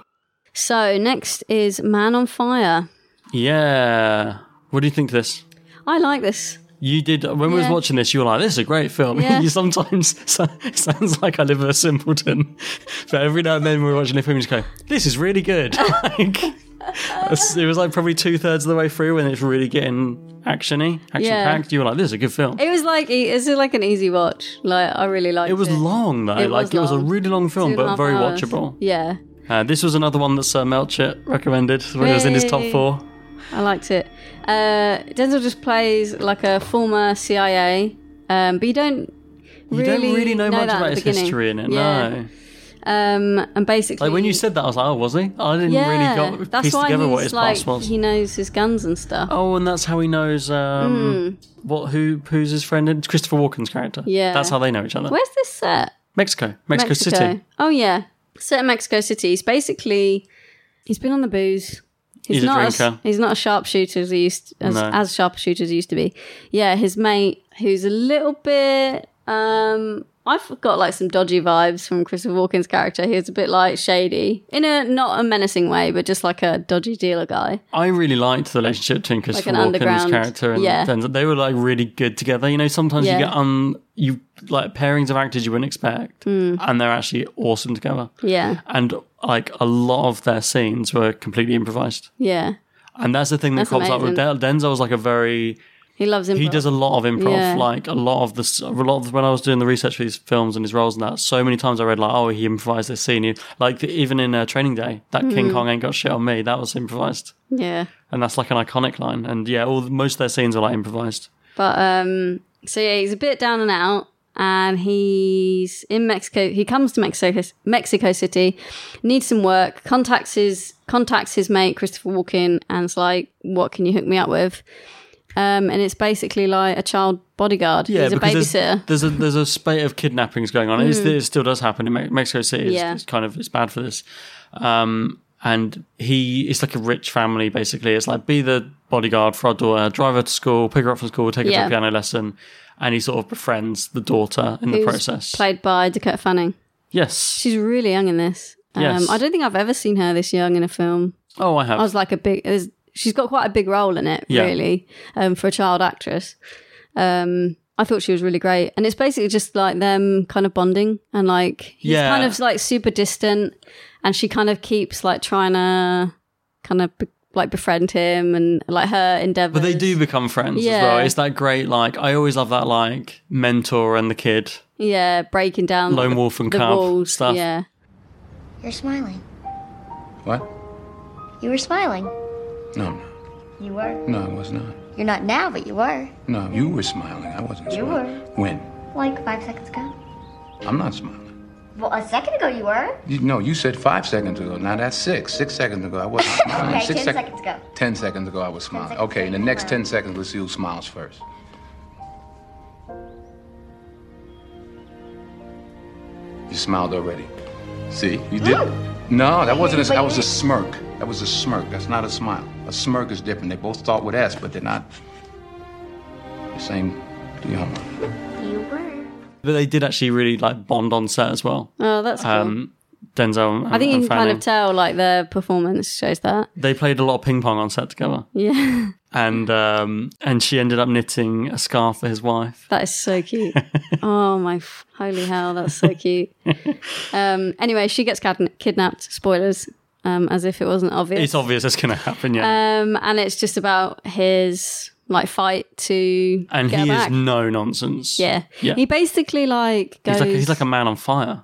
C: So next is Man on Fire.
B: Yeah. What do you think of this?
C: I like this.
B: You did when we was
C: Yeah.
B: watching this. You were like, "This is a great film."
C: Yeah.
B: you sometimes so- it sounds like I live in a simpleton, but every now and then we're watching a film and just go, "This is really good." like, it's- it was like probably two thirds of the way through when it's really getting actiony, action packed. You were like, "This is a good film." It,
C: It was like e- it's like an easy watch. Like I really liked it.
B: was long though,
C: It
B: like
C: was
B: it was a
C: long.
B: really long
C: Two
B: film,
C: and a
B: but
C: half
B: very
C: hours.
B: watchable.
C: Yeah.
B: Uh, this was another one that Sir Melcher recommended when it was in his top
C: Yay.
B: four.
C: I liked it. Uh, Denzel just plays like a former CIA, um, but you don't
B: You
C: really,
B: don't really know, much
C: that at
B: about
C: the
B: his
C: beginning.
B: history in it,
C: Yeah.
B: no.
C: Um, and basically,
B: Like when you said that, I was like, "Oh, was he?" I didn't
C: yeah,
B: really got,
C: that's
B: piece
C: why
B: together
C: he's
B: what his
C: like
B: past was.
C: he knows his guns and stuff.
B: Oh, and that's how he knows um, what who who's his friend and Christopher Walken's character.
C: Hmm. Yeah.
B: that's how they know each other.
C: Where's this set?
B: Mexico, Mexico, City.
C: Oh yeah, set in Mexico City. He's basically he's been on the booze. He's,
B: He's a
C: not as,
B: drinker.
C: he's not a sharpshooter as he used as,
B: No.
C: as sharpshooter as he used to be. Yeah, his mate who's a little bit um I've got like some dodgy vibes from Christopher Walken's character. He was a bit like shady in a not a menacing way, but just like a dodgy dealer guy.
B: I really liked the relationship between Christopher
C: an
B: Walken's
C: underground-
B: character and
C: yeah.
B: Denzel. They were like really good together. You know, sometimes
C: Yeah.
B: you get um you like pairings of actors you wouldn't expect,
C: Mm.
B: and they're actually awesome together.
C: Yeah,
B: And like a lot of their scenes were completely improvised,
C: yeah.
B: and that's the thing that
C: That's
B: comes up with
C: amazing.
B: Del- Denzel's like a very
C: He loves him.
B: He does a lot of improv,
C: Yeah.
B: like a lot of the s- a lot of when I was doing the research for these films and his roles and that. So many times I read like, oh, he improvised this scene. He- Like even in uh, Training Day, that King
C: Mm.
B: Kong ain't got shit on me. That was improvised,
C: Yeah.
B: and that's like an iconic line. And yeah, all most of their scenes are like improvised.
C: But um, so yeah, he's a bit down and out, and he's in Mexico. He comes to Mexico, Mexico City, needs some work. Contacts his contacts his mate Christopher Walken, and's like, "What can you hook me up with?" Um, and it's basically like a child bodyguard.
B: Yeah,
C: he's a
B: because
C: babysitter.
B: There's, there's a there's a spate of kidnappings going on. It's,
C: Mm.
B: it still does happen in Me- Mexico City. It's,
C: Yeah.
B: it's kind of it's bad for this. Um, and he it's like a rich family basically. It's like be the bodyguard for our daughter, drive her to school, pick her up from school, take her to
C: Yeah.
B: a piano lesson, and he sort of befriends the daughter in the
C: who's
B: process.
C: played by Dakota Fanning.
B: yes.
C: She's really young in this. Um,
B: Yes.
C: I don't think I've ever seen her this young in a film.
B: Oh, I have.
C: I was like a big. It was, she's got quite a big role in it,
B: Yeah.
C: really, um, for a child actress. Um, I thought she was really great, and it's basically just like them kind of bonding, and like he's
B: Yeah.
C: kind of like super distant, and she kind of keeps like trying to kind of be, like befriend him, and like her endeavor.
B: But they do become friends as
C: Yeah.
B: well. It's that great like I always love that like mentor and the kid.
C: yeah, breaking down
B: Lone
C: the-
B: wolf and
C: the
B: cub
C: walls.
B: stuff.
C: Yeah,
S: You're smiling.
R: What?
S: You were smiling.
R: No, no,
S: You were.
R: no, I was not.
S: You're not now, but you were.
R: No, you were smiling. I wasn't
S: You
R: smiling.
S: were.
R: When?
S: Like five seconds ago.
R: I'm not smiling.
S: Well, a second ago you were.
R: You, no, you said five seconds ago. Now that's six. Six seconds ago, I wasn't smiling.
S: Okay,
R: Ah, Six
S: ten
R: sec-
S: seconds ago.
R: Ten seconds ago, I was smiling. Okay, in the next ten seconds, let's see who smiles first. You smiled already. See, you did. No, that wasn't. A, that was a smirk. That was a smirk. That's not a smile. A smirk is different. They both start with S, but they're not the same. Do your homework.
S: You were.
B: But they did actually really like bond on set as well.
C: Oh, that's
B: Um,
C: cool.
B: Denzel. And,
C: I think you
B: and
C: can kind of
B: Fanning.
C: tell like their performance shows that.
B: they played a lot of ping pong on set together,
C: Yeah,
B: and um, and she ended up knitting a scarf for his wife.
C: that is so cute. oh my f- holy hell, that's so cute. um, anyway, she gets cad- kidnapped. Spoilers, um, as if it wasn't obvious.
B: It's obvious it's going to happen, yeah.
C: Um, and it's just about his like fight to
B: and
C: get
B: he
C: her back.
B: is no nonsense.
C: yeah.
B: yeah.
C: He basically like goes.
B: he's like he's like a man on fire.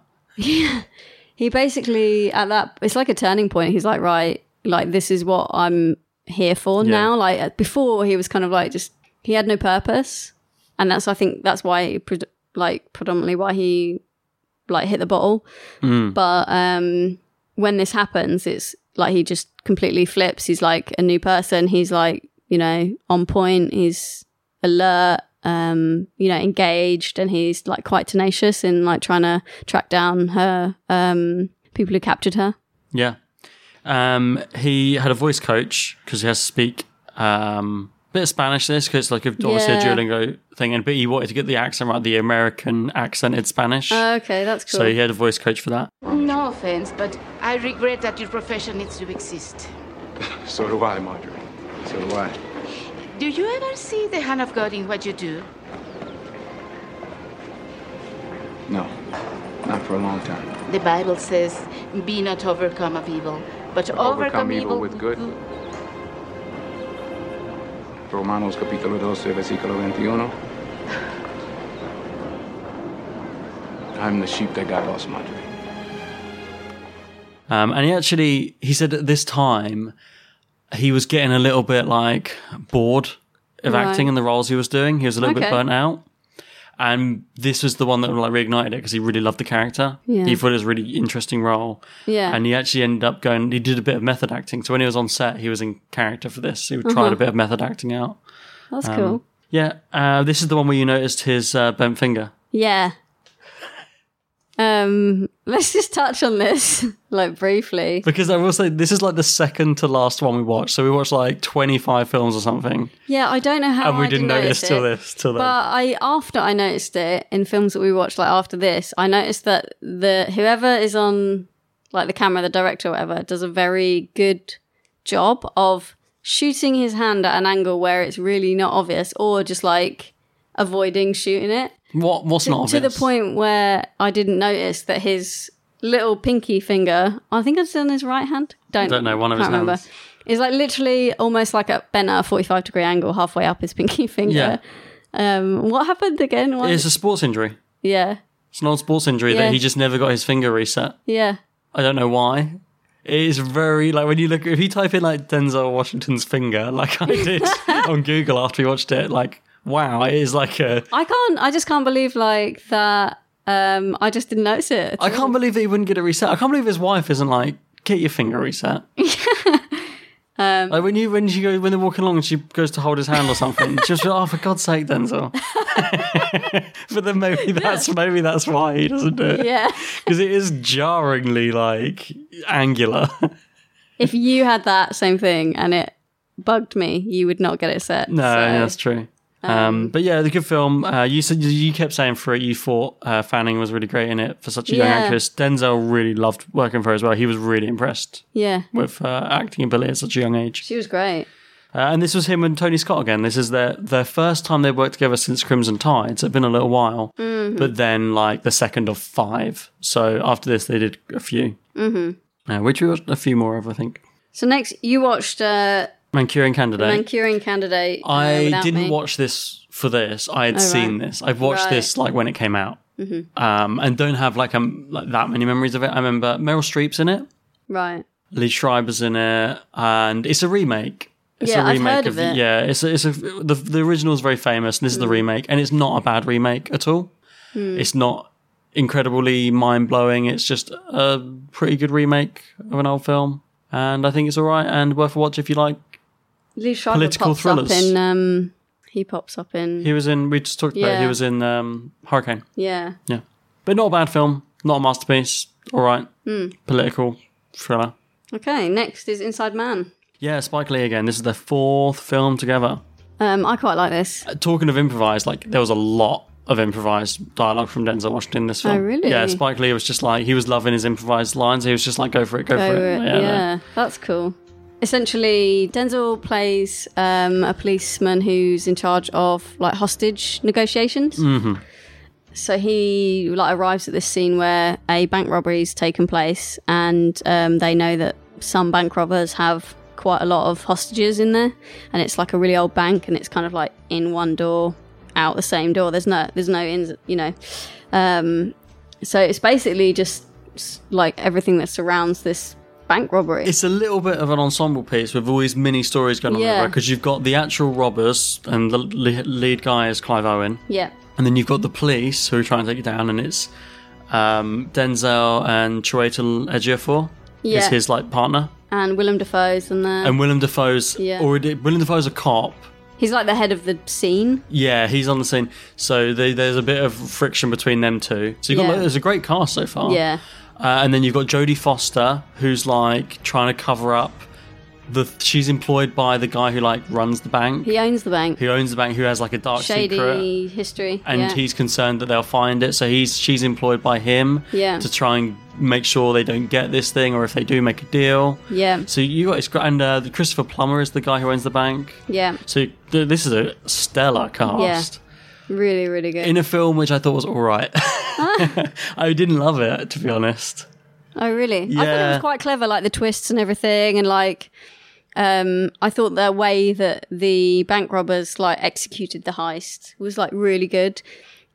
C: he basically at that it's like a turning point he's like right like this is what i'm here for
B: Yeah.
C: now like uh, before he was kind of like just he had no purpose and that's i think that's why he pred- like predominantly why he like hit the bottle
B: Mm.
C: but um when this happens it's like he just completely flips he's like a new person he's like you know on point he's alert um you know engaged and he's like quite tenacious in like trying to track down her um people who captured her
B: Yeah. Um, he had a voice coach because he has to speak um, bit of Spanish. This because like a, obviously a
C: Yeah.
B: Duolingo thing, and but he wanted to get the accent right, the American accented Spanish.
C: Ah, okay that's
B: So he had a voice coach for that.
E: No offense, but I regret that your profession needs to exist.
N: So do I, Marjorie. So do I.
E: Do you ever see the hand of God in what you do?
N: No, not for a long time.
E: The Bible says, "Be not overcome of evil, but overcome,
N: Overcome evil with good. Romanos capítulo 12, versículo 21. I'm the sheep that got lost, Marjorie.
B: Um, and he actually, he said at this time, he was getting a little bit like bored of
C: Right.
B: acting in the roles he was doing. He was a little bit
C: Okay.
B: burnt out. And this was the one that like reignited it because he really loved the character.
C: Yeah.
B: He thought it was a really interesting role.
C: Yeah.
B: And he actually ended up going, he did a bit of method acting. So when he was on set, he was in character for this. He would try
C: Uh-huh.
B: a bit of method acting out.
C: That's
B: Um,
C: cool.
B: Yeah. Uh, this is the one where you noticed his uh, bent finger.
C: Yeah. Um, let's just touch on this like briefly.
B: Because I will say, this is like the second to last one we watched. So we watched like 25 films or something.
C: Yeah, I don't know how
B: and we
C: I
B: didn't notice
C: it,
B: till this, till
C: But
B: then.
C: I after I noticed it in films that we watched like after this, I noticed that the whoever is on like the camera, the director or whatever, does a very good job of shooting his hand at an angle where it's really not obvious or just like avoiding shooting it.
B: What, what's
C: to,
B: not
C: to
B: obvious?
C: the point where I didn't notice that his little pinky finger, I think it's on his right hand. Don't,
B: Don't know, one of
C: can't
B: his
C: remember.
B: hands.
C: It's like literally almost like a bent at a forty-five degree angle, halfway up his pinky finger. Um, what happened again? What?
B: It's a sports injury.
C: yeah,
B: It's an old sports injury that
C: Yeah.
B: he just never got his finger reset.
C: yeah,
B: I don't know why. It is very like when you look if you type in like Denzel Washington's finger, like I did on Google after we watched it, like wow, it is like a.
C: I can't. I just can't believe like that. Um, I just didn't notice it. at
B: I
C: all.
B: can't believe that he wouldn't get it reset. I can't believe his wife isn't like get your finger reset.
C: Um,
B: Like when you when she go when they're walking along and she goes to hold his hand or something, just like, oh for God's sake, Denzel. but then maybe that's maybe that's why he doesn't do it.
C: yeah.
B: because it is jarringly like angular.
C: If you had that same thing and it bugged me, you would not get it set.
B: No,
C: so-
B: yeah, that's true. Um, but yeah, the good film. Uh, you said you kept saying for it. You thought uh, Fanning was really great in it for such a young
C: Yeah.
B: actress. Denzel really loved working for her as well. He was really impressed
C: Yeah,
B: with uh, acting ability at such a young age.
C: she was great.
B: Uh, and this was him and Tony Scott again. This is their their first time they worked together since Crimson Tide. So it's been a little while,
C: Mhm.
B: but then like the second of five. So after this, they did a few,
C: hmm
B: uh, which we watched a few more of, I think.
C: So next, you watched uh,
B: Manchurian
C: The
B: Candidate.
C: Manchurian Candidate. uh,
B: I
C: without
B: didn't
C: me.
B: watch this for this. I had
C: Oh, right.
B: seen this. I've watched
C: Right.
B: this like when it came out,
C: Mhm.
B: um, and don't have like um like that many memories of it. I remember Meryl Streep's in it,
C: Right.
B: Lee Schreiber's in it, and it's a remake. It's
C: Yeah,
B: a
C: I've
B: remake
C: heard
B: of,
C: of it.
B: yeah. It's a, it's a, the the original is very famous, and this is the
C: Mm.
B: remake, and it's not a bad remake at all.
C: Mm.
B: It's not incredibly mind blowing. It's just a pretty good remake of an old film, and I think it's all right and worth a watch if you like.
C: Lee Schreiber
B: political
C: pops
B: thrillers.
C: Up in, um, he pops up in.
B: He was in. We just talked about. it. He
C: Yeah.
B: was in um, Hurricane.
C: yeah.
B: Yeah. But not a bad film. Not a masterpiece. All right.
C: Hmm.
B: Political thriller.
C: Okay. Next is Inside Man.
B: Yeah, Spike Lee again. This is their fourth film together.
C: Um, I quite like this.
B: Uh, Talking of improvised, like there was a lot of improvised dialogue from Denzel Washington in this film.
C: Oh, really?
B: Yeah, Spike Lee was just like he was loving his improvised lines. He was just like, "Go for it, go,
C: Go
B: for
C: it,
B: it."
C: yeah, that's cool. Essentially, Denzel plays um, a policeman who's in charge of like hostage negotiations.
B: Mm-hmm.
C: So he like arrives at this scene where a bank robbery's taken place, and um, they know that some bank robbers have quite a lot of hostages in there, and it's like a really old bank, and it's kind of like in one door, out the same door. There's no there's no ins, you know. Um, so it's basically just s- like everything that surrounds this bank robbery.
B: It's a little bit of an ensemble piece with all these mini stories going on
C: Yeah.
B: because you've got the actual robbers and the le- lead guy is Clive Owen.
C: yeah,
B: And then you've got the police who are trying to take you down, and it's um, Denzel and Chiwetel Ejiofor is
C: Yeah.
B: his like partner,
C: and Willem Dafoe's in there.
B: and Willem Dafoe's
C: Yeah.
B: already Willem Dafoe's a cop.
C: He's like the head of the scene.
B: Yeah, he's on the scene, so they, there's a bit of friction between them two. So you've got
C: Yeah.
B: like, there's a great cast so far.
C: Yeah.
B: Uh, and then you've got Jodie Foster, who's like trying to cover up the. She's employed by the guy who like runs the bank,
C: He owns the bank.
B: who owns the bank, who has like a dark
C: Shady
B: secret.
C: history.
B: and
C: yeah.
B: he's concerned that they'll find it. So he's she's employed by him
C: Yeah.
B: to try and make sure they don't get this thing, or if they do, make a deal.
C: Yeah.
B: So you got it's got- and uh, Christopher Plummer is the guy who owns the bank.
C: Yeah.
B: So th- this is a stellar cast
C: Yeah. Really, really good.
B: in a film which I thought was all right.
C: Ah.
B: I didn't love it to be honest.
C: oh, really? I thought it
B: Yeah.
C: was quite clever, like the twists and everything, and like, um, I thought the way that the bank robbers like executed the heist was like really good.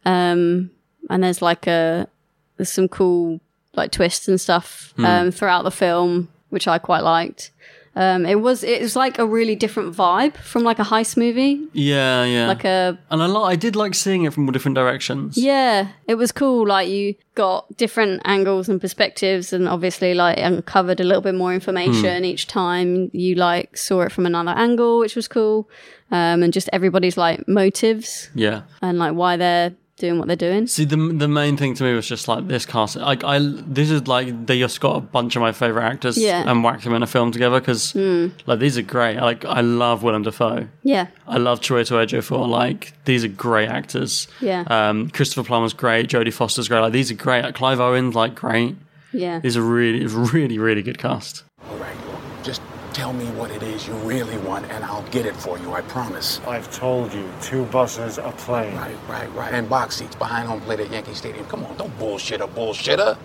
C: Um, and there's like a there's some cool like twists and stuff
B: Hmm.
C: um, throughout the film, which I quite liked. Um, it was it was like a really different vibe from like a heist movie.
B: Yeah, yeah.
C: Like a-
B: and I li- I did like seeing it from different directions.
C: Yeah, it was cool. Like you got different angles and perspectives, and obviously like uncovered a little bit more information
B: Hmm.
C: each time you like saw it from another angle, which was cool. Um, and just everybody's like motives
B: Yeah.
C: and like why they're doing what they're doing.
B: See, the the main thing to me was just like this cast. Like I, this is like they just got a bunch of my favorite actors
C: Yeah.
B: and whacked them in a film together because
C: Mm.
B: like these are great. Like I love Willem Dafoe.
C: Yeah.
B: I love Chiwetel Ejiofor. Like these are great actors.
C: Yeah.
B: Um, Christopher Plummer's great. Jodie Foster's great. Like these are great. Like, Clive Owen's like great.
C: Yeah.
B: These are really, really, really good cast.
T: Just tell me what it is you really want, and I'll get it for you, I promise.
U: I've told you, two buses, a plane.
T: Right, right, right. And box seats behind home plate at Yankee Stadium. Come on, don't bullshit a bullshitter.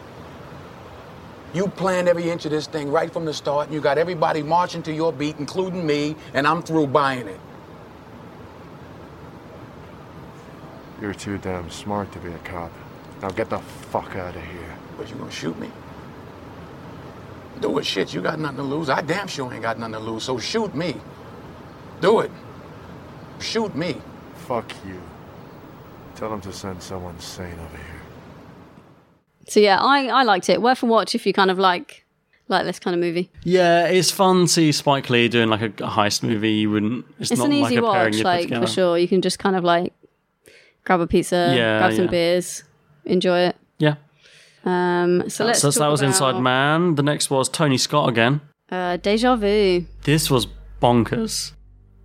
T: You planned every inch of this thing right from the start, and you got everybody marching to your beat, including me, and I'm through buying it.
U: You're too damn smart to be a cop. Now get the fuck out of here.
T: But you gonna shoot me? Do it, shit. You got nothing to lose. I damn sure ain't got nothing to lose, so shoot me. Do it. Shoot me.
U: Fuck you. Tell him to send someone sane over here.
C: So yeah, I, I liked it. Worth a watch if you kind of like like this kind of movie.
B: Yeah, it's fun to see Spike Lee doing like a, a heist movie. You wouldn't. It's,
C: It's,
B: not
C: an
B: like
C: easy
B: a pairing
C: watch,
B: you'd put
C: like
B: together.
C: for sure. You can just kind of like grab a pizza,
B: Yeah,
C: grab some
B: yeah.
C: beers, enjoy it.
B: Yeah.
C: Um. So let's.
B: so
C: talk
B: that was
C: about,
B: Inside Man. The next was Tony Scott again.
C: Uh, Deja vu.
B: This was bonkers.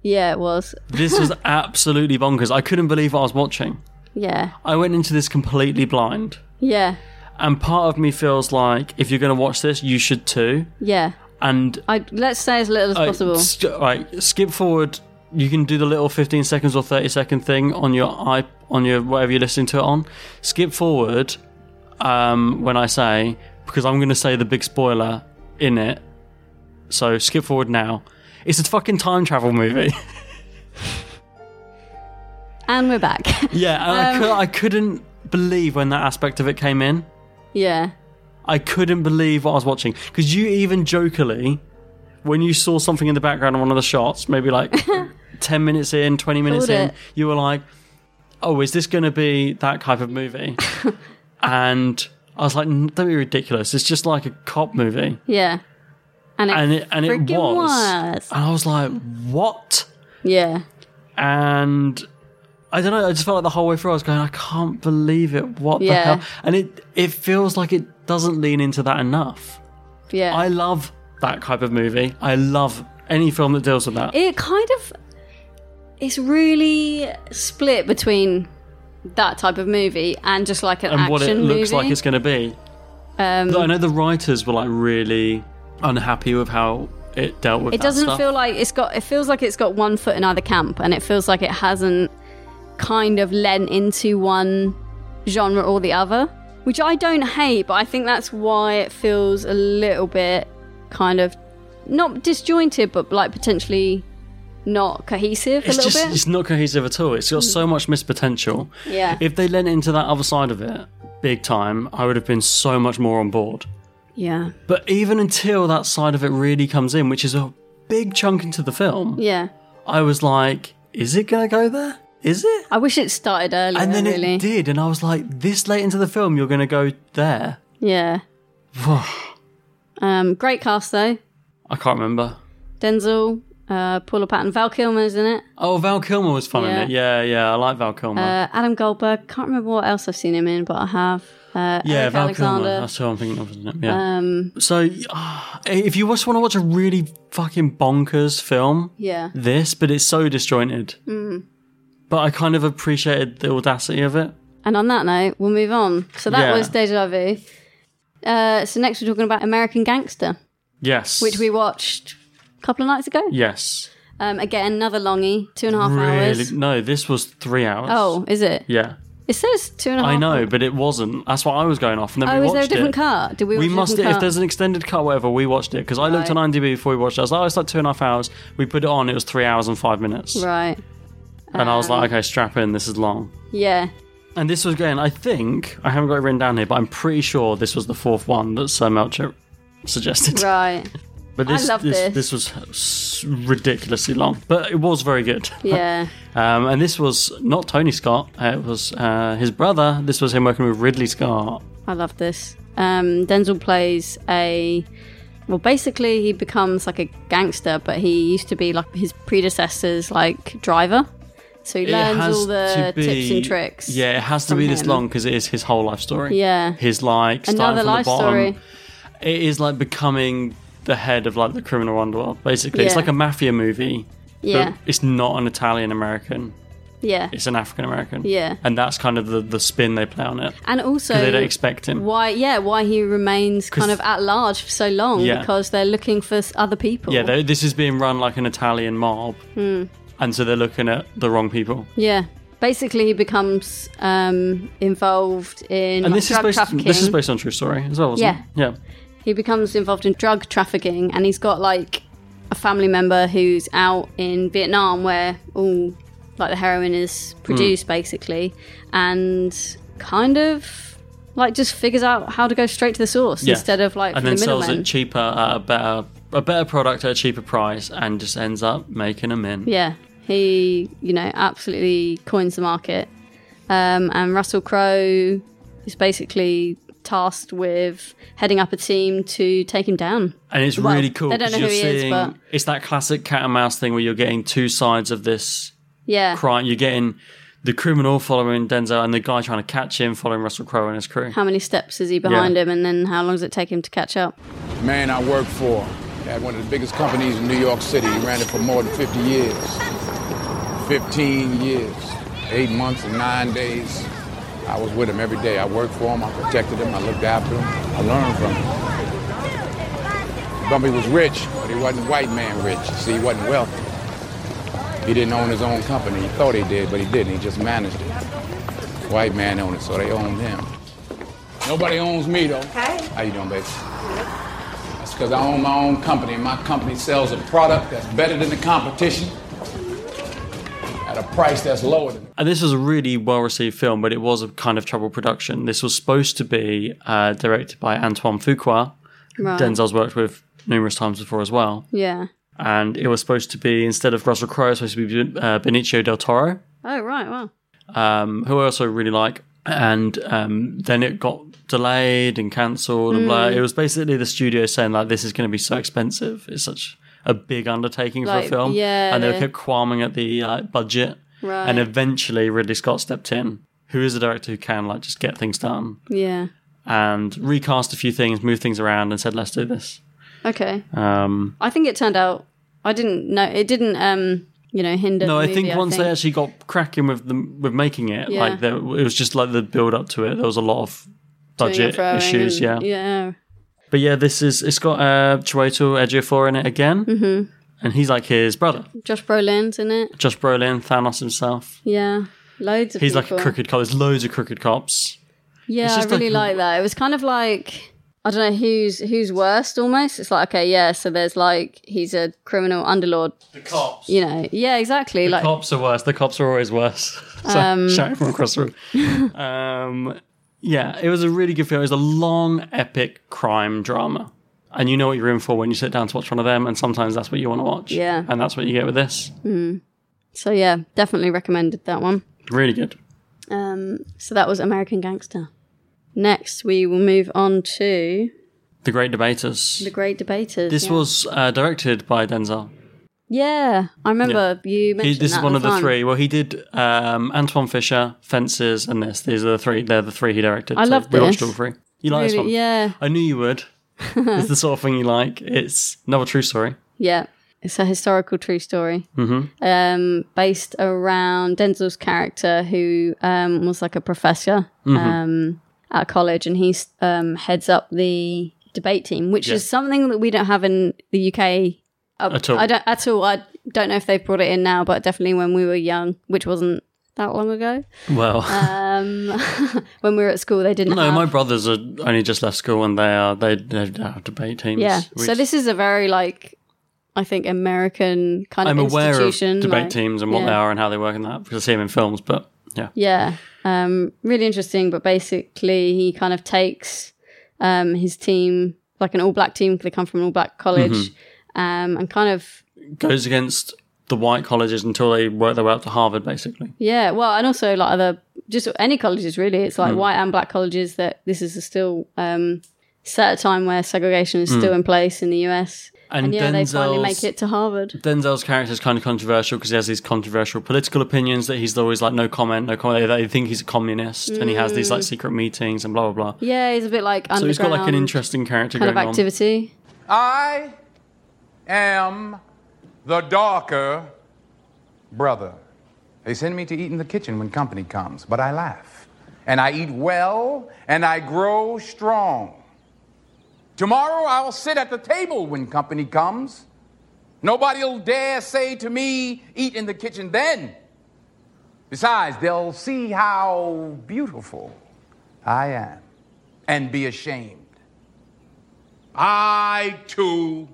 C: Yeah, it was.
B: This was absolutely bonkers. I couldn't believe what I was watching.
C: Yeah.
B: I went into this completely blind.
C: Yeah.
B: And part of me feels like if you're going to watch this, you should too.
C: Yeah.
B: And
C: I let's say as little as
B: uh,
C: possible.
B: st- right, skip forward. You can do the little 15 seconds or 30 second thing on your i on your whatever you're listening to it on. Skip forward um, when I say because I'm going to say the big spoiler in it. So skip forward now. It's a fucking time travel movie.
C: and we're back.
B: yeah, and I,
C: Um,
B: cou- I couldn't believe when that aspect of it came in.
C: yeah.
B: I couldn't believe what I was watching because you even jokingly, when you saw something in the background on one of the shots, maybe like ten minutes in, twenty minutes
C: Called
B: in,
C: it.
B: you were like, "Oh, is this going to be that type of movie?" and I was like, "N- "Don't be ridiculous. It's just like a cop movie."
C: Yeah. And it
B: and it and it
C: freaking
B: was.
C: was.
B: and I was like, "What?"
C: Yeah.
B: And I don't know. I just felt like the whole way through, I was going, "I can't believe it. What
C: Yeah.
B: the hell?" And it it feels like it doesn't lean into that enough.
C: Yeah.
B: I love that type of movie. I love any film that deals with that.
C: it kind of it's really split between that type of movie and just like an
B: and
C: action
B: what it looks
C: movie.
B: like it's going to be.
C: um,
B: Though I know the writers were like really unhappy with how it dealt with.
C: it
B: that
C: doesn't
B: stuff.
C: feel like it's got it feels like it's got one foot in either camp and it feels like it hasn't kind of lent into one genre or the other which i don't hate but i think that's why it feels a little bit kind of not disjointed but like potentially not cohesive
B: It's
C: a little
B: just
C: bit Mm.
B: it's not cohesive at all. It's got so much missed potential.
C: Yeah.
B: If they lent into that other side of it big time, I would have been so much more on board.
C: yeah
B: But even until that side of it really comes in, which is a big chunk into the film,
C: yeah
B: I was like, is it going to go there? Is it?
C: i wish it started earlier
B: and then
C: really
B: it did, and I was like, this late into the film, you're going to go there.
C: yeah um great cast though
B: I can't remember.
C: denzel uh paula patton val kilmer's in it
B: Oh, Val Kilmer was fun
C: Yeah.
B: in it. Yeah, yeah, I like Val Kilmer.
C: Uh, Adam Goldberg. Can't remember what else I've seen him in, but I have. Uh,
B: yeah,
C: Eric
B: Val
C: Alexander.
B: Kilmer. That's who I'm thinking of, isn't it? Yeah.
C: Um,
B: so, ah, if you just want to watch a really fucking bonkers film,
C: Yeah.
B: this, but it's so disjointed.
C: Mm.
B: But I kind of appreciated the audacity of it.
C: And on that note, we'll move on. So that
B: Yeah.
C: was Deja Vu. Uh, so next we're talking about American Gangster,
B: Yes.
C: which we watched a couple of nights ago.
B: Yes.
C: Um, again, another longie, two and a half hours.
B: No, this was three hours.
C: Oh, is it?
B: Yeah.
C: It says two and a half.
B: I know, but it wasn't. That's what I was going off. And then
C: Oh,
B: we
C: is
B: watched
C: there a different
B: it.
C: cut? Did we watch a
B: must.
C: different
B: If
C: cut?
B: there's an extended cut, whatever, we watched it because I looked on
C: Right.
B: IMDb before we watched it. I was like, oh, it's like two and a half hours. We put it on. It was three hours and five minutes.
C: Right. Um,
B: And I was like, okay, strap in. This is long.
C: Yeah.
B: And this was again, I think I haven't got it written down here, but I'm pretty sure this was the fourth one that Sir Melcher suggested.
C: Right.
B: But this
C: I love
B: this,
C: this.
B: this was s- ridiculously long, but it was very good.
C: Yeah.
B: Um, and this was not Tony Scott; uh, it was uh, his brother. This was him working with Ridley Scott.
C: I love this. Um, Denzel plays a. Well, basically, he becomes like a gangster, but he used to be like his predecessor's like driver. So he
B: It
C: learns
B: has
C: all
B: to
C: the
B: be-
C: Uh, tips and tricks.
B: Yeah, it has to
C: from
B: be this
C: him.
B: long because it is his whole life story.
C: Yeah.
B: his like starting
C: Another
B: from
C: life
B: the bottom.
C: story.
B: It is like becoming the head of like the criminal underworld. Basically, it's
C: Yeah.
B: like a mafia movie.
C: Yeah.
B: but it's not an Italian American.
C: Yeah.
B: it's an African American.
C: Yeah.
B: and that's kind of the, the spin they play on it.
C: And also,
B: 'Cause they don't expect him.
C: Why? Yeah, why he remains
B: 'Cause-
C: kind of at large for so long?
B: Yeah.
C: Because they're looking for s- other people.
B: Yeah, they- this is being run like an Italian mob,
C: Hmm.
B: and so they're looking at the wrong people.
C: Yeah. Basically, he becomes um, involved
B: and
C: in like,
B: this is
C: drug
B: based
C: trafficking.
B: this is based on true story as well, wasn't it?
C: he becomes involved in drug trafficking, and he's got like a family member who's out in Vietnam where all like the heroin is
B: Hmm.
C: produced, basically, and kind of like just figures out how to go straight to the source
B: Yeah.
C: instead of like
B: and
C: for
B: then
C: the
B: sells
C: middleman.
B: it cheaper at a better a better product at a cheaper price, and just ends up making a mint.
C: Yeah, he, you know, absolutely coins the market. Um, and Russell Crowe is basically tasked with heading up a team to take him down.
B: And it's
C: Well,
B: really cool
C: They don't know
B: 'cause
C: who
B: you're
C: he
B: seeing
C: is, but
B: it's that classic cat and mouse thing where you're getting two sides of this
C: yeah,
B: crime. You're getting the criminal following Denzel and the guy trying to catch him following Russell Crowe and his crew.
C: how many steps is he behind him, and then how long does it take him to catch up?
T: man I worked for had one of the biggest companies in New York City. He ran it for more than 50 years. 15 years, eight months and nine days. I was with him every day. I worked for him, I protected him, I looked after him, I learned from him. Bumpy was rich, but he wasn't white man rich. You See, he wasn't wealthy. He didn't own his own company. He thought he did, but he didn't. He just managed it. White man owned it, so they owned him. Nobody owns me, though. How you doing, baby? That's because I own my own company, and my company sells a product that's better than the competition at a price that's lower than.
B: And this was a really well received film, but it was a kind of troubled production. This was supposed to be uh, directed by Antoine Fuqua. who
C: Right.
B: Denzel's worked with numerous times before as well.
C: Yeah.
B: And it was supposed to be, instead of Russell Crowe, it was supposed to be uh, Benicio del Toro,
C: Oh right, wow.
B: um, who I also really like. And um, then it got delayed and cancelled and
C: Mm.
B: blah. It was basically the studio saying, like, this is going to be so expensive. It's such a big undertaking for a
C: Like,
B: film.
C: yeah.
B: And they kept qualming at the like, budget.
C: Right.
B: And eventually Ridley Scott stepped in, who is a director who can, like, just get things done
C: Yeah.
B: and recast a few things, move things around, and said, let's do this.
C: Okay.
B: Um,
C: I think it turned out. I didn't know. It didn't. Um. You know, hinder.
B: no,
C: the
B: I
C: movie,
B: think once
C: think.
B: they actually got cracking with them with making it,
C: Yeah.
B: like there, it was just like the build up to it. There was a lot of
C: Doing and
B: budget
C: throwing
B: issues, yeah.
C: and- Yeah.
B: But yeah, this is it's got uh, Chiwetel Ejiofor in it again,
C: hmm
B: and he's like his brother,
C: Josh Brolin's in it.
B: Josh Brolin, Thanos himself.
C: Yeah, loads of.
B: He's
C: people.
B: like a crooked cop. There's loads of crooked cops.
C: Yeah,
B: It's
C: I
B: just
C: really
B: like-
C: like that. It was kind of like I don't know who's who's worst almost. It's like okay, yeah. So there's like he's a criminal underlord. The
B: cops.
C: You know, yeah, exactly.
B: The
C: like
B: cops are worse. The cops are always worse. so,
C: Um,
B: shouting from across the room. um, yeah, it was a really good film. It was a long, epic crime drama, and you know what you're in for when you sit down to watch one of them. And sometimes that's what you want to watch.
C: Yeah.
B: and that's what you get with this.
C: Hmm. So yeah, definitely recommended that one.
B: Really good.
C: Um, so that was American Gangster. Next, we will move on to
B: The Great Debaters.
C: the Great Debaters.
B: this
C: yeah.
B: was uh, directed by Denzel.
C: yeah. I remember you
B: He-
C: mentioned
B: this
C: that
B: is one
C: at
B: of the
C: time.
B: three. Well, he did um, Antoine Fisher, Fences, and this. These are the three. They're the three he directed.
C: I love
B: we watched
C: this.
B: all three. You like this
C: Really-
B: one?
C: yeah.
B: I knew you would. it's the sort of thing you like. It's another true story.
C: Yeah, it's a historical true story.
B: hmm
C: um, based around Denzel's character, who um, was like a professor
B: Mhm.
C: um, at college, and he um, heads up the debate team, which
B: Yeah.
C: is something that we don't have in the UK uh,
B: At all.
C: I don't at all. I don't know if they've brought it in now, but definitely when we were young, which wasn't that long ago,
B: Well,
C: um, when we were at school, they didn't.
B: Oh. no,
C: have,
B: my brothers are only just left school and they are they they have debate teams.
C: yeah.
B: which-
C: So this is a very like. I think American kind
B: I'm
C: of
B: aware of
C: institution.
B: debate
C: like-
B: teams and what
C: yeah.
B: they are and how they work and that because I see them in films, but Yeah.
C: Yeah. Um, really interesting, but basically he kind of takes um, his team, like an all black team, 'cause they come from an all black college,
B: Mhm.
C: um, and kind of
B: Goes against the white colleges until they work their way up to Harvard, basically.
C: Yeah, well, and also like other just any colleges really. It's like
B: Mm.
C: white and black colleges that this is a still um, set at a time where segregation is still
B: Mm.
C: in place in the US,
B: And
C: and, yeah, they finally
B: Denzel's-
C: make it to Harvard.
B: Denzel's character is kind of controversial because he has these controversial political opinions that he's always like, no comment, no comment. They, they think he's a communist and he has these like
C: Mm.
B: secret meetings and blah, blah, blah.
C: Yeah, he's a bit like underground
B: So he's got like an interesting character
C: kind of
B: going on.
C: activity.
A: I am the darker
T: Brother, they send me to eat in the kitchen when company comes, but I laugh. And I eat well, and I grow strong.
A: Tomorrow I'll sit at the table when company comes. Nobody'll dare say to me, eat in the kitchen then.
T: Besides, they'll see how beautiful I am and be ashamed.
A: I too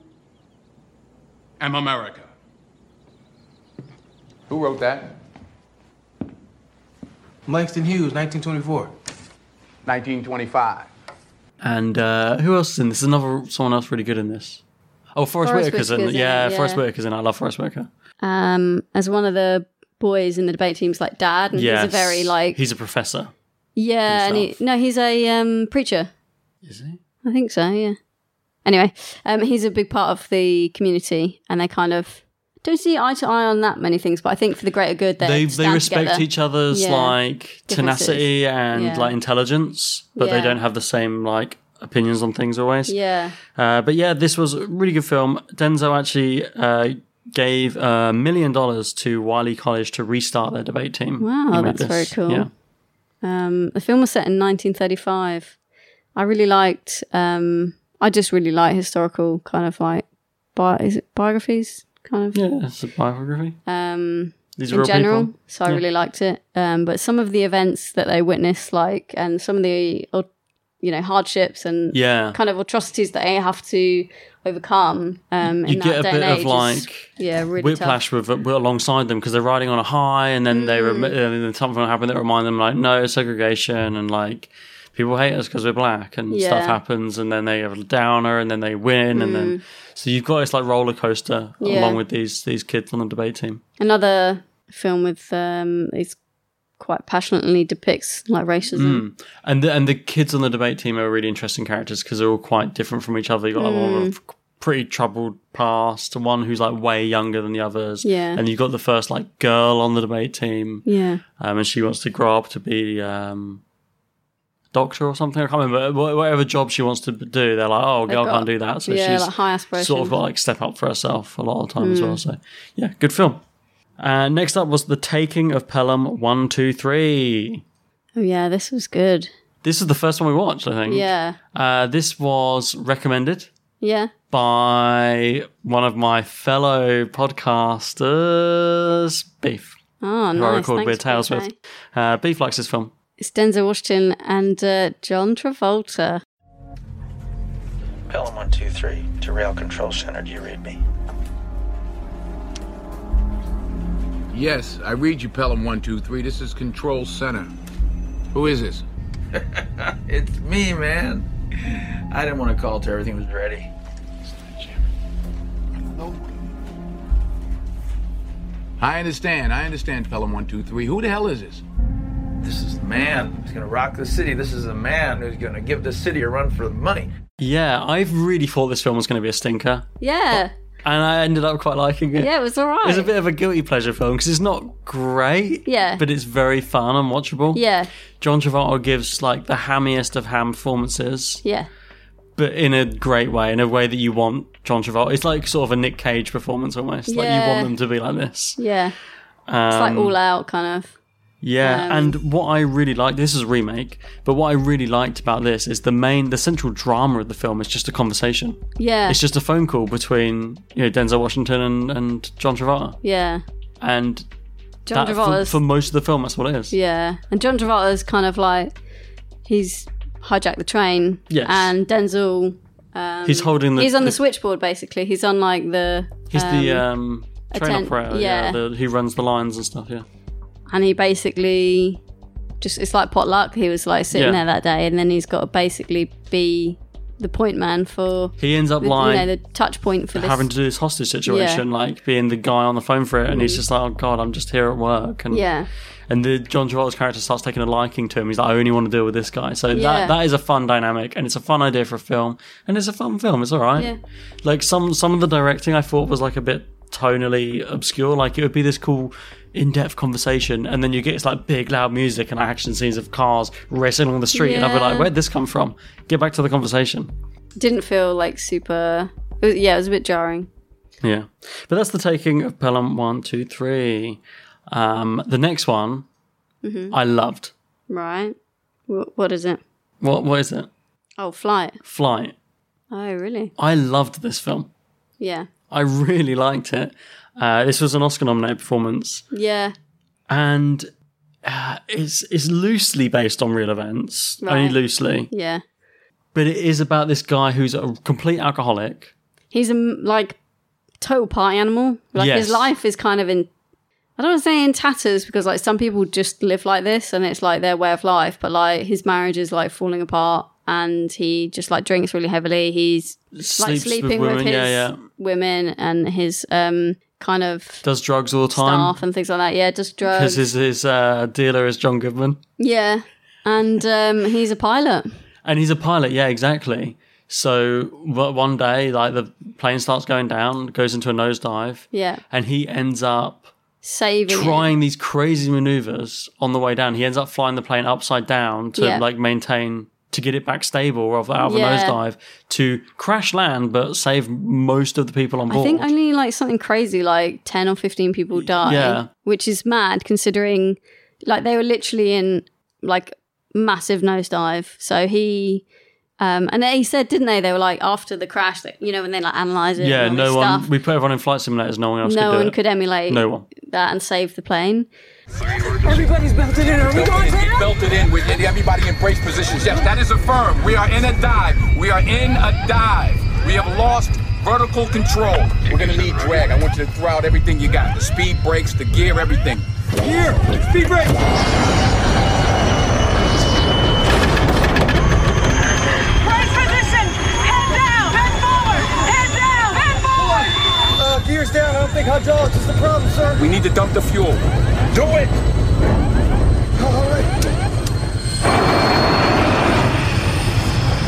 A: am America.
T: Who wrote that?
A: Langston Hughes, 1924.
T: 1925.
B: And uh, who else is in this? There's another someone else really good in this. Oh, Forrest,
C: Forrest
B: Whitaker's in.
C: Whitaker's in
B: yeah,
C: it, yeah.
B: Forrest Whitaker's in. I love Forrest Whitaker.
C: Um, as one of the boys in the debate team's like dad, and
B: Yes.
C: he's a very like
B: He's a professor.
C: yeah, and he, no, he's a um, preacher.
B: Is he?
C: I think so, yeah. Anyway, um, he's a big part of the community, and they kind of don't see eye to eye on that many things. But I think for the greater good, they
B: They they
C: stand
B: respect
C: together.
B: each other's
C: Yeah.
B: like
C: Differences.
B: tenacity and
C: Yeah.
B: like intelligence, but they
C: Yeah.
B: don't have the same like opinions on things always.
C: Yeah,
B: Uh, but yeah, this was a really good film. Denzel actually uh, gave a million dollars to Wiley College to restart their debate team.
C: Wow,
B: He made
C: that's very
B: this.
C: cool.
B: Yeah.
C: um, the film was set in 1935. I really liked. Um, I just really like historical kind of like, bi- is it biographies? Kind of.
B: Yeah, it's a biography.
C: um,
B: These are
C: in
B: real
C: general.
B: people.
C: So I
B: Yeah.
C: really liked it. Um, but some of the events that they witnessed, like, and some of the, uh, you know, hardships and
B: Yeah.
C: kind of atrocities that they have to overcome. Um, in
B: You
C: that
B: get a
C: day
B: bit
C: and
B: of
C: age is-
B: like
C: yeah, really
B: Whiplash
C: tough. Mm.
B: with, with alongside them because they're riding on a high, and then they rem- and then something will happen that remind them like no it's segregation and like people hate us because we're black and stuff
C: Yeah. Mm.
B: happens, and then they have a downer, and then they win, and then so you've got this like roller coaster
C: Yeah.
B: along with these these kids on the debate team.
C: Another film with um, it's quite passionately depicts like racism.
B: Mm. And the, and the kids on the debate team are really interesting characters because they're all quite different from each other. You got like, one
C: Mm.
B: with a pretty troubled past, and one who's like way younger than the others.
C: Yeah.
B: and you got the first like girl on the debate team.
C: Yeah.
B: um, and she wants to grow up to be um, doctor or something. I can't remember Wh- whatever job she wants to do. They're like, oh,
C: They've
B: girl
C: got-
B: can't do that. So
C: yeah,
B: she's
C: like high
B: sort
C: aspirations.
B: of got like step up for herself a lot of the time as
C: Mm.
B: well. So yeah, good film. Uh, next up was the taking of Pelham one two three.
C: Oh yeah, this was good.
B: This is the first one we watched, I think.
C: Yeah.
B: Uh, this was recommended
C: Yeah.
B: by one of my fellow podcasters, Beef.
C: Oh,
B: who
C: nice.
B: I record
C: Thanks,
B: Weird Tales
C: Beef,
B: with. Uh, Beef likes this film.
C: It's Denzel Washington and uh, John Travolta.
V: Pelham 123 to Rail Control Center. Do you read me?
T: Yes, I read you, Pelham 123. This is Control Center. Who is this?
V: it's me, man. I didn't want to call till everything was ready.
T: I understand. I understand, Pelham 123. Who the hell is this?
V: This is the man who's going to rock the city. This is the man who's going to give the city a run for the money.
B: Yeah, I really thought this film was going to be a stinker,
C: Yeah.
B: and I ended up quite liking it.
C: Yeah, it was all right.
B: It's a bit of a guilty pleasure film because it's not great,
C: Yeah.
B: but it's very fun and watchable.
C: yeah.
B: John Travolta gives like the hammiest of ham performances,
C: Yeah.
B: but in a great way, in a way that you want John Travolta. It's like sort of a Nick Cage performance almost. Like you
C: Yeah.
B: want them to be like this.
C: Yeah. it's like
B: Um,
C: all out kind of.
B: Yeah,
C: Um,
B: and what I really liked this is a remake, but what I really liked about this is the main the central drama of the film is just a conversation.
C: Yeah.
B: It's just a phone call between, you know, Denzel Washington and, and John Travolta.
C: Yeah.
B: And
C: John
B: that, for,
C: Travolta's-
B: for most of the film that's what it is.
C: Yeah. And John Travolta's kind of like he's hijacked the train.
B: Yes.
C: And Denzel um,
B: He's holding the-
C: He's on the,
B: the-
C: switchboard basically. He's on like the
B: He's the um
C: um,
B: train
C: atten-
B: operator,
C: yeah.
B: yeah, the, who runs the lines and stuff, yeah.
C: and he basically just it's like potluck. He was like sitting
B: Yeah.
C: there that day, and then he's got to basically be the point man for.
B: He ends up
C: the,
B: lying.
C: you know, the touch point for this.
B: having to do this hostage situation,
C: Yeah.
B: like being the guy on the phone for it, and he's
C: Mhm.
B: just like, "Oh God, I'm just here at work." And
C: Yeah.
B: and the John Travolta's character starts taking a liking to him. He's like, "I only want to deal with this guy." So
C: Yeah.
B: that that is a fun dynamic, and it's a fun idea for a film, and it's a fun film. It's all right.
C: Yeah.
B: Like some some of the directing I thought was like a bit tonally obscure. Like it would be this cool in-depth conversation, and then you get this like big loud music and action scenes of cars racing along the street, and I'd be like,
C: Yeah.
B: "Where'd this come from?" Get back to the conversation.
C: Didn't feel like super. It was, yeah, it was a bit jarring.
B: Yeah. But that's the taking of Pelham one, two, three. Um, the next one
C: hmm
B: I loved.
C: right. Wh- what is it?
B: What what is it?
C: Oh, flight.
B: Flight.
C: Oh, really?
B: I loved this film.
C: Yeah.
B: I really liked it. Uh, this was an Oscar nominated performance.
C: Yeah.
B: And uh, it's it's loosely based on real events. Only
C: Right.
B: loosely.
C: Yeah.
B: But it is about this guy who's a complete alcoholic.
C: He's a m- like total party animal. Like
B: Yes.
C: his life is kind of in. I don't want to say in tatters because like some people just live like this and it's like their way of life. But like his marriage is like falling apart and he just like drinks really heavily. He's like
B: Sleeps with
C: sleeping with,
B: women,
C: his
B: yeah, yeah.
C: women and his um kind of
B: Does drugs all the time.
C: staff and things like that. Yeah, just drugs.
B: Because his, his uh, dealer is John Goodman.
C: yeah, and um, he's a pilot.
B: And he's a pilot, yeah, exactly. So w- one day, like the plane starts going down, goes into a nosedive,
C: Yeah,
B: and he ends up
C: saving. it.
B: trying these crazy maneuvers on the way down. He ends up flying the plane upside down to
C: Yeah.
B: like maintain to get it back stable or out of a
C: Yeah.
B: nosedive to crash land, but save most of the people on
C: I
B: board.
C: think only like something crazy like 10 or 15 people die,
B: yeah.
C: which is mad considering like they were literally in like massive nosedive. So he um and they said didn't they they were like after the crash that you know when they like analyze it
B: yeah,
C: and all this
B: no one.
C: stuff,
B: We put everyone in flight simulators. No one else.
C: no
B: could do
C: one
B: it.
C: could emulate
B: No one.
C: that and save the plane.
A: Everybody's belted in. Are
C: we
A: going down? Belted in with everybody in brace positions. Yes, that is affirmed. We are in a dive. We are in a dive. We have lost vertical control. We're gonna need drag. I want you to throw out everything you got. The speed brakes, the gear, everything. Gear, speed brakes.
Q: Right position! Head down! Head forward! Head down! Head forward!
A: Uh, gears down. I don't think hydraulics is the problem, sir. We need to dump the fuel. Do it.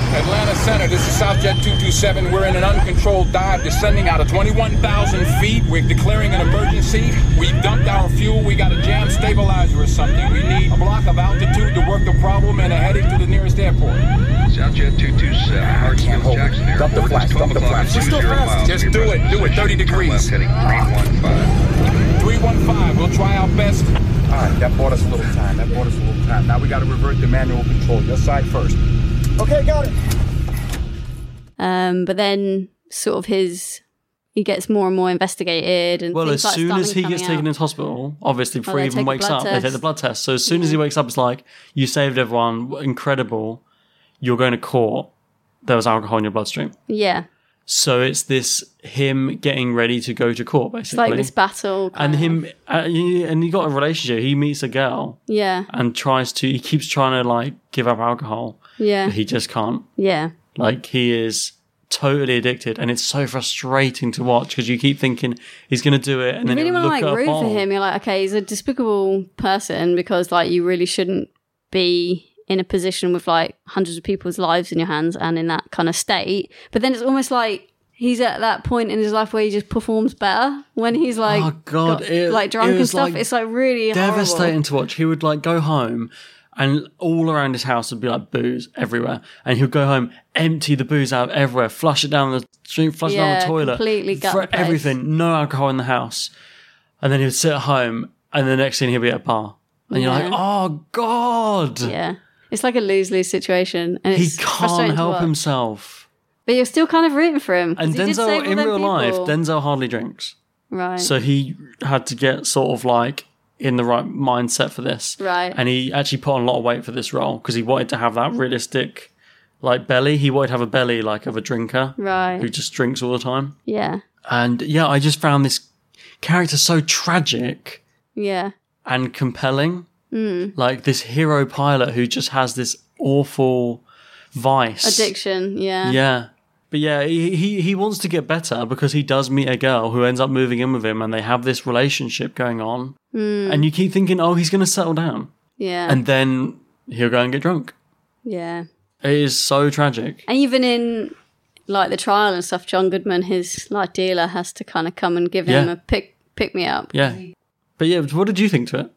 A: Atlanta Center, this is Southjet 227. We're in an uncontrolled dive descending out of 21,000 feet. We're declaring an emergency. We dumped our fuel. We got a jam stabilizer or something. We need a block of altitude to work the problem and are heading to the nearest airport.
G: Southjet 227, Hartsfield, Jackson Airport. Dump the flash, dump the flash.
A: Just go fast. Just do it. Do it. 30 degrees.
G: Heading
A: 315. We'll try our best. All right, that bought us a little time. That bought us a little time. Now we got to revert to manual control. Your side first. Okay, got it.
C: Um but then sort of his he gets more and more investigated and
B: Well,
C: things
B: as
C: like
B: soon
C: start
B: as he
C: coming
B: gets
C: out.
B: taken into hospital, obviously before
C: they
B: he
C: take
B: even
C: a
B: wakes
C: blood
B: up, they take the
C: test.
B: blood test. So as soon as he wakes up, it's like, you saved everyone, incredible. You're going to court. There was alcohol in your bloodstream.
C: Yeah.
B: So it's this him getting ready to go to court,
C: It's
B: basically.
C: like this battle.
B: and him, uh, y- and he got a relationship. He meets a girl
C: Yeah.
B: and tries to. He keeps trying to like give up alcohol.
C: Yeah.
B: but he just can't.
C: Yeah.
B: Like he is totally addicted, and it's so frustrating to watch because you keep thinking he's going to do it, and
C: you
B: then
C: really
B: he'll
C: want to
B: look
C: like
B: at a
C: root for
B: bottle.
C: him. You're like, okay, he's a despicable person because like you really shouldn't be in a position with like hundreds of people's lives in your hands and in that kind of state. But then it's almost like he's at that point in his life where he just performs better when he's like,
B: Oh, God,
C: got-
B: it-
C: like
B: it
C: drunk and
B: was,
C: stuff.
B: like,
C: it's like really
B: devastating
C: horrible.
B: to watch. He would like go home, and all around his house would be like booze everywhere. And he'll go home, empty the booze out everywhere, flush it down the stream, flush it down the
C: Yeah,
B: toilet,
C: completely gut
B: throw
C: the place.
B: everything, no alcohol in the house. And then he'd sit at home, and the next thing he'll be at a bar, and you're like,
C: Yeah.
B: oh god,
C: Yeah, it's like a lose lose situation, and
B: he
C: it's frustrating
B: can't
C: to
B: help
C: watch.
B: himself.
C: But you're still kind of rooting for him. 'cause
B: And
C: he did
B: Denzel
C: save all
B: in
C: them
B: real life,
C: people.
B: Denzel hardly drinks.
C: right?
B: So he had to get sort of like in the right mindset for this.
C: Right.
B: And he actually put on a lot of weight for this role because he wanted to have that realistic like belly. He wanted to have a belly like of a drinker.
C: Right.
B: Who just drinks all the time.
C: yeah,
B: And yeah, I just found this character so tragic
C: yeah.
B: and compelling.
C: Mm.
B: Like this hero pilot who just has this awful vice.
C: Addiction, yeah.
B: Yeah. But yeah, he, he he wants to get better because he does meet a girl who ends up moving in with him and they have this relationship going on.
C: Mm.
B: And you keep thinking, oh, he's going to settle down.
C: yeah.
B: And then he'll go and get drunk.
C: yeah.
B: It is so tragic.
C: And even in like the trial and stuff, John Goodman, his like dealer, has to kind of come and give him
B: Yeah.
C: a pick pick me up.
B: Yeah. But yeah, what did you think to it?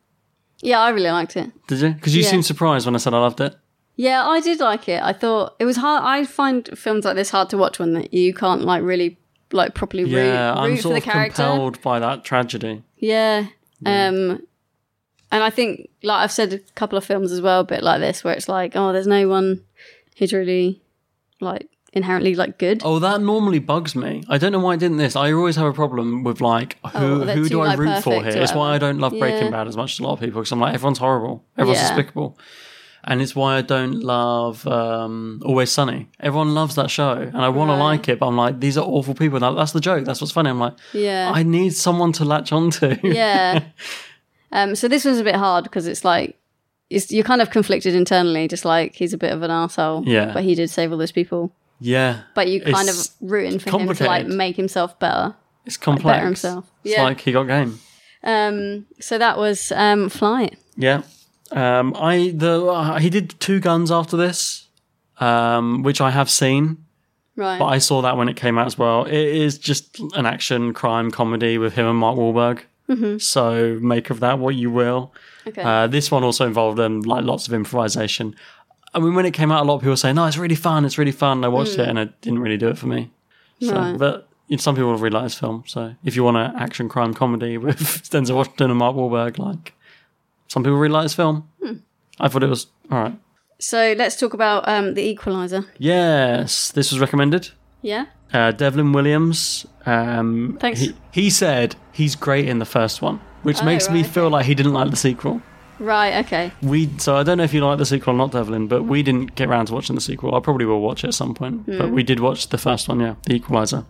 C: Yeah, I really liked it.
B: Did you? Because you
C: Yeah.
B: seemed surprised when I said I loved it.
C: Yeah, I did like it. I thought it was hard. I find films like this hard to watch when you can't like really like properly root,
B: yeah, I'm
C: root for
B: sort
C: the
B: of
C: character.
B: compelled by that tragedy.
C: Yeah. Um and I think like I've said a couple of films as well, a bit like this, where it's like, oh, there's no one who's really like inherently like good.
B: Oh, that normally bugs me. I don't know why I didn't this. I always have a problem with like who
C: Oh, they're
B: who do
C: too,
B: I
C: like,
B: root for
C: perfect
B: here?
C: or
B: It's why I don't love Breaking
C: Yeah.
B: Bad as much as a lot of people because I'm like everyone's horrible, everyone's
C: Yeah.
B: despicable, and it's why I don't love um, Always Sunny. Everyone loves that show, and I want to like it, but I'm like these are awful people. That, that's the joke. That's what's funny. I'm like
C: Yeah.
B: I need someone to latch onto.
C: yeah. Um so this was a bit hard because it's like it's, you're kind of conflicted internally, just like he's a bit of an asshole.
B: Yeah.
C: But he did save all those people.
B: yeah.
C: But you kind
B: It's-
C: of rooting for him to like
B: complicated.
C: make himself better.
B: it's complex.
C: himself.
B: It's
C: Yeah.
B: like he got game.
C: Um so that was um Fly.
B: Yeah. Um, I the uh, he did two guns after this, um, which I have seen,
C: Right.
B: but I saw that when it came out as well. It is just an action crime comedy with him and Mark Wahlberg.
C: Mhm.
B: So make of that what you will.
C: Okay.
B: Uh, this one also involved um, like lots of improvisation. I mean, when it came out, a lot of people were saying, "No, it's really fun. It's really fun." And I watched
C: Mm.
B: it, and it didn't really do it for me. So,
C: Right.
B: But you know, some people really like this film. So if you want an action crime comedy with Denzel Washington and Mark Wahlberg, like some people really like this film.
C: Hmm.
B: I thought it was all right.
C: So let's talk about um the equalizer.
B: Yes, this was recommended.
C: Yeah?
B: Uh, Devlin Williams. Um,
C: Thanks.
B: He, he said he's great in the first one, which
C: Oh,
B: makes me
C: right,
B: feel like he didn't like the sequel.
C: Right, okay.
B: We so I don't know if you like the sequel or not, Devlin, but we didn't get round to watching the sequel. I probably will watch it at some point,
C: Hmm.
B: but we did watch the first one, yeah, The Equalizer.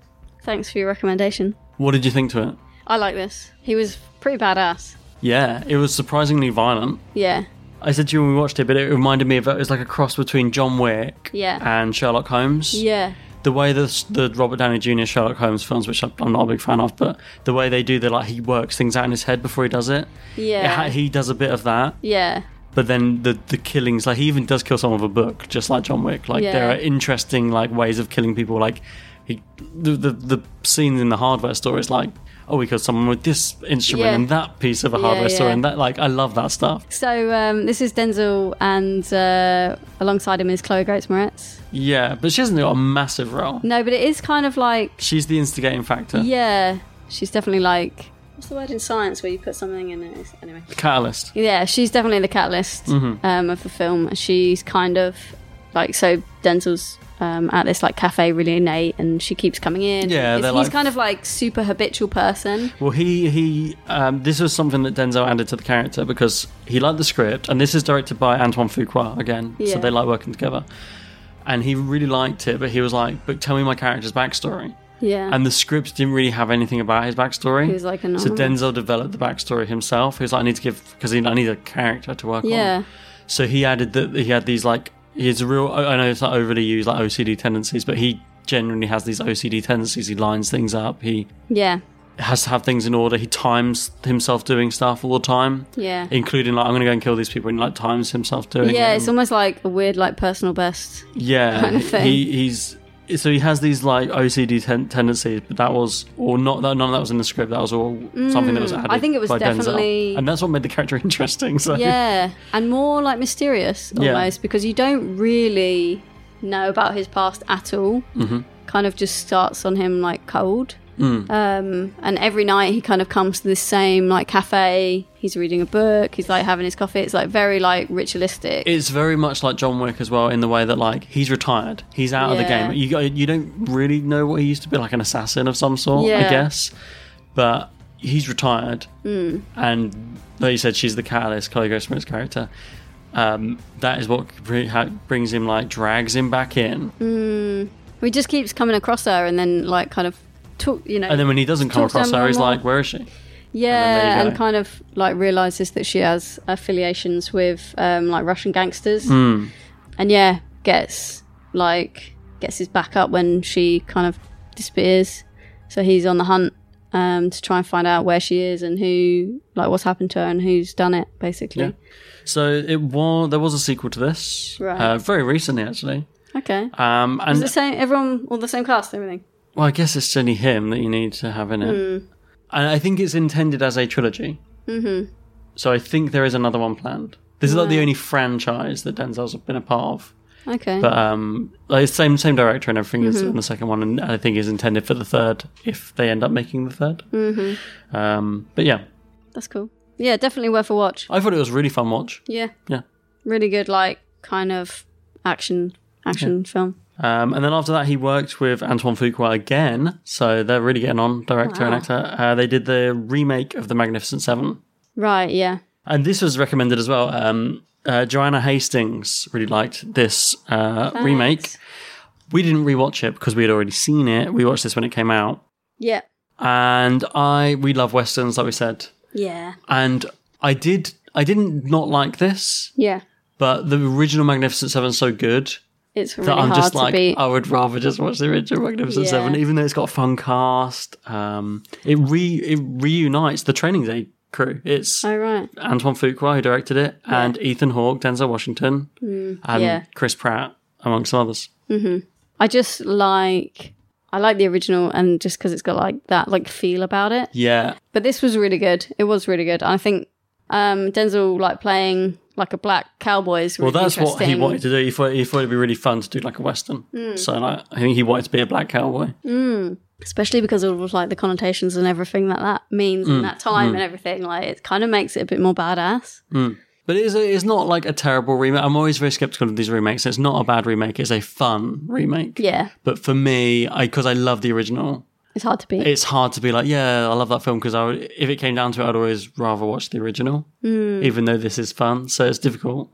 C: Thanks for your recommendation.
B: What did you think to it?
C: I like this. He was pretty badass.
B: Yeah, it was surprisingly violent.
C: Yeah.
B: I said to you when we watched it, but it reminded me of it was like a cross between John Wick
C: Yeah.
B: and Sherlock Holmes.
C: Yeah.
B: The way the the Robert Downey Jr. Sherlock Holmes films, which I'm I'm not a big fan of, but the way they do the like he works things out in his head before he does it.
C: Yeah.
B: It ha- he does a bit of that,
C: Yeah.
B: but then the the killings, like he even does kill someone with a book, just like John Wick. Like there
C: Yeah.
B: are interesting like ways of killing people. Like he the the, the scenes in the hardware store is like oh we killed someone with this instrument
C: Yeah.
B: and that piece of a
C: Yeah,
B: hardware store
C: yeah.
B: and that like I love that stuff.
C: So um, this is Denzel, and uh, alongside him is Chloe Grace Moretz.
B: Yeah, but she hasn't got a massive role.
C: No, but it is kind of like
B: She's the instigating factor.
C: yeah, she's definitely like what's the word in science where you put something in it It's- anyway.
B: The catalyst.
C: Yeah, she's definitely the catalyst
B: Mhm.
C: um, of the film. She's kind of like so Denzel's um, at this like cafe really innate, and she keeps coming in.
B: Yeah,
C: It's-
B: they're
C: he's
B: like-
C: kind of like super habitual person.
B: Well, he he. Um, this was something that Denzel added to the character because he liked the script, and this is directed by Antoine Fuqua again,
C: Yeah.
B: so they like working together. And he really liked it, but he was like, "But tell me my character's backstory."
C: Yeah,
B: And the script didn't really have anything about his backstory.
C: He was like
B: so
C: anonymous.
B: Denzel developed the backstory himself. He was like, "I need to give because I need a character to work on."
C: yeah,
B: So he added that he had these like he's a real. I I know it's not overly used like OCD tendencies, but he genuinely has these OCD tendencies. He lines things up. He
C: yeah,
B: has to have things in order. He times himself doing stuff all the time,
C: yeah,
B: including like I'm going to go and kill these people, and he, like times himself doing.
C: yeah.
B: it.
C: It's almost like a weird like personal best.
B: yeah.
C: kind of thing.
B: He, he's so he has these like OCD ten- tendencies, but that was or not that none of that was in the script. That was all something that was
C: Mm, I
B: added.
C: think it was
B: by Denzel.
C: definitely-
B: and that's what made the character interesting. So
C: Yeah, and more like mysterious
B: Yeah.
C: almost because you don't really know about his past at all.
B: Mhm.
C: Kind of just starts on him like cold.
B: Mm.
C: Um, and every night he kind of comes to this same like cafe. He's reading a book. He's like having his coffee. It's like very like ritualistic.
B: It's very much like John Wick as well in the way that like he's retired, he's out of the
C: Yeah.
B: game. You got- you don't really know what he used to be like an assassin of some sort, I
C: Yeah.
B: guess. But he's retired,
C: Mm.
B: and like you said, she's the catalyst, Chloe Grace Moretz's character. Um, that is what br- ha- brings him like drags him back in,
C: Mm. He just keeps coming across her and then like kind of talk. You know.
B: and then when he doesn't come
C: talks to
B: across
C: her
B: her,
C: more
B: he's
C: and more.
B: like, "Where is she?" there
C: Yeah,
B: you
C: and,
B: go.
C: kind of like realizes that she has affiliations with um, like Russian gangsters,
B: Hmm.
C: and yeah, gets like gets his back up when she kind of disappears. So he's on the hunt um, to try and find out where she is and who like what's happened to her and who's done it, basically.
B: Yeah. So it was there was a sequel to this,
C: Right.
B: uh, very recently actually.
C: Okay,
B: Um,
C: is
B: and
C: the same everyone all the same cast and everything?
B: well, I guess it's only him that you need to have in it,
C: Hmm.
B: and I think it's intended as a trilogy.
C: Mm-hmm.
B: So I think there is another one planned. This is like the
C: Right.
B: only franchise that Denzel's been a part of.
C: Okay.
B: But um, like same same director and everything is
C: Mhm.
B: on the second one, and I think is intended for the third if they end up making the third.
C: hmm
B: Um, but yeah,
C: That's cool. Yeah, definitely worth a watch.
B: I thought it was a really fun watch.
C: Yeah.
B: Yeah.
C: Really good, like kind of action action film.
B: Um, and then after that, he worked with Antoine Fuqua again, so they're really getting on, director and
C: Wow.
B: actor. Uh, they did the remake of The Magnificent Seven,
C: Right. Yeah.
B: and this was recommended as well. Um, uh, Joanna Hastings really liked this uh,
C: Thanks.
B: remake. We didn't rewatch it because we had already seen it. We watched this when it came out,
C: Yeah.
B: and I we love westerns, like we said.
C: Yeah.
B: and I did I didn't not like this,
C: Yeah.
B: but the original Magnificent Seven's so good
C: It's really
B: that I'm
C: hard
B: just
C: to
B: like
C: beat.
B: I would rather just watch the original Magnificent
C: Yeah.
B: Seven, even though it's got a fun cast. Um, it re it reunites the Training Day crew. It's
C: Oh right.
B: Antoine Fuqua who directed it, and Ethan Hawke, Denzel Washington,
C: Mm,
B: and
C: yeah.
B: Chris Pratt, amongst others.
C: hmm I just like I like the original, and just because it's got like that like feel about it.
B: Yeah,
C: But this was really good. It was really good. I think um, Denzel like playing like a black cowboy is
B: well,
C: really
B: that's what he
C: interesting.
B: wanted to do. He thought he thought it'd be really fun to do like a western.
C: Mm.
B: So like, I think he wanted to be a black cowboy.
C: Mm. Especially because of like the connotations and everything that that means
B: Mm,
C: in that time
B: mm.
C: and everything, like it kind of makes it a bit more badass.
B: Mm. But it is a, it's not like a terrible remake. I'm always very skeptical of these remakes. It's not a bad remake. It's a fun remake.
C: Yeah,
B: But for me, I because I love the original,
C: it's hard to beat.
B: it's hard to be like, yeah, I love that film because I would, if it came down to it, I'd always rather watch the original,
C: Mm.
B: even though this is fun. So it's difficult.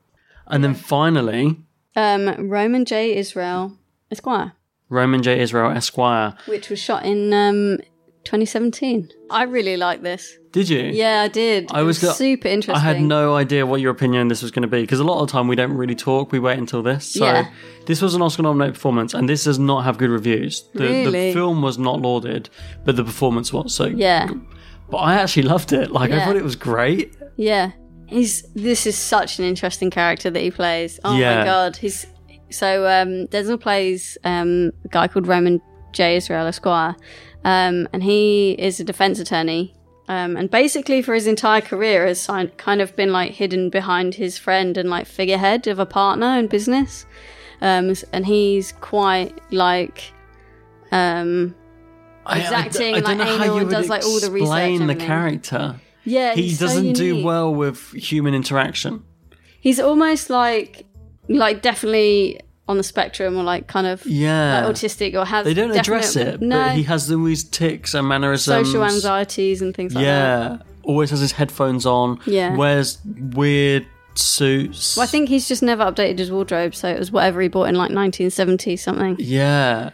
B: And then finally,
C: um, Roman J. Israel Esquire,
B: Roman J. Israel Esquire.
C: which was shot in um, 2017. I really like this.
B: Did you?
C: Yeah, I did.
B: I was go-
C: super interesting.
B: I had no idea what your opinion on this was going to be because a lot of the time we don't really talk. We wait until this. So
C: Yeah.
B: this was an Oscar-nominated performance, and this does not have good reviews. The, the
C: Really?
B: film was not lauded, but the performance was. So
C: Yeah,
B: but I actually loved it. Like I
C: Yeah.
B: thought it was great.
C: yeah. He's this is such an interesting character that he plays. Oh
B: Yeah.
C: my god, he's so um, Denzel plays um, a guy called Roman J. Israel Esquire, um, and he is a defense attorney. Um, and basically, for his entire career, has si- kind of been like hidden behind his friend and like figurehead of a partner in business. Um, s- and he's quite like um,
B: I- I d-
C: exacting,
B: I
C: like
B: don't know how
C: anal,
B: you
C: and
B: would
C: does like all the research.
B: Explain
C: and
B: the
C: everything.
B: character.
C: Yeah,
B: he
C: he's so
B: doesn't do
C: unique.
B: well with human interaction.
C: He's almost like, like definitely on the spectrum, or like kind of
B: Yeah.
C: like autistic, or has
B: They don't
C: definite-
B: address it,
C: No
B: but he has all these tics and mannerisms.
C: social anxieties and things like that.
B: yeah, always has his headphones on.
C: Yeah.
B: wears weird suits.
C: Well, I think he's just never updated his wardrobe, so it was whatever he bought in like 1970 something.
B: Yeah.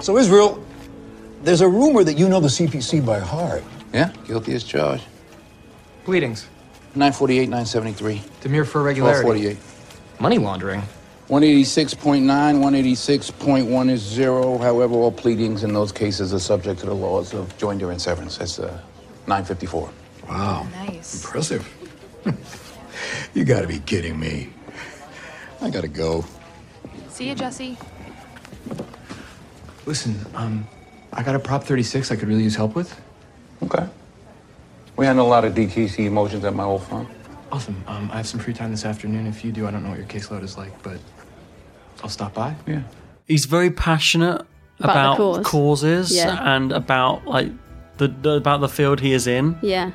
G: So, Israel, there's a rumor that you know the CPC by heart.
T: Yeah, guilty as charged.
G: Pleadings.
T: 948, 973.
G: Demure for
T: regularity.
G: 1248. Money laundering.
T: 186.9, 186.1 However, all pleadings in those cases are subject to the laws of joinder and severance. That's uh, 954.
G: Wow. Nice. Impressive. you gotta be kidding me. I gotta go.
H: See you, Jesse.
G: Listen, um, I got a Prop 36 I could really use help with.
T: Okay. We handle a lot of DTC motions at my old firm.
G: Awesome. Um, I have some free time this afternoon. If you do, I don't know what your caseload is like, but I'll stop by.
T: Yeah.
B: He's very passionate about,
G: About the cause.
B: causes
G: Yeah.
B: and about like the, the about the field he is in
C: Yeah.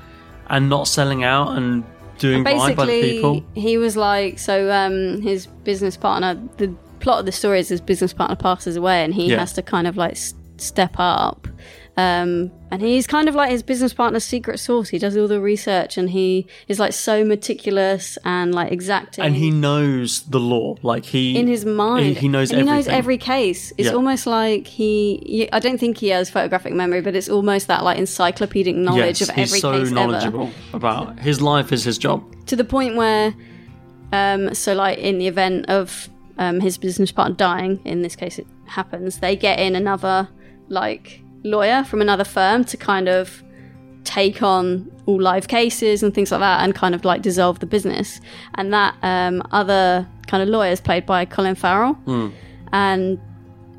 B: and not selling out and doing right by the people.
C: Basically, he was like, so um, his business partner, the plot of the story is his business partner passes away and he
B: Yeah.
C: has to kind of like s- step up Um, and he's kind of like his business partner's secret source. He does all the research and he is like so meticulous and like exacting.
B: and he knows the law. Like he
C: in his mind,
B: he, he knows
C: and he
B: everything.
C: knows every case. It's
B: Yeah.
C: almost like he, you- I don't think he has photographic memory, but it's almost that like encyclopedic knowledge
B: yes,
C: of every
B: he's so
C: case
B: knowledgeable
C: ever.
B: about his life is his job.
C: To the point where, um, so like in the event of um, his business partner dying, in this case it happens, they get in another like lawyer from another firm to kind of take on all live cases and things like that and kind of like dissolve the business. And that um, other kind of lawyer is played by Colin Farrell. And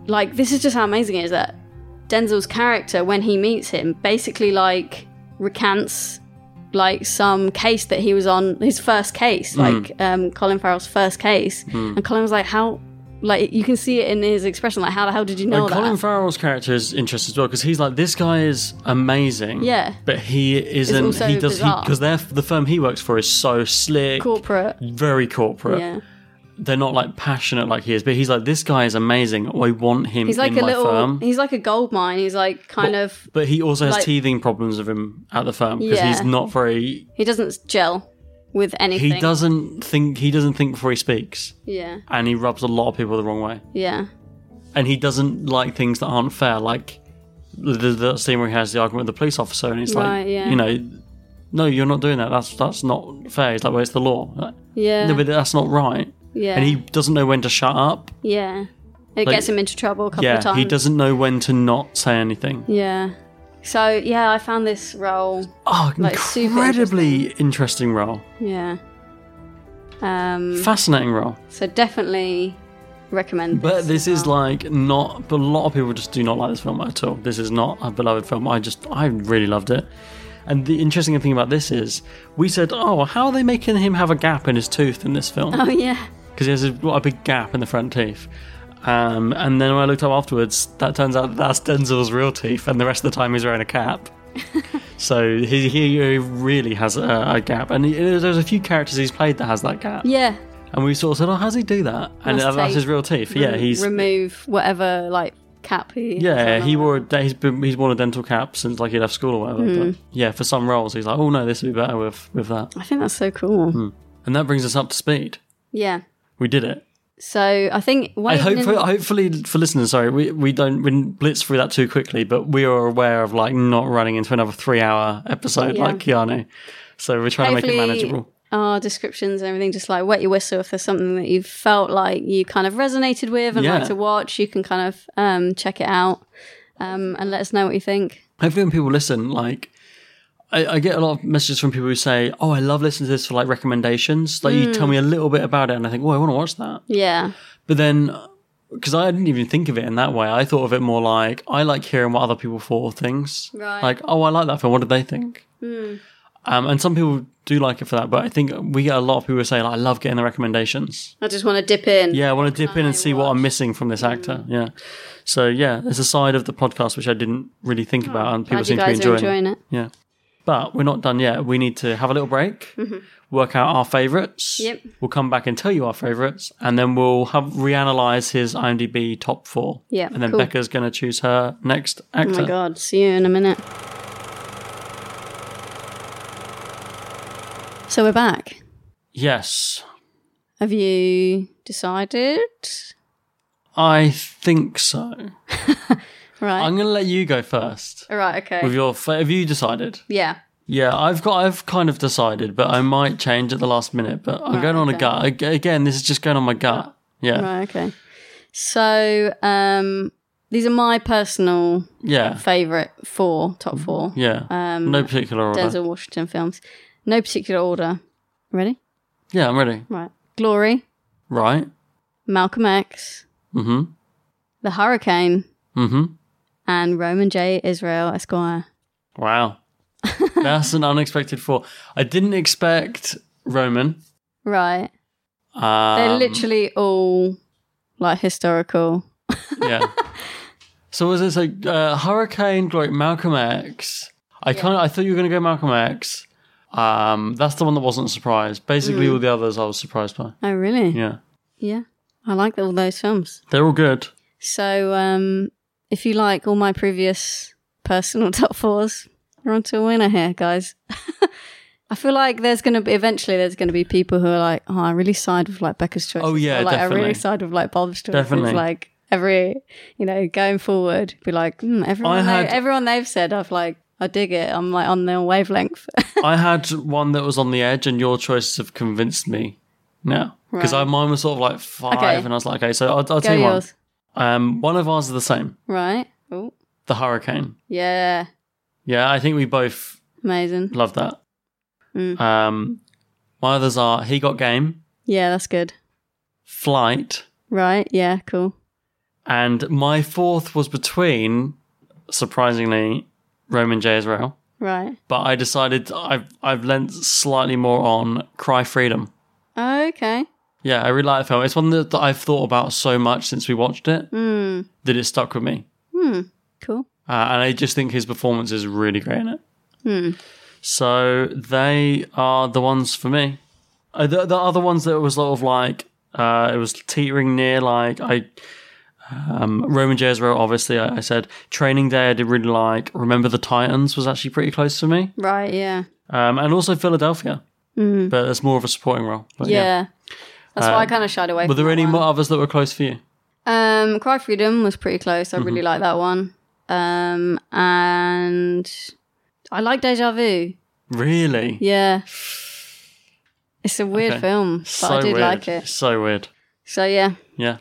C: like this is just how amazing it is that Denzel's character when he meets him basically like recants like some case that he was on his first
B: Hmm.
C: case,
J: Mm.
C: like um, Colin Farrell's first case.
B: Mm.
C: And Colin was like, How like you can see it in his expression, like how the hell did you know
B: and
C: that?
B: Colin Farrell's character is interesting as well because he's like this guy is amazing.
C: Yeah.
B: but he isn't.
C: also
B: He does
C: bizarre.
B: because they're the firm he works for is so slick,
C: Corporate.
B: very corporate.
C: Yeah.
B: They're not like passionate like he is, but he's like this guy is amazing. I want him
C: He's like
B: in
C: a
B: my
C: little
B: firm.
C: he's like a gold mine. He's like kind of
B: But he also has
C: like-
B: teething problems with him at the firm because
C: Yeah.
B: he's not very.
C: he doesn't gel with anything.
B: He doesn't think. He doesn't think before he speaks,
C: Yeah.
B: and he rubs a lot of people the wrong way.
C: Yeah.
B: and he doesn't like things that aren't fair, like the, the, the scene where he has the argument with the police officer, and it's
C: Right,
B: like,
C: yeah.
B: you know, no, you're not doing that. That's that's not fair. He's like, well, it's the law. Like,
C: Yeah.
B: no, but that's not right.
C: Yeah.
B: and he doesn't know when to shut up.
C: Yeah. It
B: Like-
C: gets him into trouble a couple
B: yeah,
C: of times.
B: he doesn't know when to not say anything.
C: Yeah. So yeah, I found this role
B: oh,
C: like super
B: Incredibly interesting role,
C: interest- Yeah. Um.
B: fascinating role.
C: so definitely recommend. This.
B: But this is like not. But a lot of people just do not like this film at all. This is not a beloved film. I just I really loved it. And the interesting thing about this is, we said, "Oh, how are they making him have a gap in his tooth in this film?"
C: Oh yeah.
B: because he has a, what, a big gap in the front teeth. Um, and then when I looked up afterwards, that turns out that's Denzel's real teeth, and the rest of the time he's wearing a cap. so he, he really has a, a gap, and he, there's a few characters he's played that has that gap.
C: Yeah.
B: And we sort of said, "Oh, how does he do that?" And
C: Must
B: that's
C: take-
B: his real teeth. yeah,
C: rem-
B: he's
C: remove whatever like cap he.
B: yeah, he wore a, de- he's been he's worn a dental cap since like he left school or whatever.
C: Hmm.
B: But yeah, for some roles he's like, oh no, this would be better with with that.
C: I think that's so cool.
B: Hmm. And that brings us up to speed.
C: Yeah.
B: We did it.
C: So I think.
B: I
C: Wait,
B: hope
C: no-
B: for, hopefully for listeners, sorry, we, we don't we didn't blitz through that too quickly, but we are aware of like not running into another three hour episode
C: Yeah.
B: like Keanu. So we're trying to make it
C: Hopefully
B: manageable.
C: Our descriptions and everything, just like wet your whistle if there's something that you felt like you kind of resonated with and
B: Yeah.
C: like to watch, you can kind of um, check it out um, and let us know what you think.
B: Hopefully when people listen, like I, I get a lot of messages from people who say, Oh, I love listening to this for like recommendations. Like you
C: Mm.
B: tell me a little bit about it and I think, Oh, I want to watch that.
C: Yeah.
B: But then, because I didn't even think of it in that way, I thought of it more like I like hearing what other people thought of things.
C: Right.
B: Like, oh, I like that film. What did they think?
C: Mm.
B: Um, and some people do like it for that, but I think we get a lot of people who say, like, I love getting the recommendations.
C: I just want to dip in. Mm.
B: Yeah, I want to dip in and see what I'm missing from this actor. Yeah. So, yeah, there's a side of the podcast which I didn't really think about, and
C: Oh,
B: people
C: Glad you
B: seem to be
C: guys
B: enjoying,
C: are enjoying it.
B: Yeah. But we're not done yet. We need to have a little break,
C: Mhm.
B: work out our favourites.
C: Yep. Oh
B: We'll come back and tell you our favourites, and then we'll have reanalyze his IMDb top four.
C: Yeah,
B: and then
C: cool.
B: Becca's going to choose her next actor.
C: Oh my god, see you in a minute. So we're back.
B: Yes,
C: Have you decided?
B: I think so.
C: Right.
B: I'm going to let you go first.
C: All right, okay.
B: With your, fa- have you decided?
C: yeah.
B: Yeah, I've got, I've kind of decided, but I might change at the last minute. But I'm
C: Right,
B: going on
C: okay.
B: a gut Ag- again. This is just going on my gut. Yeah,
C: Right, okay. So um these are my personal
B: Yeah. Mm-hmm.
C: favorite four, top four.
B: yeah.
C: Um
B: no particular order.
C: Denzel Washington films. No particular order. Ready?
B: Yeah, I'm ready.
C: Right. Glory,
B: Right.
C: Malcolm X,
B: Mm-hmm.
C: The Hurricane,
B: Mm-hmm.
C: and Roman J. Israel Esquire.
B: Wow. That's an unexpected four. I didn't expect Roman.
C: Right.
B: Um,
C: They're literally all like historical.
B: yeah. So was this like uh, Hurricane Glory, Malcolm X? I kind of I thought you were going to go Malcolm X. Um, that's the one that wasn't surprised. Basically,
C: Mm.
B: all the others I was surprised by.
C: Oh really?
B: Yeah,
C: Yeah. I like all those films.
B: they're all good.
C: So um if you like all my previous personal top fours. We're on to a winner here, guys. I feel like there's going to be eventually there's going to be people who are like, oh, I really side with like Becca's choice.
B: Oh, yeah,
C: Or, like I
B: definitely.
C: really side with like Bob's choice.
B: Definitely.
C: It's like every you know going forward, be like, mm, everyone,
B: I
C: they-
B: had-
C: everyone they've said, I've like, I dig it. I'm like on their wavelength.
B: I had one that was on the edge, and your choices have convinced me now because
C: Right.
B: I mine was sort of like five,
C: Okay.
B: and I was like, okay, so I'll, I'll
C: Go
B: tell you
C: yours.
B: one. Um, one of ours is the same.
C: right? Oh,
B: The hurricane.
C: yeah,
B: Yeah, I think we both
C: amazing.
B: love that.
C: Mm.
B: Um, my others are he got game,
C: yeah, that's good.
B: flight,
C: Right? Yeah, cool.
B: and my fourth was between, surprisingly, Roman J Israel.
C: Right.
B: But I decided I've I've lent slightly more on Cry Freedom.
C: Okay.
B: Yeah, I really like the film. It's one that, that I've thought about so much since we watched it
C: Hmm.
B: that it stuck with me.
C: Hmm. Cool.
B: Uh, and I just think his performance is really great in it.
C: Hmm.
B: So they are the ones for me. Uh, the, the other ones that was sort of like, uh, it was teetering near like, I. Um, Roman Jezro, obviously, I, I said. Training Day, I did really like. Remember the Titans was actually pretty close for me.
C: Right. Yeah.
B: Um, and also Philadelphia,
C: Mm.
B: but that's more of a supporting role. But
C: yeah.
B: yeah.
C: That's why I
B: Uh,
C: kind of shied away.
B: Were
C: from
B: there
C: that
B: any
C: one.
B: more others that were close for you?
C: Um, Cry Freedom was pretty close. I really
B: Mhm.
C: like that one. Um, and I like Deja Vu.
B: Really?
C: Yeah, it's a weird
B: Okay.
C: film, but I did
B: weird.
C: like it.
B: So weird.
C: So yeah,
B: Yeah.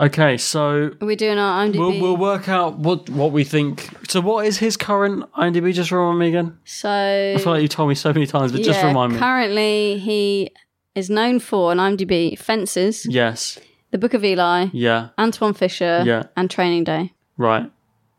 B: Okay, so
C: are we doing our IMDb?
B: we'll, we'll work out what what we think. So, what is his current IMDb? Just remind me again.
C: so
B: I feel like you told me so many times, but just
C: yeah,
B: remind me.
C: Currently, he is known for on IMDb Fences,
B: yes.
C: The Book of Eli,
B: Yeah.
C: Antoine Fisher,
B: Yeah.
C: and Training Day.
B: Right.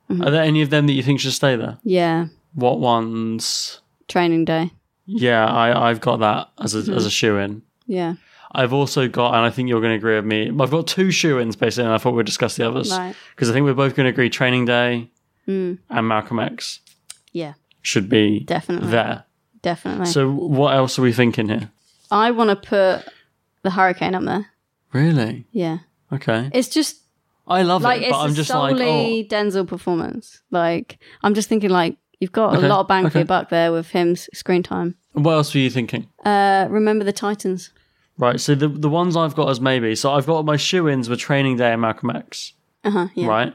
C: Mhm.
B: Are there any of them that you think should stay there?
C: Yeah,
B: What ones?
C: Training Day.
B: Yeah, I I've got that as a
C: Mhm.
B: as a shoe in.
C: Yeah,
B: I've also got, and I think you're going to agree with me. I've got two shoe ins basically, and I thought we'd discuss the others because
C: Right.
B: I think we're both going to agree. Training Day
C: Mm.
B: and Malcolm X
C: yeah,
B: should be
C: Definitely.
B: there.
C: definitely.
B: So, what else are we thinking here?
C: I want to put the Hurricane up there.
B: Really?
C: Yeah,
B: Okay.
C: it's just
B: I love
C: like
B: it,
C: it's
B: but I'm
C: a
B: just like,
C: solely
B: oh,
C: Denzel performance. Like I'm just thinking, like you've got
B: Okay,
C: a lot of bang for your
B: okay.
C: buck there with him screen time.
B: what else were you thinking?
C: Uh, remember the Titans.
B: Right. So the the ones I've got as maybe. So I've got my shoe ins with Training Day and Malcolm X.
C: Uh huh. Yeah.
B: Right.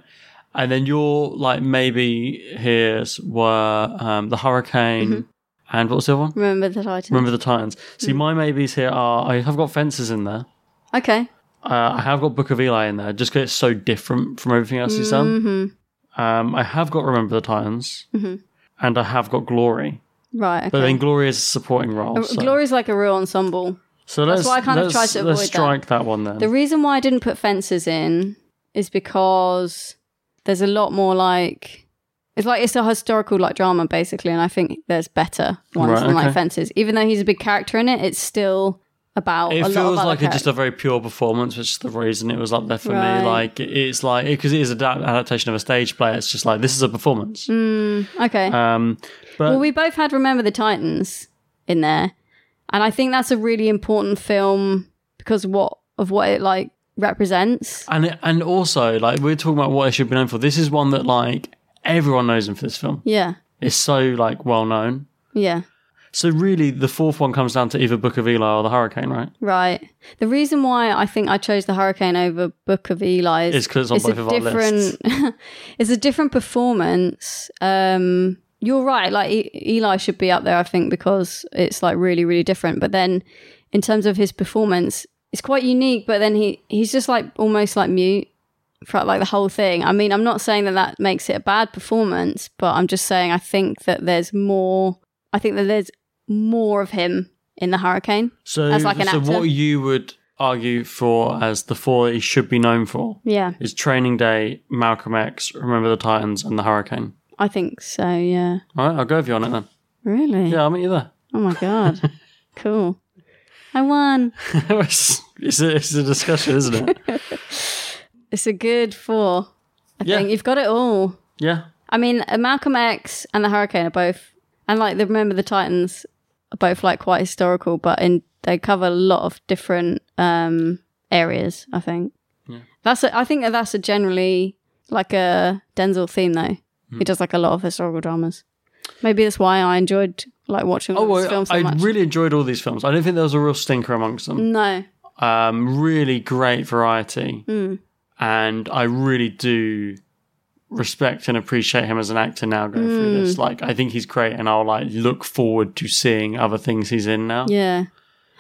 B: And then your like maybe here's were um, the Hurricane and what was the other one?
C: Mm-hmm. Remember the Titans.
B: Remember the Titans. See,
C: Mhm.
B: my maybes here are I have got fences in there.
C: okay.
B: Uh, I have got Book of Eli in there, just because it's so different from everything else he's done.
C: Mhm.
B: Um, I have got Remember the Titans,
C: Mhm.
B: and I have got Glory,
C: Right. Okay.
B: but then Glory is a supporting role.
C: Uh,
B: so.
C: Glory's like a real ensemble.
B: So
C: That's
B: let's,
C: why I kind of
B: let's,
C: tried to
B: let's
C: avoid that.
B: strike that. one then.
C: The reason why I didn't put fences in is because there's a lot more like it's like it's a historical like drama basically, and I think there's better ones
B: Right,
C: than like
B: okay.
C: fences. Even though he's a big character in it, it's still about
B: it
C: Oh, a lot
B: feels
C: about
B: like
C: the
B: it's just a very pure performance, which is the reason it was up there for
C: Right.
B: me. Like it's like because it is an adaptation of a stage play. It's just like this is a performance.
C: Mm, okay.
B: Um, but
C: well, we both had Remember the Titans in there, and I think that's a really important film because what of what it like represents.
B: and it, and also like we're talking about what it should be known for. This is one that like everyone knows him for this film.
C: Yeah,
B: It's so like well known.
C: yeah,
B: So really, the fourth one comes down to either Book of Eli or The Hurricane, right?
C: right. The reason why I think I chose The Hurricane over Book of Eli is
B: It's 'cause it's on both
C: a
B: of our lists.
C: different, it's a different performance. Um, you're right. Like e- Eli should be up there, I think, because it's like really, really different. But then, in terms of his performance, it's quite unique. But then he he's just like almost like mute. throughout like the whole thing. I mean, I'm not saying that that makes it a bad performance, but I'm just saying I think that there's more. I think that there's more of him in the Hurricane
B: So
C: as like an
B: so
C: actor.
B: what you would argue for as the four that he should be known for
C: yeah,
B: is Training Day, Malcolm X, Remember the Titans, and The Hurricane.
C: I think so. Yeah,
B: All right, I'll go with you on it then.
C: really.
B: Yeah, I'll meet you there.
C: Oh my god, cool. I won.
B: it's, it's a, it's a discussion, isn't it?
C: It's a good four. I
B: Yeah.
C: think you've got it all.
B: Yeah.
C: I mean, uh, Malcolm X and the Hurricane are both, and like the Remember the Titans are both like quite historical, but in they cover a lot of different um areas. I think
B: Yeah.
C: that's a, I think that that's a generally like a Denzel theme though.
B: Hmm.
C: He does like a lot of historical dramas. Maybe that's why I enjoyed like watching all these
B: Oh, well,
C: films so
B: I
C: much.
B: really enjoyed all these films. I don't think there was a real stinker amongst them.
C: no.
B: Um, really great variety,
C: Mm.
B: and I really do respect and appreciate him as an actor now. Going
C: Mm.
B: through this, like I think he's great, and I'll like look forward to seeing other things he's in now.
C: Yeah.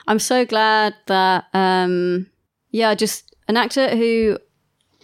C: I'm so glad that um yeah, just an actor who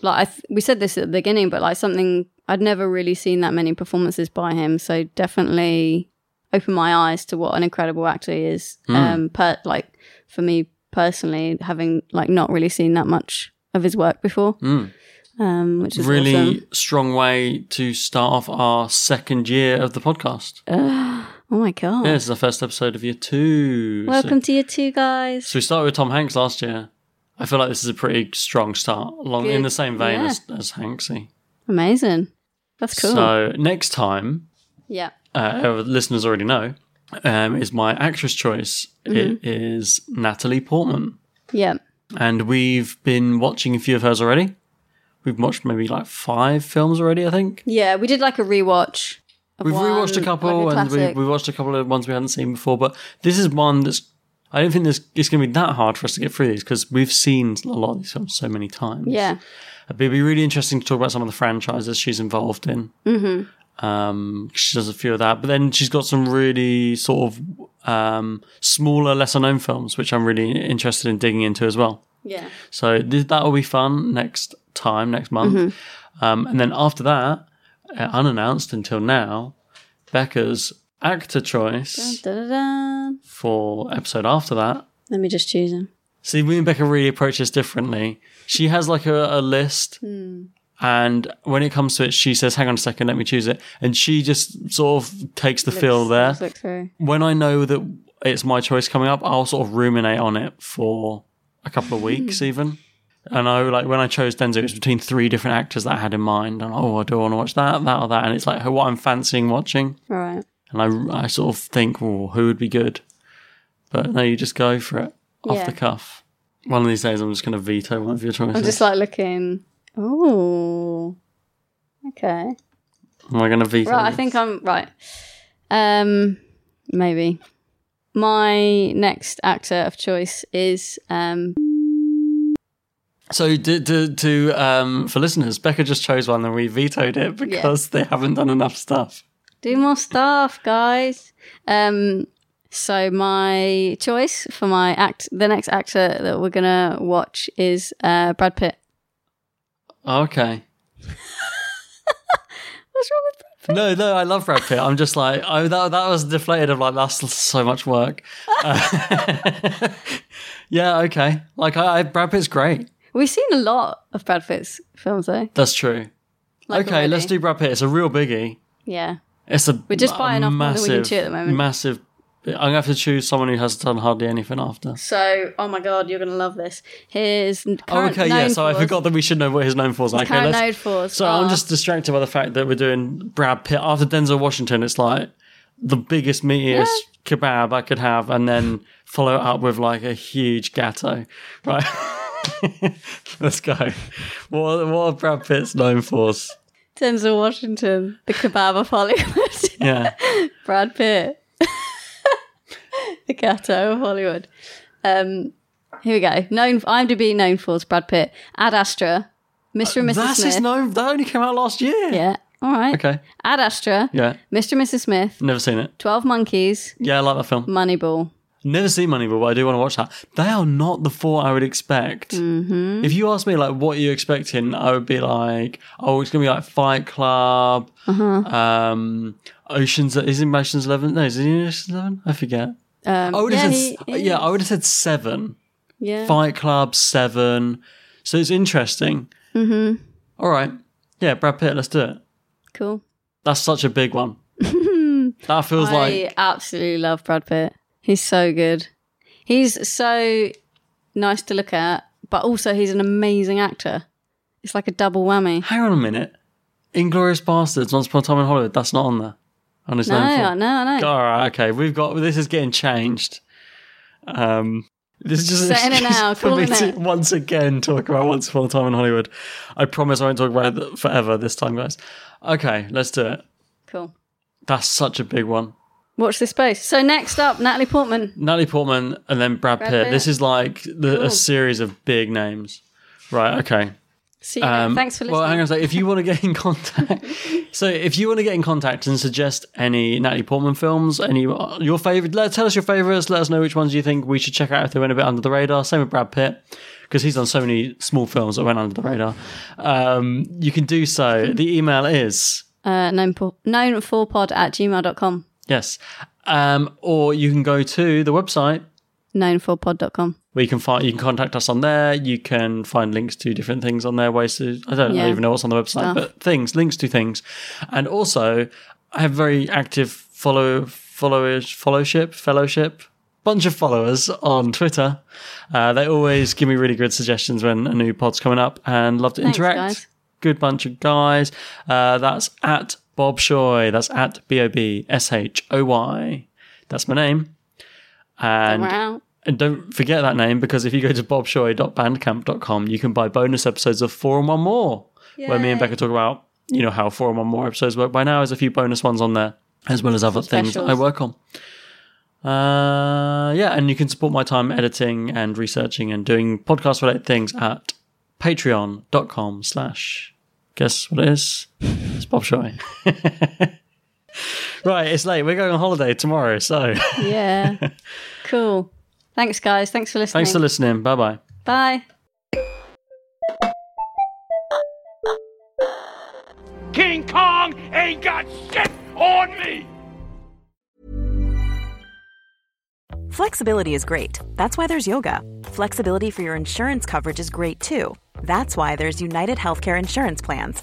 C: like I th- we said this at the beginning but like something I'd never really seen that many performances by him, so definitely opened my eyes to what an incredible actor he is.
B: Hmm.
J: Mm.
C: Um per- like for me personally having like not really seen that much of his work before.
B: Mm.
C: Um which is
B: really
C: awesome.
B: strong way to start off our second year of the podcast.
C: oh my god.
B: Yeah, this is the first episode of year two. So-
C: Welcome to you two guys.
B: So we started with Tom Hanks last year. I feel like this is a pretty strong start, along in
C: Good.
B: the same vein
C: Yeah.
B: as, as Hanksy.
C: Amazing. That's cool.
B: So next time,
C: yeah.
B: uh, our listeners already know, um, is my actress choice. It is Natalie Portman,
C: Mm-hmm. Yeah.
B: and we've been watching a few of hers already. We've watched maybe like five films already, I think.
C: Yeah, we did like a rewatch. of
B: We've
C: one,
B: rewatched a couple,
C: like a
B: and we,
C: classic.
B: we watched a couple of ones we hadn't seen before. But this is one that's. I don't think this it's going to be that hard for us to get through these because we've seen a lot of these films so many times. Uh,
C: yeah.
B: It'd be really interesting to talk about some of the franchises she's involved in.
C: Mm-hmm.
B: Um, she does a few of that, but then she's got some really sort of um, smaller, lesser known films, which I'm really interested in digging into as well.
C: Yeah.
B: So th- that will be fun next time, next month.
C: Mhm.
B: Um, and then after that, uh, unannounced until now, Becca's actor choice
C: Dun, dun, dun, dun.
B: for episode after that
C: Let me just choose him.
B: See, me and Becca really approach this differently. She has like a, a list,
C: Hmm.
B: and when it comes to it, she says, "Hang on a second, let me choose it," and she just sort of takes the fill there.
C: Look through.
B: When I know that it's my choice coming up, I'll sort of ruminate on it for a couple of weeks, even. And I like when I chose Denzel, it was between three different actors that I had in mind, and oh, I do want to watch that, that, or that, and it's like what I'm fancying watching,
C: All right.
B: and I, I sort of think, well, who would be good? But no, you just go for it off
C: Yeah.
B: the cuff. One of these days, I'm just going to veto one of your choices.
C: I'm just like looking. Oh. Okay.
B: Am I going to veto?
C: Right. I
B: it?
C: think I'm right. Um, maybe. My next actor of choice is um.
B: So, to, to, to um, for listeners, Becca just chose one and we vetoed it because they haven't done enough stuff.
C: Do more stuff, guys. Um, so my choice for my act, the next actor that we're gonna watch is uh, Brad Pitt.
B: Okay.
C: What's wrong with
B: No, no, I love Brad Pitt. I'm just like, oh, that that was deflated. Of like, that's so much work. Uh, yeah, okay. Like, I, I Brad Pitt's great.
C: We've seen a lot of Brad Pitt's films, though.
B: That's true.
C: Like
B: okay, let's do Brad Pitt. It's a real biggie.
C: Yeah,
B: It's a
C: We're just
B: a
C: buying off more than we can chew at the moment.
B: Massive. I'm gonna have to choose someone who hasn't done hardly anything after.
C: So, oh my god, you're gonna love this. Here's current
B: Oh, okay, yeah.
C: known
B: So I
C: fours.
B: forgot that we should know what his known for is.
C: His
B: Okay,
C: current
B: let's-
C: known fours
B: So I'm
C: are-
B: just distracted by the fact that we're doing Brad Pitt after Denzel Washington. It's like the biggest meatiest kebab I could have, and then follow it up with like a huge gatto. Right, let's go. What what are Brad Pitt's known for?
C: Denzel Washington, the kebab of Hollywood.
B: Yeah.
C: Brad Pitt, the gato of Hollywood. Um, here we go. Known IMDb known for is Brad Pitt, Ad Astra, Mr. and Mrs.
B: That's
C: Smith.
B: his known. Oh, That only came out last year.
C: yeah. All right.
B: Okay.
C: Ad Astra,
B: Yeah.
C: Mr. and Mrs. Smith,
B: Never seen it.
C: Twelve Monkeys,
B: Yeah, I like that film.
C: Moneyball.
B: Never seen Moneyball, but I do want to watch that. They are not the four I would expect.
C: Mm-hmm.
B: If you asked me like what are you expecting, I would be like, oh, it's gonna be like Fight Club,
C: Uh-huh.
B: um, Oceans. Is it Ocean's Eleven? No, is it in Ocean's Eleven? I forget.
C: Um,
B: I would
C: yeah,
B: have
C: he
B: said uh, yeah. I would have said seven.
C: Yeah.
B: Fight Club seven. So it's interesting.
C: Mm-hmm.
B: All right, yeah, Brad Pitt. Let's do it.
C: Cool.
B: That's such a big one. that feels
C: I
B: like
C: absolutely love Brad Pitt. He's so good. He's so nice to look at, but also he's an amazing actor. It's like a double whammy.
B: Hang on a minute. Inglorious Bastards, Once Upon a Time in Hollywood, that's not on there. On his
C: Oh, No,
B: own
C: I
B: form.
C: know, I know.
B: All right, okay. We've got this is getting changed. Um, This is just an
C: Setting it
B: excuse
C: now,
B: for me
C: calling
B: to
C: it.
B: once again talk about Once Upon a Time in Hollywood. I promise I won't talk about it forever this time, guys. Okay, let's do it.
C: Cool.
B: That's such a big one.
C: Watch this space. So next up, Natalie Portman.
B: Natalie Portman and then Brad,
C: Brad
B: Pitt.
C: Pitt.
B: This is like the,
C: Cool.
B: a series of big names. Right, okay. Um,
C: See you later. Thanks for
B: Well, hang on a
C: listening.
B: sec. If you want to get in contact, so if you want to get in contact and suggest any Natalie Portman films, any your favorite, let tell us your favorites. Let us know which ones you think we should check out if they went a bit under the radar. Same with Brad Pitt because he's done so many small films that went under the radar. Um, you can do so. The email is
C: Uh, known, for, known for pod at gmail.com.
B: yes, um, or you can go to the website
C: Known for pod.com.
B: where you can find you can contact us on there. You can find links to different things on there. Ways to I don't
C: Yeah.
B: even know what's on the website,
C: Stuff.
B: but things, links to things, and also I have very active follow followers fellowship fellowship bunch of followers on Twitter. Uh, they always give me really good suggestions when a new pod's coming up, and love to
C: Thanks,
B: interact.
C: guys.
B: Good bunch of guys. Uh, that's at Bob Shoy. That's at B O B S H O Y. That's my name. And
C: Wow.
B: and don't forget that name because if you go to bobshoy.bandcamp.com, you can buy bonus episodes of Four and One More, where me and Becca talk about, you know, how Four and One More episodes work. By now, there's a few bonus ones on there, as well as other things
C: Specials.
B: I work on. Uh, yeah, and you can support my time editing and researching and doing podcast related things at patreon.com slash guess what it is? It's Bob Shoy. right, it's late. We're going on holiday tomorrow, so
C: Yeah. cool. Thanks, guys. Thanks for listening.
B: thanks for listening. Bye bye.
C: Bye.
A: King Kong ain't got shit on me!
J: Flexibility is great. That's why there's yoga. Flexibility for your insurance coverage is great too. That's why there's United Healthcare Insurance Plans.